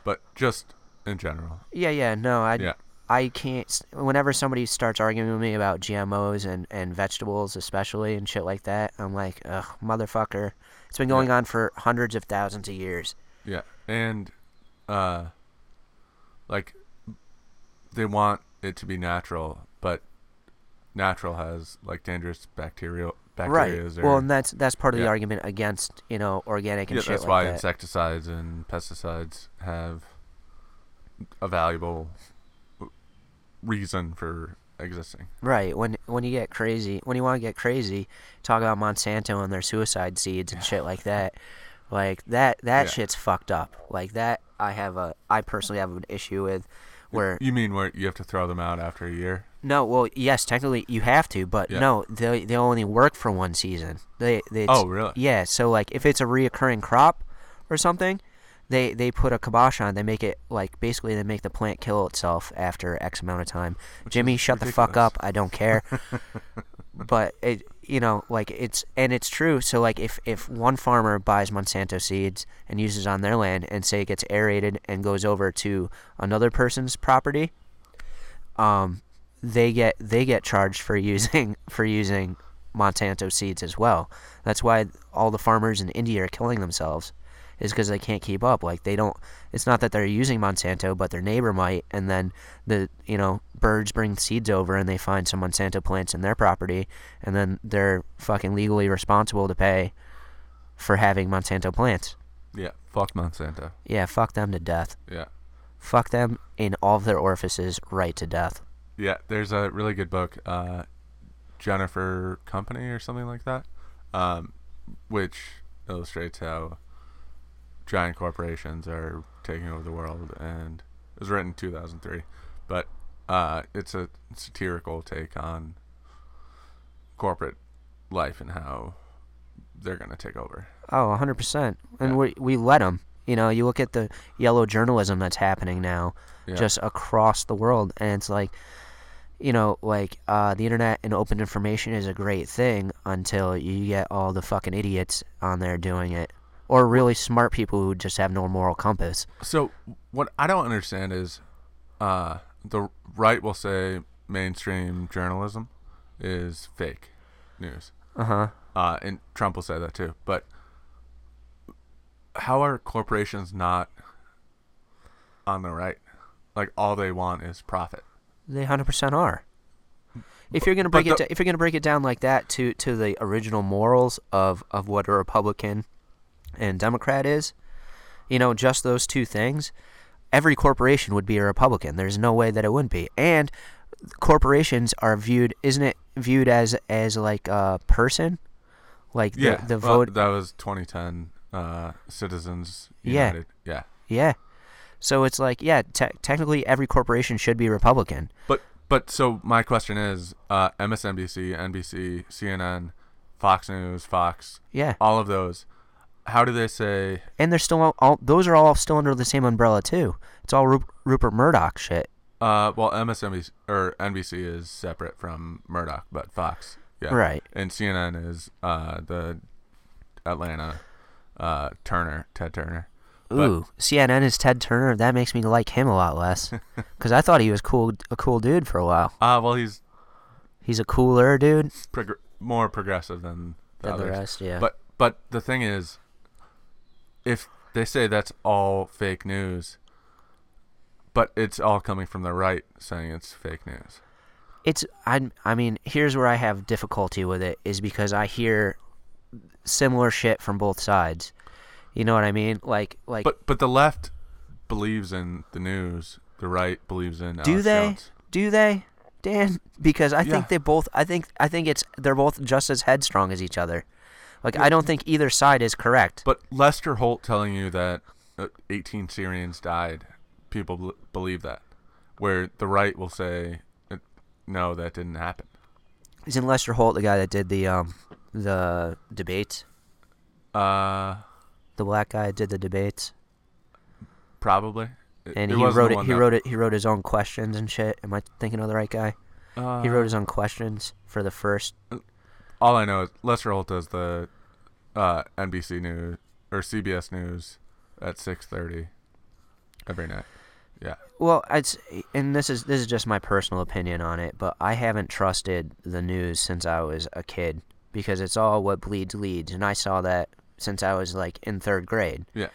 Speaker 2: But just in general,
Speaker 5: Yeah, yeah, no, I,
Speaker 2: Yeah.
Speaker 5: I can't. s- Whenever somebody starts arguing with me about GMOs and and vegetables, especially and shit like that, I'm like, ugh, motherfucker. It's been going on for hundreds of thousands of years.
Speaker 2: Yeah, and uh, like they want it to be natural, but natural has like dangerous bacterial bacteria.
Speaker 5: Right. Well, and that's that's part of the
Speaker 2: Yeah.
Speaker 5: argument against you know organic and
Speaker 2: yeah,
Speaker 5: shit
Speaker 2: that's
Speaker 5: like
Speaker 2: why
Speaker 5: that.
Speaker 2: insecticides and pesticides have a valuable reason for existing.
Speaker 5: Right. When when you get crazy, when you want to get crazy, talk about Monsanto and their suicide seeds and shit like that. Like that that
Speaker 2: Yeah.
Speaker 5: shit's fucked up. Like that I have a I personally have an issue with where
Speaker 2: You mean where you have to throw them out after a year?
Speaker 5: no, well, yes, technically you have to, but
Speaker 2: Yeah.
Speaker 5: no, they they only work for one season. They, they it's-
Speaker 2: Oh, really?
Speaker 5: Yeah, so like if it's a reoccurring crop or something, they they put a kibosh on. They make it like basically they make the plant kill itself after X amount of time. Jimmy, shut the fuck
Speaker 2: ridiculous.
Speaker 5: up. I don't care. but it you know like it's and it's true. So like if if one farmer buys Monsanto seeds and uses on their land and say it gets aerated and goes over to another person's property, um, they get they get charged for using for using Monsanto seeds as well. That's why all the farmers in India are killing themselves, is because they can't keep up. Like they don't. It's not that they're using Monsanto, but their neighbor might, and then the you know birds bring seeds over and they find some Monsanto plants in their property, and then they're fucking legally responsible to pay for having Monsanto plants.
Speaker 2: Yeah. Fuck Monsanto.
Speaker 5: Yeah, fuck them to death.
Speaker 2: Yeah.
Speaker 5: Fuck them in all of their orifices, right to death.
Speaker 2: Yeah, there's a really good book, uh, Jennifer Company or something like that, um, which illustrates how giant corporations are taking over the world. And it was written in 2003, but uh, it's a satirical take on corporate life and how they're gonna take over.
Speaker 5: Oh, 100%. And
Speaker 2: Yeah.
Speaker 5: we, we let them. You know, you look at the yellow journalism that's happening now
Speaker 2: Yeah.
Speaker 5: just across the world, and it's like, you know, like uh, the internet and open information is a great thing until you get all the fucking idiots on there doing it. Or really smart people who just have no moral compass.
Speaker 2: So what I don't understand is, uh, the right will say mainstream journalism is fake news.
Speaker 5: Uh huh.
Speaker 2: Uh, and Trump will say that too. But how are corporations not on the right? Like all they want is profit.
Speaker 5: They hundred percent are. If you're gonna break it,
Speaker 2: the-
Speaker 5: da- if you're gonna break it down like that to to the original morals of of what a Republican and Democrat is, you know, just those two things, every corporation would be a Republican. There's no way that it wouldn't be. And corporations are viewed, isn't it viewed as as like a person, like
Speaker 2: Yeah,
Speaker 5: the, the
Speaker 2: well,
Speaker 5: vote.
Speaker 2: that was 2010. Uh, Citizens
Speaker 5: Yeah.
Speaker 2: United. Yeah. yeah,
Speaker 5: yeah. So it's like, yeah, te- technically every corporation should be Republican.
Speaker 2: but But so my question is, uh, MSNBC, NBC, CNN, Fox News, Fox,
Speaker 5: Yeah,
Speaker 2: all of those. How do they say?
Speaker 5: and they're still all, all those are all still under the same umbrella too. It's all Ru- Rupert Murdoch shit.
Speaker 2: Uh, well, MSNBC or NBC is separate from Murdoch, but Fox, yeah,
Speaker 5: Right.
Speaker 2: And CNN is uh, the Atlanta uh, Turner, Ted Turner. But-
Speaker 5: Ooh, CNN is Ted Turner. That makes me like him a lot less, because I thought he was cool, a cool dude for a while.
Speaker 2: Uh, well, he's
Speaker 5: He's a cooler dude
Speaker 2: prog- more progressive than the
Speaker 5: than the
Speaker 2: others.
Speaker 5: rest. Yeah,
Speaker 2: But but the thing is, if they say that's all fake news, but it's all coming from the right saying it's fake news.
Speaker 5: it's I. I mean, here's where I have difficulty with it is because I hear similar shit from both sides. You know what I mean? Like, like,
Speaker 2: But but the left believes in the news. The right believes in. uh,
Speaker 5: do
Speaker 2: Alex
Speaker 5: they?
Speaker 2: Jones.
Speaker 5: Do they? Dan, because I
Speaker 2: Yeah.
Speaker 5: think they both. I think I think it's they're both just as headstrong as each other. Like, I don't think either side is correct.
Speaker 2: But Lester Holt telling you that uh, 18 Syrians died, people bel believe that. Where the right will say, uh, no, that didn't happen.
Speaker 5: Isn't Lester Holt the guy that did the um the debates?
Speaker 2: Uh,
Speaker 5: The black guy did the debates,
Speaker 2: probably.
Speaker 5: and he wrote it. He wrote it. He wrote his own questions and shit. Am I thinking of the right guy? he wrote his own questions for the first.
Speaker 2: uh, All I know is Lester Holt does the uh, NBC News or CBS News at 6:30 every night. Yeah.
Speaker 5: Well, it's and this is this is just my personal opinion on it, but I haven't trusted the news since I was a kid because it's all what bleeds leads, and I saw that since I was like in third grade.
Speaker 2: Yeah.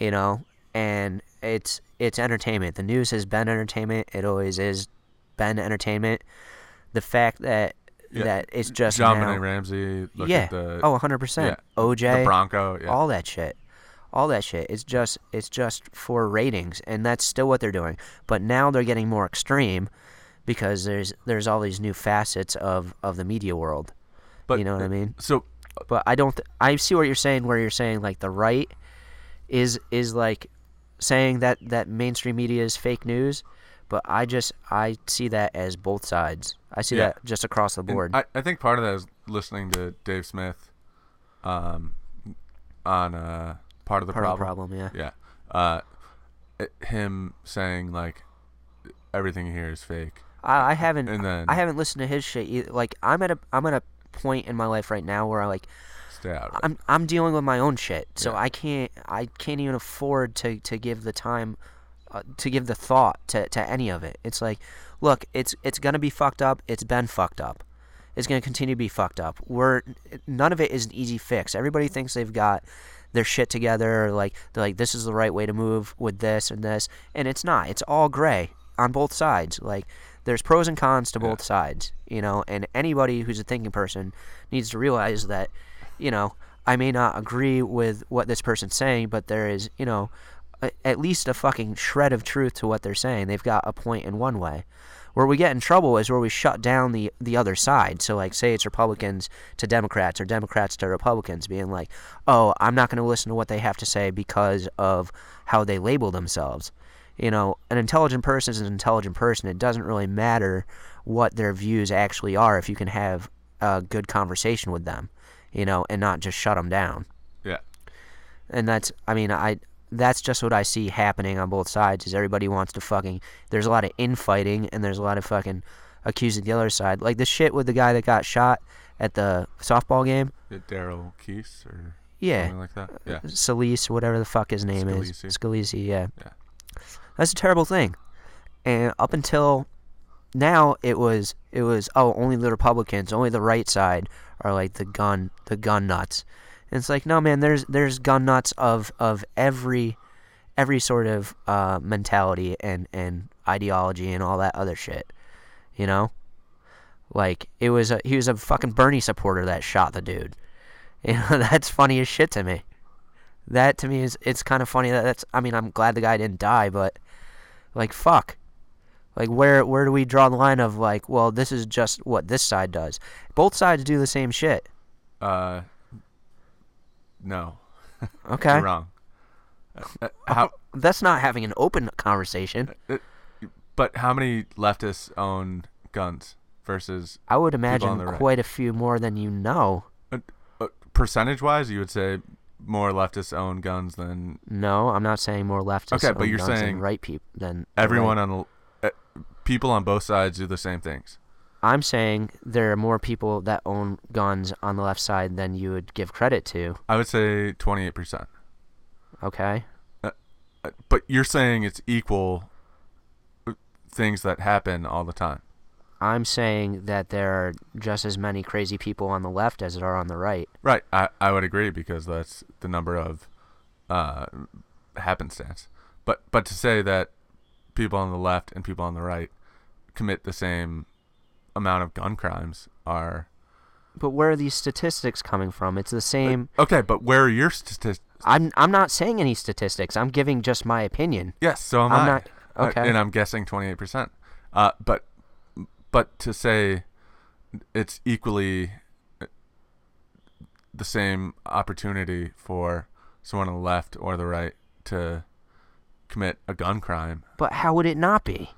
Speaker 5: you know and it's it's entertainment the news has been entertainment it always is been entertainment the fact that
Speaker 2: Yeah.
Speaker 5: that it's just
Speaker 2: John
Speaker 5: now,
Speaker 2: Ramsey. Look
Speaker 5: yeah
Speaker 2: At the,
Speaker 5: oh 100%
Speaker 2: yeah,
Speaker 5: oj
Speaker 2: the Bronco. Yeah.
Speaker 5: all that shit all that shit it's just it's just for ratings and that's still what they're doing but now they're getting more extreme because there's there's all these new facets of of the media world
Speaker 2: but
Speaker 5: you know what i mean
Speaker 2: So
Speaker 5: but I don't. Th- I see what you're saying. Where you're saying like the right is is like saying that that mainstream media is fake news, but I just I see that as both sides. I see
Speaker 2: Yeah.
Speaker 5: that just across the
Speaker 2: And
Speaker 5: board.
Speaker 2: I, I think part of that is listening to Dave Smith, um, on uh, part of the
Speaker 5: Part
Speaker 2: problem.
Speaker 5: of the problem, yeah.
Speaker 2: Yeah, uh, it- him saying like everything here is fake,
Speaker 5: I, I haven't
Speaker 2: and then
Speaker 5: I haven't listened to his shit. Either. Like I'm at a I'm at a point in my life right now where I like
Speaker 2: stay out. Of it.
Speaker 5: I'm I'm dealing with my own shit, so
Speaker 2: Yeah.
Speaker 5: I can't I can't even afford to to give the time, uh, to give the thought to to any of it. It's like, look, it's it's gonna be fucked up. It's been fucked up. It's gonna continue to be fucked up. We're none of it is an easy fix. Everybody thinks they've got their shit together. Or like they're like this is the right way to move with this and this, and it's not. It's all gray on both sides. Like there's pros and cons to both sides, you know. And anybody who's a thinking person needs to realize that you know, I may not agree with what this person's saying, but there is, you know, a, at least a fucking shred of truth to what they're saying. They've got a point in one way. Where we get in trouble is where we shut down the the other side. So like, say it's Republicans to Democrats or Democrats to Republicans, being like, "Oh, I'm not going to listen to what they have to say because of how they label themselves." You know, an intelligent person is an intelligent person. It doesn't really matter what their views actually are if you can have a good conversation with them you know, and not just shut them down.
Speaker 2: Yeah,
Speaker 5: And that's, I mean, I that's just what I see happening on both sides. Is everybody wants to fucking? There's a lot of infighting, and there's a lot of fucking accusing the other side. Like the shit with the guy that got shot at the softball game.
Speaker 2: Yeah, Daryl Keese or something
Speaker 5: Yeah, Uh,
Speaker 2: like that. Yeah,
Speaker 5: Solis, whatever the fuck his name is,
Speaker 2: Scalise.
Speaker 5: Scalise. Yeah.
Speaker 2: Yeah.
Speaker 5: that's a terrible thing. And up until now, it was it was oh only the Republicans, only the right side are like the gun the gun nuts. And it's like no man, there's there's gun nuts of of every every sort of uh, mentality and and ideology and all that other shit. You know, like it was a, he was a fucking Bernie supporter that shot the dude. You know that's funny as shit to me that to me is it's kind of funny that that's I mean I'm glad the guy didn't die but like fuck like where where do we draw the line of like well this is just what this side does both sides do the same shit
Speaker 2: uh, no,
Speaker 5: okay
Speaker 2: you're wrong. Uh, uh, how,
Speaker 5: that's not having an open conversation
Speaker 2: But how many leftists own guns versus
Speaker 5: I would
Speaker 2: on
Speaker 5: imagine
Speaker 2: the right.
Speaker 5: quite a few more than you know.
Speaker 2: uh, uh, percentage wise? You would say more leftists own guns than
Speaker 5: No, I'm not saying more leftists.
Speaker 2: Okay, but
Speaker 5: own
Speaker 2: you're
Speaker 5: guns than
Speaker 2: saying
Speaker 5: right people than the
Speaker 2: everyone
Speaker 5: right-
Speaker 2: on on the- uh, people on both sides do the same things.
Speaker 5: I'm saying there are more people that own guns on the left side than you would give credit to.
Speaker 2: I would say twenty eight percent. Uh,
Speaker 5: Okay.
Speaker 2: But you're saying it's equal uh, things that happen all the time.
Speaker 5: I'm saying that there are just as many crazy people on the left as there are on the right.
Speaker 2: Right. I, I would agree because that's the number of uh, happenstance. But but to say that people on the left and people on the right commit the same amount of gun crimes are
Speaker 5: But where are these statistics coming from? It's the same.
Speaker 2: uh, okay. But where are your statistics?
Speaker 5: I'm I'm not saying any statistics. I'm giving just my opinion.
Speaker 2: Yes. So am
Speaker 5: I'm
Speaker 2: I.
Speaker 5: not-
Speaker 2: Uh,
Speaker 5: okay.
Speaker 2: and I'm guessing twenty eight percent. Uh, but but to say it's equally uh, the same opportunity for someone on the left or the right to commit a gun crime
Speaker 5: But how would it not be?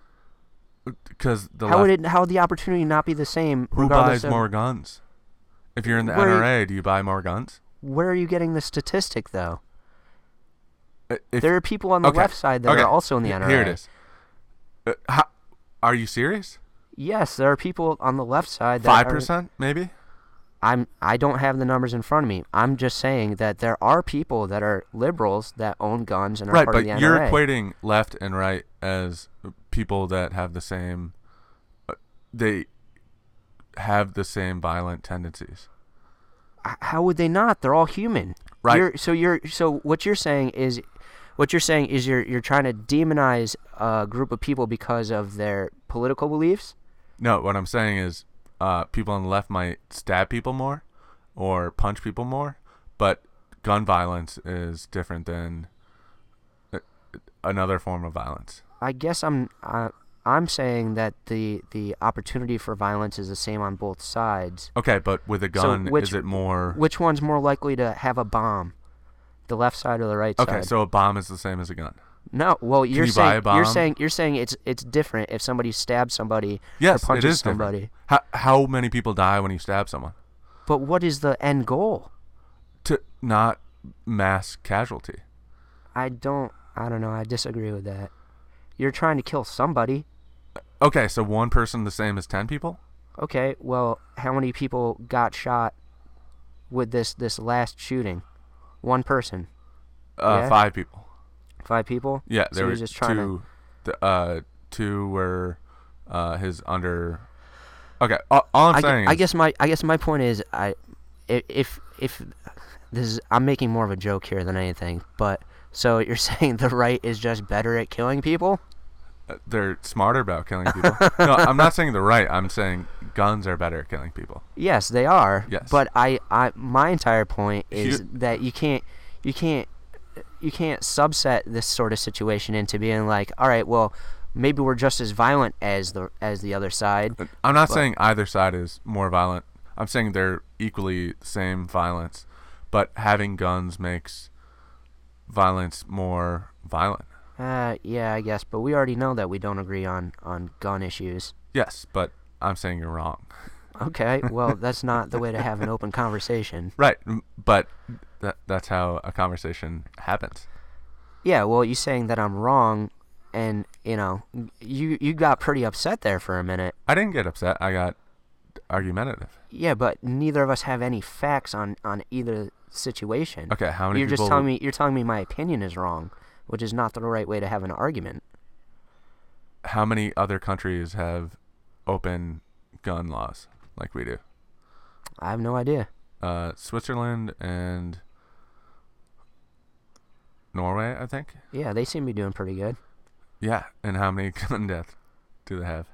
Speaker 2: Because the
Speaker 5: how
Speaker 2: left,
Speaker 5: would it? How would the opportunity not be the same?
Speaker 2: who
Speaker 5: regardless
Speaker 2: buys
Speaker 5: of-
Speaker 2: more guns? If you're in the
Speaker 5: Where-
Speaker 2: NRA, do you buy more guns?
Speaker 5: Where are you getting the statistic though?
Speaker 2: I- If,
Speaker 5: There are people on the
Speaker 2: okay,
Speaker 5: left side that
Speaker 2: okay,
Speaker 5: are also in the
Speaker 2: he-
Speaker 5: NRA.
Speaker 2: Here it is. Uh, ho- are you serious?
Speaker 5: Yes, there are people on the left side. that are-
Speaker 2: Five percent, maybe.
Speaker 5: I'm I don't have the numbers in front of me. I'm just saying that there are people that are liberals that own guns and are
Speaker 2: Right,
Speaker 5: part
Speaker 2: but
Speaker 5: of the NRA.
Speaker 2: you're equating left and right as people that have the same. uh, They have the same violent tendencies.
Speaker 5: H- How would they not? They're all human.
Speaker 2: Right.
Speaker 5: You're, so you're so what you're saying is, what you're saying is you're you're trying to demonize a group of people because of their political beliefs.
Speaker 2: No, what I'm saying is, uh, people on the left might stab people more, or punch people more, but gun violence is different than uh, another form of violence.
Speaker 5: I guess I'm I, I'm saying that the the opportunity for violence is the same on both sides.
Speaker 2: Okay, but with a gun,
Speaker 5: which-
Speaker 2: is it more?
Speaker 5: Which one's more likely to have a bomb, the left side or the right side?
Speaker 2: okay, so a bomb is the same as a gun.
Speaker 5: No, well, you're
Speaker 2: you buy
Speaker 5: saying
Speaker 2: a bomb?
Speaker 5: you're saying you're saying it's it's different if somebody stabs somebody
Speaker 2: Yes,
Speaker 5: or
Speaker 2: it
Speaker 5: punches
Speaker 2: is different.
Speaker 5: somebody.
Speaker 2: How how many people die when you stab someone?
Speaker 5: But what is the end goal?
Speaker 2: To not mass casualty.
Speaker 5: I don't I don't know. I disagree with that. You're trying to kill somebody.
Speaker 2: Okay, so one person the same as ten people.
Speaker 5: Okay, well, how many people got shot with this this last shooting? One person,
Speaker 2: Uh,
Speaker 5: Yeah.
Speaker 2: Five people.
Speaker 5: five people.
Speaker 2: Yeah,
Speaker 5: so
Speaker 2: there
Speaker 5: you're
Speaker 2: were
Speaker 5: just
Speaker 2: two.
Speaker 5: trying to.
Speaker 2: The, uh, two were uh, his under. Okay, all, all I'm
Speaker 5: I, gu-
Speaker 2: saying.
Speaker 5: I
Speaker 2: is-
Speaker 5: guess my I guess my point is I i- if if this is I'm making more of a joke here than anything, but so you're saying the right is just better at killing people?
Speaker 2: uh, they're smarter about killing people. no, I'm not saying the right. I'm saying guns are better at killing people.
Speaker 5: Yes, they are.
Speaker 2: Yes.
Speaker 5: But I, I my entire point is
Speaker 2: You-
Speaker 5: that you can't you can't you can't subset this sort of situation into being like, all right, well, maybe we're just as violent as the as the other side.
Speaker 2: Uh, I'm not saying either side is more violent. I'm saying they're equally the same violence, but having guns makes violence more violent.
Speaker 5: Uh, yeah, I guess, but we already know that we don't agree on on gun issues.
Speaker 2: Yes, but I'm saying you're wrong.
Speaker 5: Okay, well, that's not the way to have an open conversation.
Speaker 2: Right, m- but that that's how a conversation happens.
Speaker 5: Yeah, well, you saying that I'm wrong, and you know, you you got pretty upset there for a minute.
Speaker 2: I didn't get upset. I got argumentative.
Speaker 5: Yeah, but neither of us have any facts on on either situation.
Speaker 2: Okay, how many
Speaker 5: You're
Speaker 2: people
Speaker 5: just telling me you're telling me my opinion is wrong, which is not the right way to have an argument.
Speaker 2: how many other countries have open gun laws like we do?
Speaker 5: I have no idea.
Speaker 2: Uh, Switzerland and Norway, I think.
Speaker 5: Yeah, they seem to be doing pretty good.
Speaker 2: Yeah, and how many gun deaths do they have?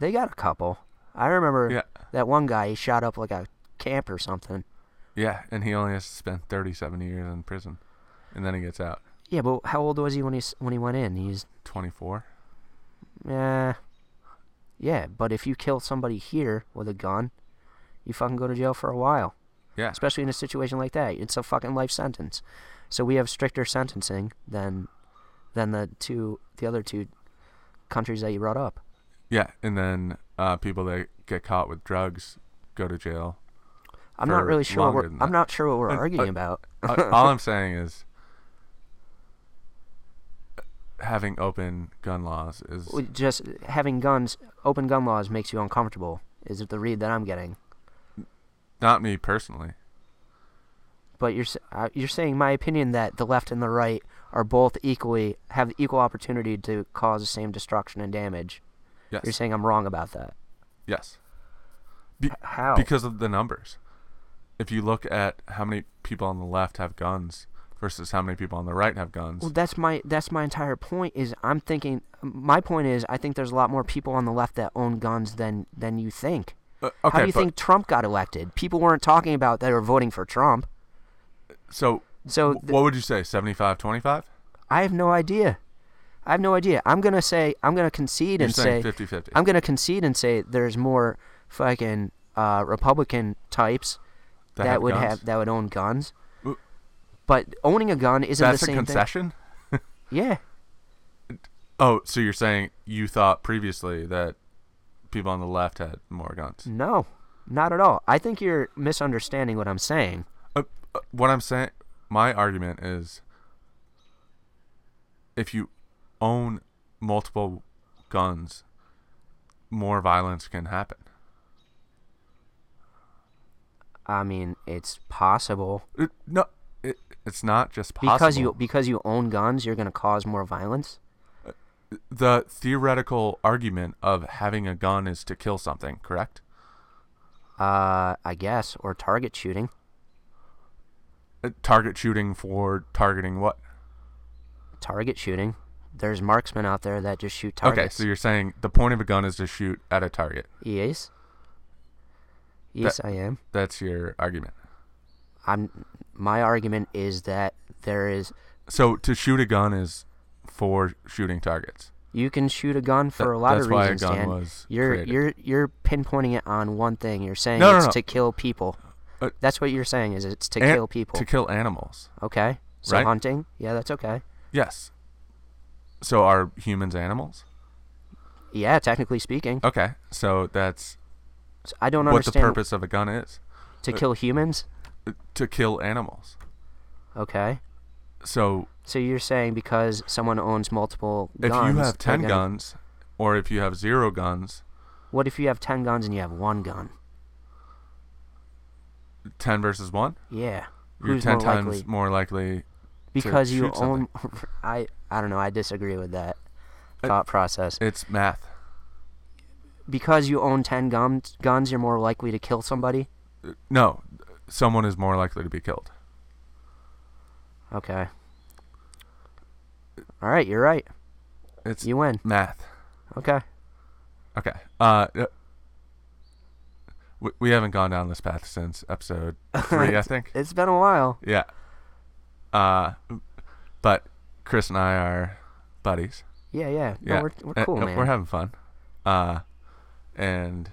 Speaker 5: They got a couple. I remember
Speaker 2: Yeah,
Speaker 5: that one guy he shot up like a camp or something.
Speaker 2: yeah, and he only has to spend 37 years in prison, and then he gets out.
Speaker 5: Yeah, but how old was he when he s- when he went in? He's
Speaker 2: 24.
Speaker 5: eh. Yeah, but if you kill somebody here with a gun, you fucking go to jail for a while.
Speaker 2: Yeah,
Speaker 5: especially in a situation like that. It's a fucking life sentence. So we have stricter sentencing than than the two the other two countries that you brought up.
Speaker 2: Yeah, and then uh, people that get caught with drugs go to jail.
Speaker 5: I'm not
Speaker 2: for
Speaker 5: really sure. What
Speaker 2: longer
Speaker 5: we're,
Speaker 2: than
Speaker 5: I'm
Speaker 2: that.
Speaker 5: not sure what we're
Speaker 2: And, uh,
Speaker 5: arguing about.
Speaker 2: Uh, all I'm saying is having open gun laws is
Speaker 5: Well, Just having guns, open gun laws makes you uncomfortable. Is it the read that I'm getting?
Speaker 2: not me personally.
Speaker 5: But you're s- uh, you're saying my opinion that the left and the right are both equally have equal opportunity to cause the same destruction and damage.
Speaker 2: Yes.
Speaker 5: You're saying I'm wrong about that.
Speaker 2: yes. Be-
Speaker 5: How?
Speaker 2: Because of the numbers. If you look at how many people on the left have guns versus how many people on the right have guns,
Speaker 5: Well, that's my that's my entire point. Is I'm thinking my point is I think there's a lot more people on the left that own guns than than you think.
Speaker 2: Uh,
Speaker 5: How
Speaker 2: okay,
Speaker 5: do you
Speaker 2: but-
Speaker 5: think Trump got elected? People weren't talking about that or voting for Trump.
Speaker 2: so
Speaker 5: So
Speaker 2: wh-
Speaker 5: th-
Speaker 2: what would you say 75 25?
Speaker 5: I have no idea. I have no idea. I'm gonna say I'm gonna concede
Speaker 2: You're
Speaker 5: and
Speaker 2: saying
Speaker 5: say
Speaker 2: 50-50.
Speaker 5: I'm gonna concede and say there's more fucking uh, Republican types
Speaker 2: That
Speaker 5: that,
Speaker 2: have
Speaker 5: would
Speaker 2: guns?
Speaker 5: have that would own guns.
Speaker 2: Well-
Speaker 5: But owning a gun isn't
Speaker 2: That's a
Speaker 5: the same
Speaker 2: concession?
Speaker 5: thing. Yeah.
Speaker 2: Oh, so you're saying you thought previously that people on the left had more guns?
Speaker 5: No, not at all. I think you're misunderstanding what I'm saying.
Speaker 2: Uh, uh, what I'm saying, my argument is, if you own multiple guns, more violence can happen.
Speaker 5: I mean, it's possible
Speaker 2: It, no, it, it's not just possible.
Speaker 5: because you because you own guns, you're gonna cause more violence.
Speaker 2: the theoretical argument of having a gun is to kill something, correct?
Speaker 5: Uh, I guess, or target shooting,
Speaker 2: Uh, Target shooting for targeting what?
Speaker 5: target shooting. There's marksmen out there that just shoot
Speaker 2: Okay,
Speaker 5: targets.
Speaker 2: so you're saying the point of a gun is to shoot at a target.
Speaker 5: Yes. Yes, I am.
Speaker 2: That's your argument.
Speaker 5: I'm. My argument is that there is.
Speaker 2: So to shoot a gun is for shooting targets.
Speaker 5: You can shoot a gun for
Speaker 2: That-
Speaker 5: a lot
Speaker 2: that's
Speaker 5: of
Speaker 2: why a
Speaker 5: reasons,
Speaker 2: gun
Speaker 5: Dan.
Speaker 2: was
Speaker 5: you're
Speaker 2: created.
Speaker 5: you're you're pinpointing it on one thing. You're saying
Speaker 2: No, no,
Speaker 5: it's
Speaker 2: no.
Speaker 5: to kill people.
Speaker 2: Uh,
Speaker 5: that's what you're saying is it's to
Speaker 2: An-
Speaker 5: kill people.
Speaker 2: To kill animals.
Speaker 5: okay. So
Speaker 2: Right?
Speaker 5: hunting, yeah, that's okay.
Speaker 2: Yes. So are humans animals?
Speaker 5: Yeah, technically speaking.
Speaker 2: Okay. So that's
Speaker 5: So I don't
Speaker 2: what Uh, the
Speaker 5: understand
Speaker 2: purpose of a gun is.
Speaker 5: to kill humans.
Speaker 2: uh, To kill animals.
Speaker 5: Okay.
Speaker 2: So
Speaker 5: So you're saying because someone owns multiple
Speaker 2: if
Speaker 5: guns,
Speaker 2: you have
Speaker 5: they're
Speaker 2: 10
Speaker 5: gonna-
Speaker 2: guns or if you have 0 guns,
Speaker 5: what if you have ten guns and you have one gun?
Speaker 2: 10 versus 1,
Speaker 5: Yeah.
Speaker 2: you're
Speaker 5: Who's
Speaker 2: 10
Speaker 5: more
Speaker 2: times
Speaker 5: likely?
Speaker 2: more likely
Speaker 5: because you
Speaker 2: shoot
Speaker 5: own
Speaker 2: something.
Speaker 5: i i don't know i disagree with that thought process
Speaker 2: it's math.
Speaker 5: because you own 10 guns guns you're more likely to kill somebody
Speaker 2: No, someone is more likely to be killed.
Speaker 5: okay all right you're right
Speaker 2: It's
Speaker 5: you win
Speaker 2: math.
Speaker 5: okay
Speaker 2: Okay. Uh, uh, we, we haven't gone down this path since episode three, I think.
Speaker 5: it's been a while
Speaker 2: Yeah. Uh, but Chris and I are buddies.
Speaker 5: yeah yeah no,
Speaker 2: Yeah,
Speaker 5: we're, we're
Speaker 2: And-
Speaker 5: cool
Speaker 2: and
Speaker 5: man
Speaker 2: We're having fun. Uh, and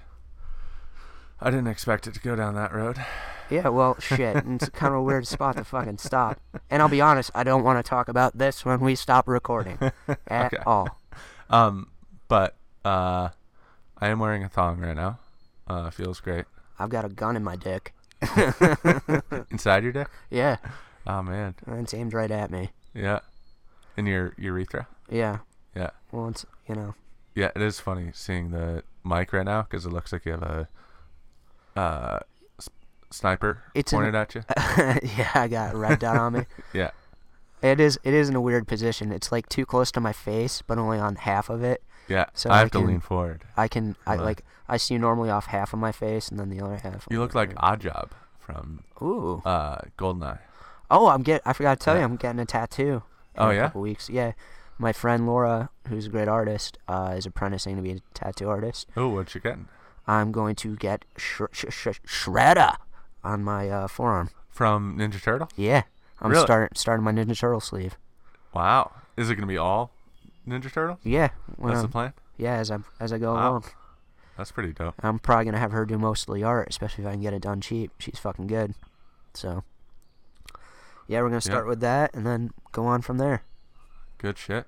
Speaker 2: I didn't expect it to go down that road.
Speaker 5: yeah well shit and it's kind of a weird spot to fucking stop and i'll be honest i don't want to talk about this when we stop recording at
Speaker 2: Okay.
Speaker 5: all
Speaker 2: Um, but uh, I am wearing a thong right now. Uh, feels great
Speaker 5: i've got a gun in my dick
Speaker 2: inside your dick.
Speaker 5: yeah
Speaker 2: Oh man,
Speaker 5: and it's aimed right at me
Speaker 2: yeah. In your urethra.
Speaker 5: yeah
Speaker 2: Yeah.
Speaker 5: well it's you know
Speaker 2: Yeah, it is funny seeing the mic right now because it looks like you have a uh, s- sniper
Speaker 5: It's an-
Speaker 2: pointed at you.
Speaker 5: yeah, I got it right down on me.
Speaker 2: Yeah,
Speaker 5: It is it is in a weird position. It's like too close to my face, but only on half of it.
Speaker 2: yeah.
Speaker 5: So
Speaker 2: I
Speaker 5: I
Speaker 2: have to
Speaker 5: can-
Speaker 2: lean forward.
Speaker 5: I can I
Speaker 2: Right.
Speaker 5: like I see normally off half of my face and then the other half.
Speaker 2: You look like Oddjob from
Speaker 5: Ooh.
Speaker 2: uh, Goldeneye.
Speaker 5: Oh, I'm get I forgot to tell
Speaker 2: Yeah.
Speaker 5: you I'm getting a tattoo. in
Speaker 2: Oh,
Speaker 5: a
Speaker 2: yeah?
Speaker 5: couple weeks. Yeah. My friend Laura, who's a great artist, uh, is apprenticing to be a tattoo artist.
Speaker 2: Oh, what you getting
Speaker 5: I'm going to get sh- sh- sh- shredder on my uh, forearm.
Speaker 2: from Ninja Turtle?
Speaker 5: Yeah. I'm
Speaker 2: Really?
Speaker 5: start starting my Ninja Turtle sleeve.
Speaker 2: Wow, is it gonna be all Ninja Turtle?
Speaker 5: Yeah. when
Speaker 2: That's the
Speaker 5: I'm-
Speaker 2: plan.
Speaker 5: Yeah, as I as I go
Speaker 2: Wow.
Speaker 5: along.
Speaker 2: That's pretty dope.
Speaker 5: I'm probably gonna have her do most of the art, especially if I can get it done cheap. She's fucking good. So yeah, we're gonna start with that and then go on from there.
Speaker 2: Good shit.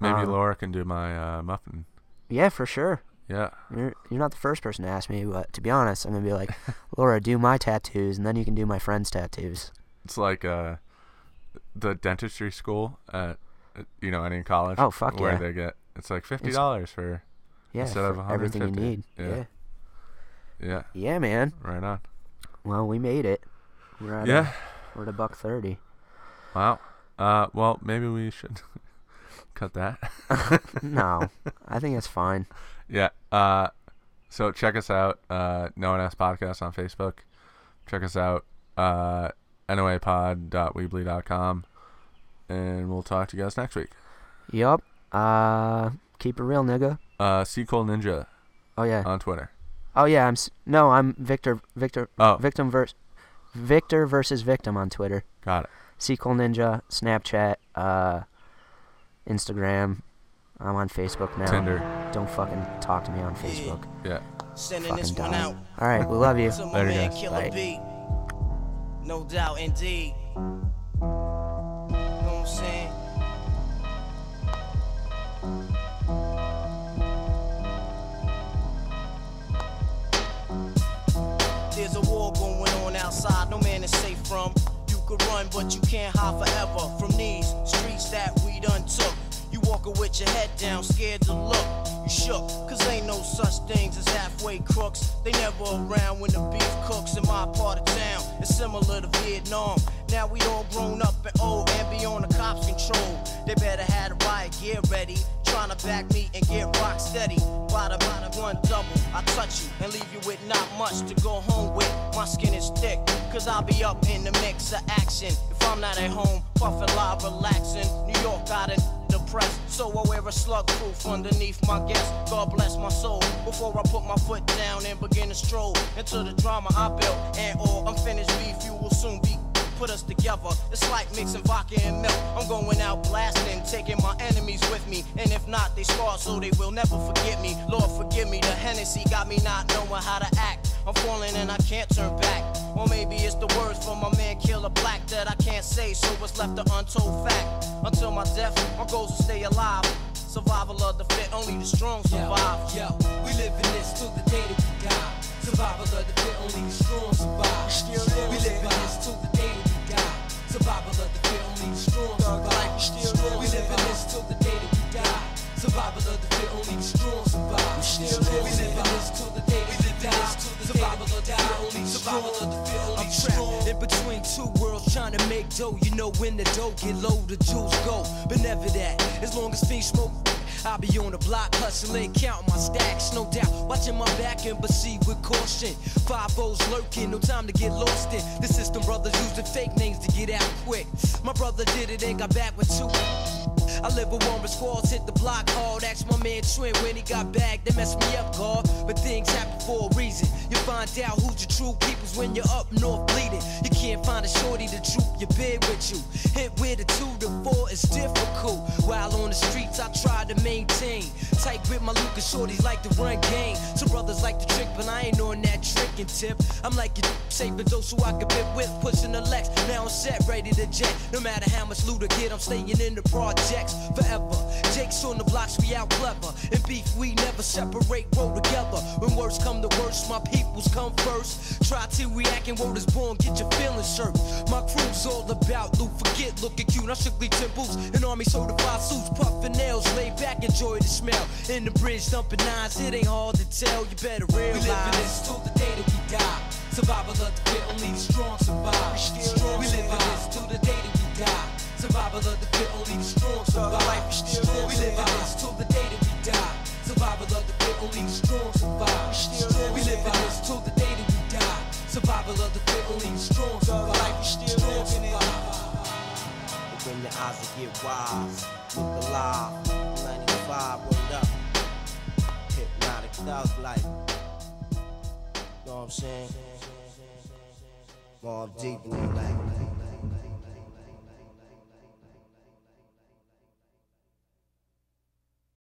Speaker 2: Maybe
Speaker 5: Um,
Speaker 2: Laura can do my uh, muffin.
Speaker 5: Yeah, for sure.
Speaker 2: Yeah.
Speaker 5: You're you're not the first person to ask me, but to be honest, I'm gonna be like, Laura, do my tattoos, and then you can do my friend's tattoos.
Speaker 2: It's like uh, the dentistry school at you know any college.
Speaker 5: Oh, fuck
Speaker 2: Where
Speaker 5: yeah.
Speaker 2: they get it's like fifty dollars for
Speaker 5: Yeah,
Speaker 2: Instead of
Speaker 5: for everything you
Speaker 2: 150.
Speaker 5: need.
Speaker 2: Yeah.
Speaker 5: yeah,
Speaker 2: yeah
Speaker 5: Yeah, man.
Speaker 2: right on
Speaker 5: Well, we made it. We're at
Speaker 2: yeah
Speaker 5: a, we're at a buck thirty.
Speaker 2: wow uh well maybe we should cut that
Speaker 5: No, I think that's fine.
Speaker 2: yeah uh so check us out uh no one asked podcast on Facebook check us out uh noapod.weebly.com and we'll talk to you guys next week
Speaker 5: Yup. Uh, keep it real, nigga.
Speaker 2: uh C Cole Ninja
Speaker 5: Oh yeah.
Speaker 2: on Twitter
Speaker 5: oh yeah. I'm s- no. I'm Victor. Victor.
Speaker 2: oh
Speaker 5: Victim versus Victor versus victim on Twitter.
Speaker 2: got it
Speaker 5: Sequel Ninja, Snapchat, uh, Instagram. I'm on Facebook now.
Speaker 2: Tinder
Speaker 5: Don't fucking talk to me on Facebook.
Speaker 2: yeah
Speaker 6: Sending
Speaker 5: Fucking
Speaker 6: this one out
Speaker 5: dumb. All right, we love you.
Speaker 6: to my
Speaker 2: Later,
Speaker 6: man
Speaker 2: guys.
Speaker 6: Killer
Speaker 5: Bye.
Speaker 6: B. No doubt, indeed. Know what I'm saying? There's a war going on outside, no man is safe from. You could run, but you can't hide forever from these streets that we done took. You walking with your head down, scared to look. You shook, cause ain't no such things as halfway crooks. They never around when the beef cooks in my part of town. It's similar to Vietnam. Now we all grown up and old and be on the cops' control. They better have the riot gear ready. Tryna back me and get rock steady. Bottom out of one double, I touch you and leave you with not much to go home with. My skin is thick, cause I'll be up in the mix of action. If I'm not at home, puffin' live, relaxing. New York got it depressed, so I wear a slug proof underneath my guest. God bless my soul before I put my foot down and begin to stroll into the drama I built. And all unfinished beef, you will soon be put us together. It's like mixing vodka and milk. I'm going out blasting, taking my enemies with me. And if not, they scarred so they will never forget me. Lord, forgive me. The Hennessy got me not knowing how to act. I'm falling and I can't turn back. Or maybe it's the words from my man Killer Black that I can't say, so it's left an untold fact. Until my death, my goals to stay alive. Survival of the fit, only the strong survive.
Speaker 7: Yo, we live in this till the day that we die. Survival of the fit, only the strong survive.
Speaker 6: Still
Speaker 7: we
Speaker 6: live.
Speaker 7: live in this till the day that we die. Survival of the fit, only the strong survive. Still we live in this till the day that we die. Survival of the fit, only the strong survive. Still we live in this till the day that we die. Survival of the fit, only the strong. I'm trapped in between two worlds, trying to make dough. You know when the dough get low, the jewels go. But never that. As long as fiends smoke. I be on the block hustling, counting my stacks, no doubt. Watching my back and proceed with caution. Five O's lurking, no time to get lost in. The system brothers using fake names to get out quick. My brother did it and got back with two. I live with Warren squads, hit the block hard. Asked my man Twin when he got back, they messed me up, God. But things happen for a reason. You find out who's your true peoples when you're up north bleeding. You can't find a shorty to troop your bed with you. Hit with a two to four is difficult. While on the streets, I try to maintain. Tight with my Lucas shorties like to run game. Some brothers like the trick, but I ain't on that tricking tip. I'm like you saving those so I can bit with, pushing the Lex. Now I'm set, ready to jet. No matter how much loot I get, I'm staying in the projects forever. Jake's on the blocks, we out clever. And beef, we never separate, roll together. When words come to worst, my peoples come first. Try to react and word is born, get your feelings hurt. My crew's all about loot, forget looking cute. I'm strictly 10 boots, an army certified suits, puffin' nails, lay back, enjoy the smell. In the bridge, dumping nines, it ain't hard to tell, you better realize.
Speaker 6: We live in
Speaker 7: this till the day that we die. Survival of the fit, only the strong survive. Strong we live in this till the day that we die. Survival of the fit, only the strong survive. Strong we live in this till the day that we die. Survival of the fit, only the strong survive. Strong we live in this till the day that we die. Survival of the fit, only the strong survive. Strong survive.
Speaker 6: But when your eyes will get wise, look alive. 95 rolled up. Hypnotic thug life. Know what I'm saying? More deeply like.